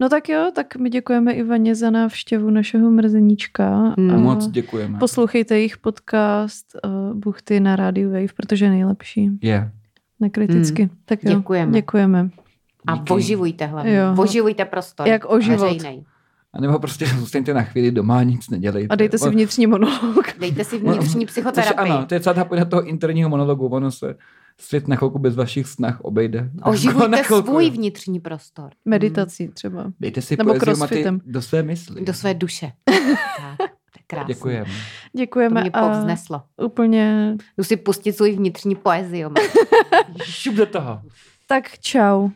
Speaker 2: no tak jo, tak my děkujeme Ivaně za návštěvu našeho mrzeníčka.
Speaker 3: Hmm.
Speaker 2: A
Speaker 1: Moc děkujeme.
Speaker 2: Poslouchejte jejich podcast uh, Buchty na Radio Wave, protože je nejlepší.
Speaker 1: Je.
Speaker 2: Nekriticky. Hmm. Tak jo,
Speaker 3: Děkujeme.
Speaker 2: děkujeme.
Speaker 3: A
Speaker 1: Díky.
Speaker 3: oživujte hlavně.
Speaker 2: Jo.
Speaker 3: Oživujte prostor.
Speaker 2: Jak o život.
Speaker 3: Veřejnej.
Speaker 1: A nebo prostě (laughs) zůstaňte na chvíli doma a nic nedělejte.
Speaker 2: A dejte si vnitřní monolog.
Speaker 1: Hmm.
Speaker 3: Dejte si vnitřní
Speaker 1: No, Což
Speaker 3: psychoterapii.
Speaker 1: ano, to je celá ta pointa toho interního monologu, ono se svět na chvilku bez vašich snah obejde.
Speaker 3: (laughs)
Speaker 1: Jako na
Speaker 3: Oživujte
Speaker 1: chvilku,
Speaker 3: svůj
Speaker 1: jo.
Speaker 3: vnitřní
Speaker 2: Hmm.
Speaker 3: prostor.
Speaker 2: Meditací třeba.
Speaker 1: Dejte si
Speaker 2: nebo
Speaker 1: poezii maty
Speaker 2: crossfitem.
Speaker 1: do své mysli.
Speaker 3: Mm. Do
Speaker 2: (laughs)
Speaker 3: své duše. tak, to je krásný.
Speaker 1: Děkujeme.
Speaker 3: (laughs) To
Speaker 2: Děkujeme
Speaker 3: mě
Speaker 2: a
Speaker 3: povzneslo.
Speaker 2: úplně...
Speaker 3: Jdu si pustit svůj vnitřní poezii. Omar.
Speaker 1: Šup do toho.
Speaker 2: Tak čau.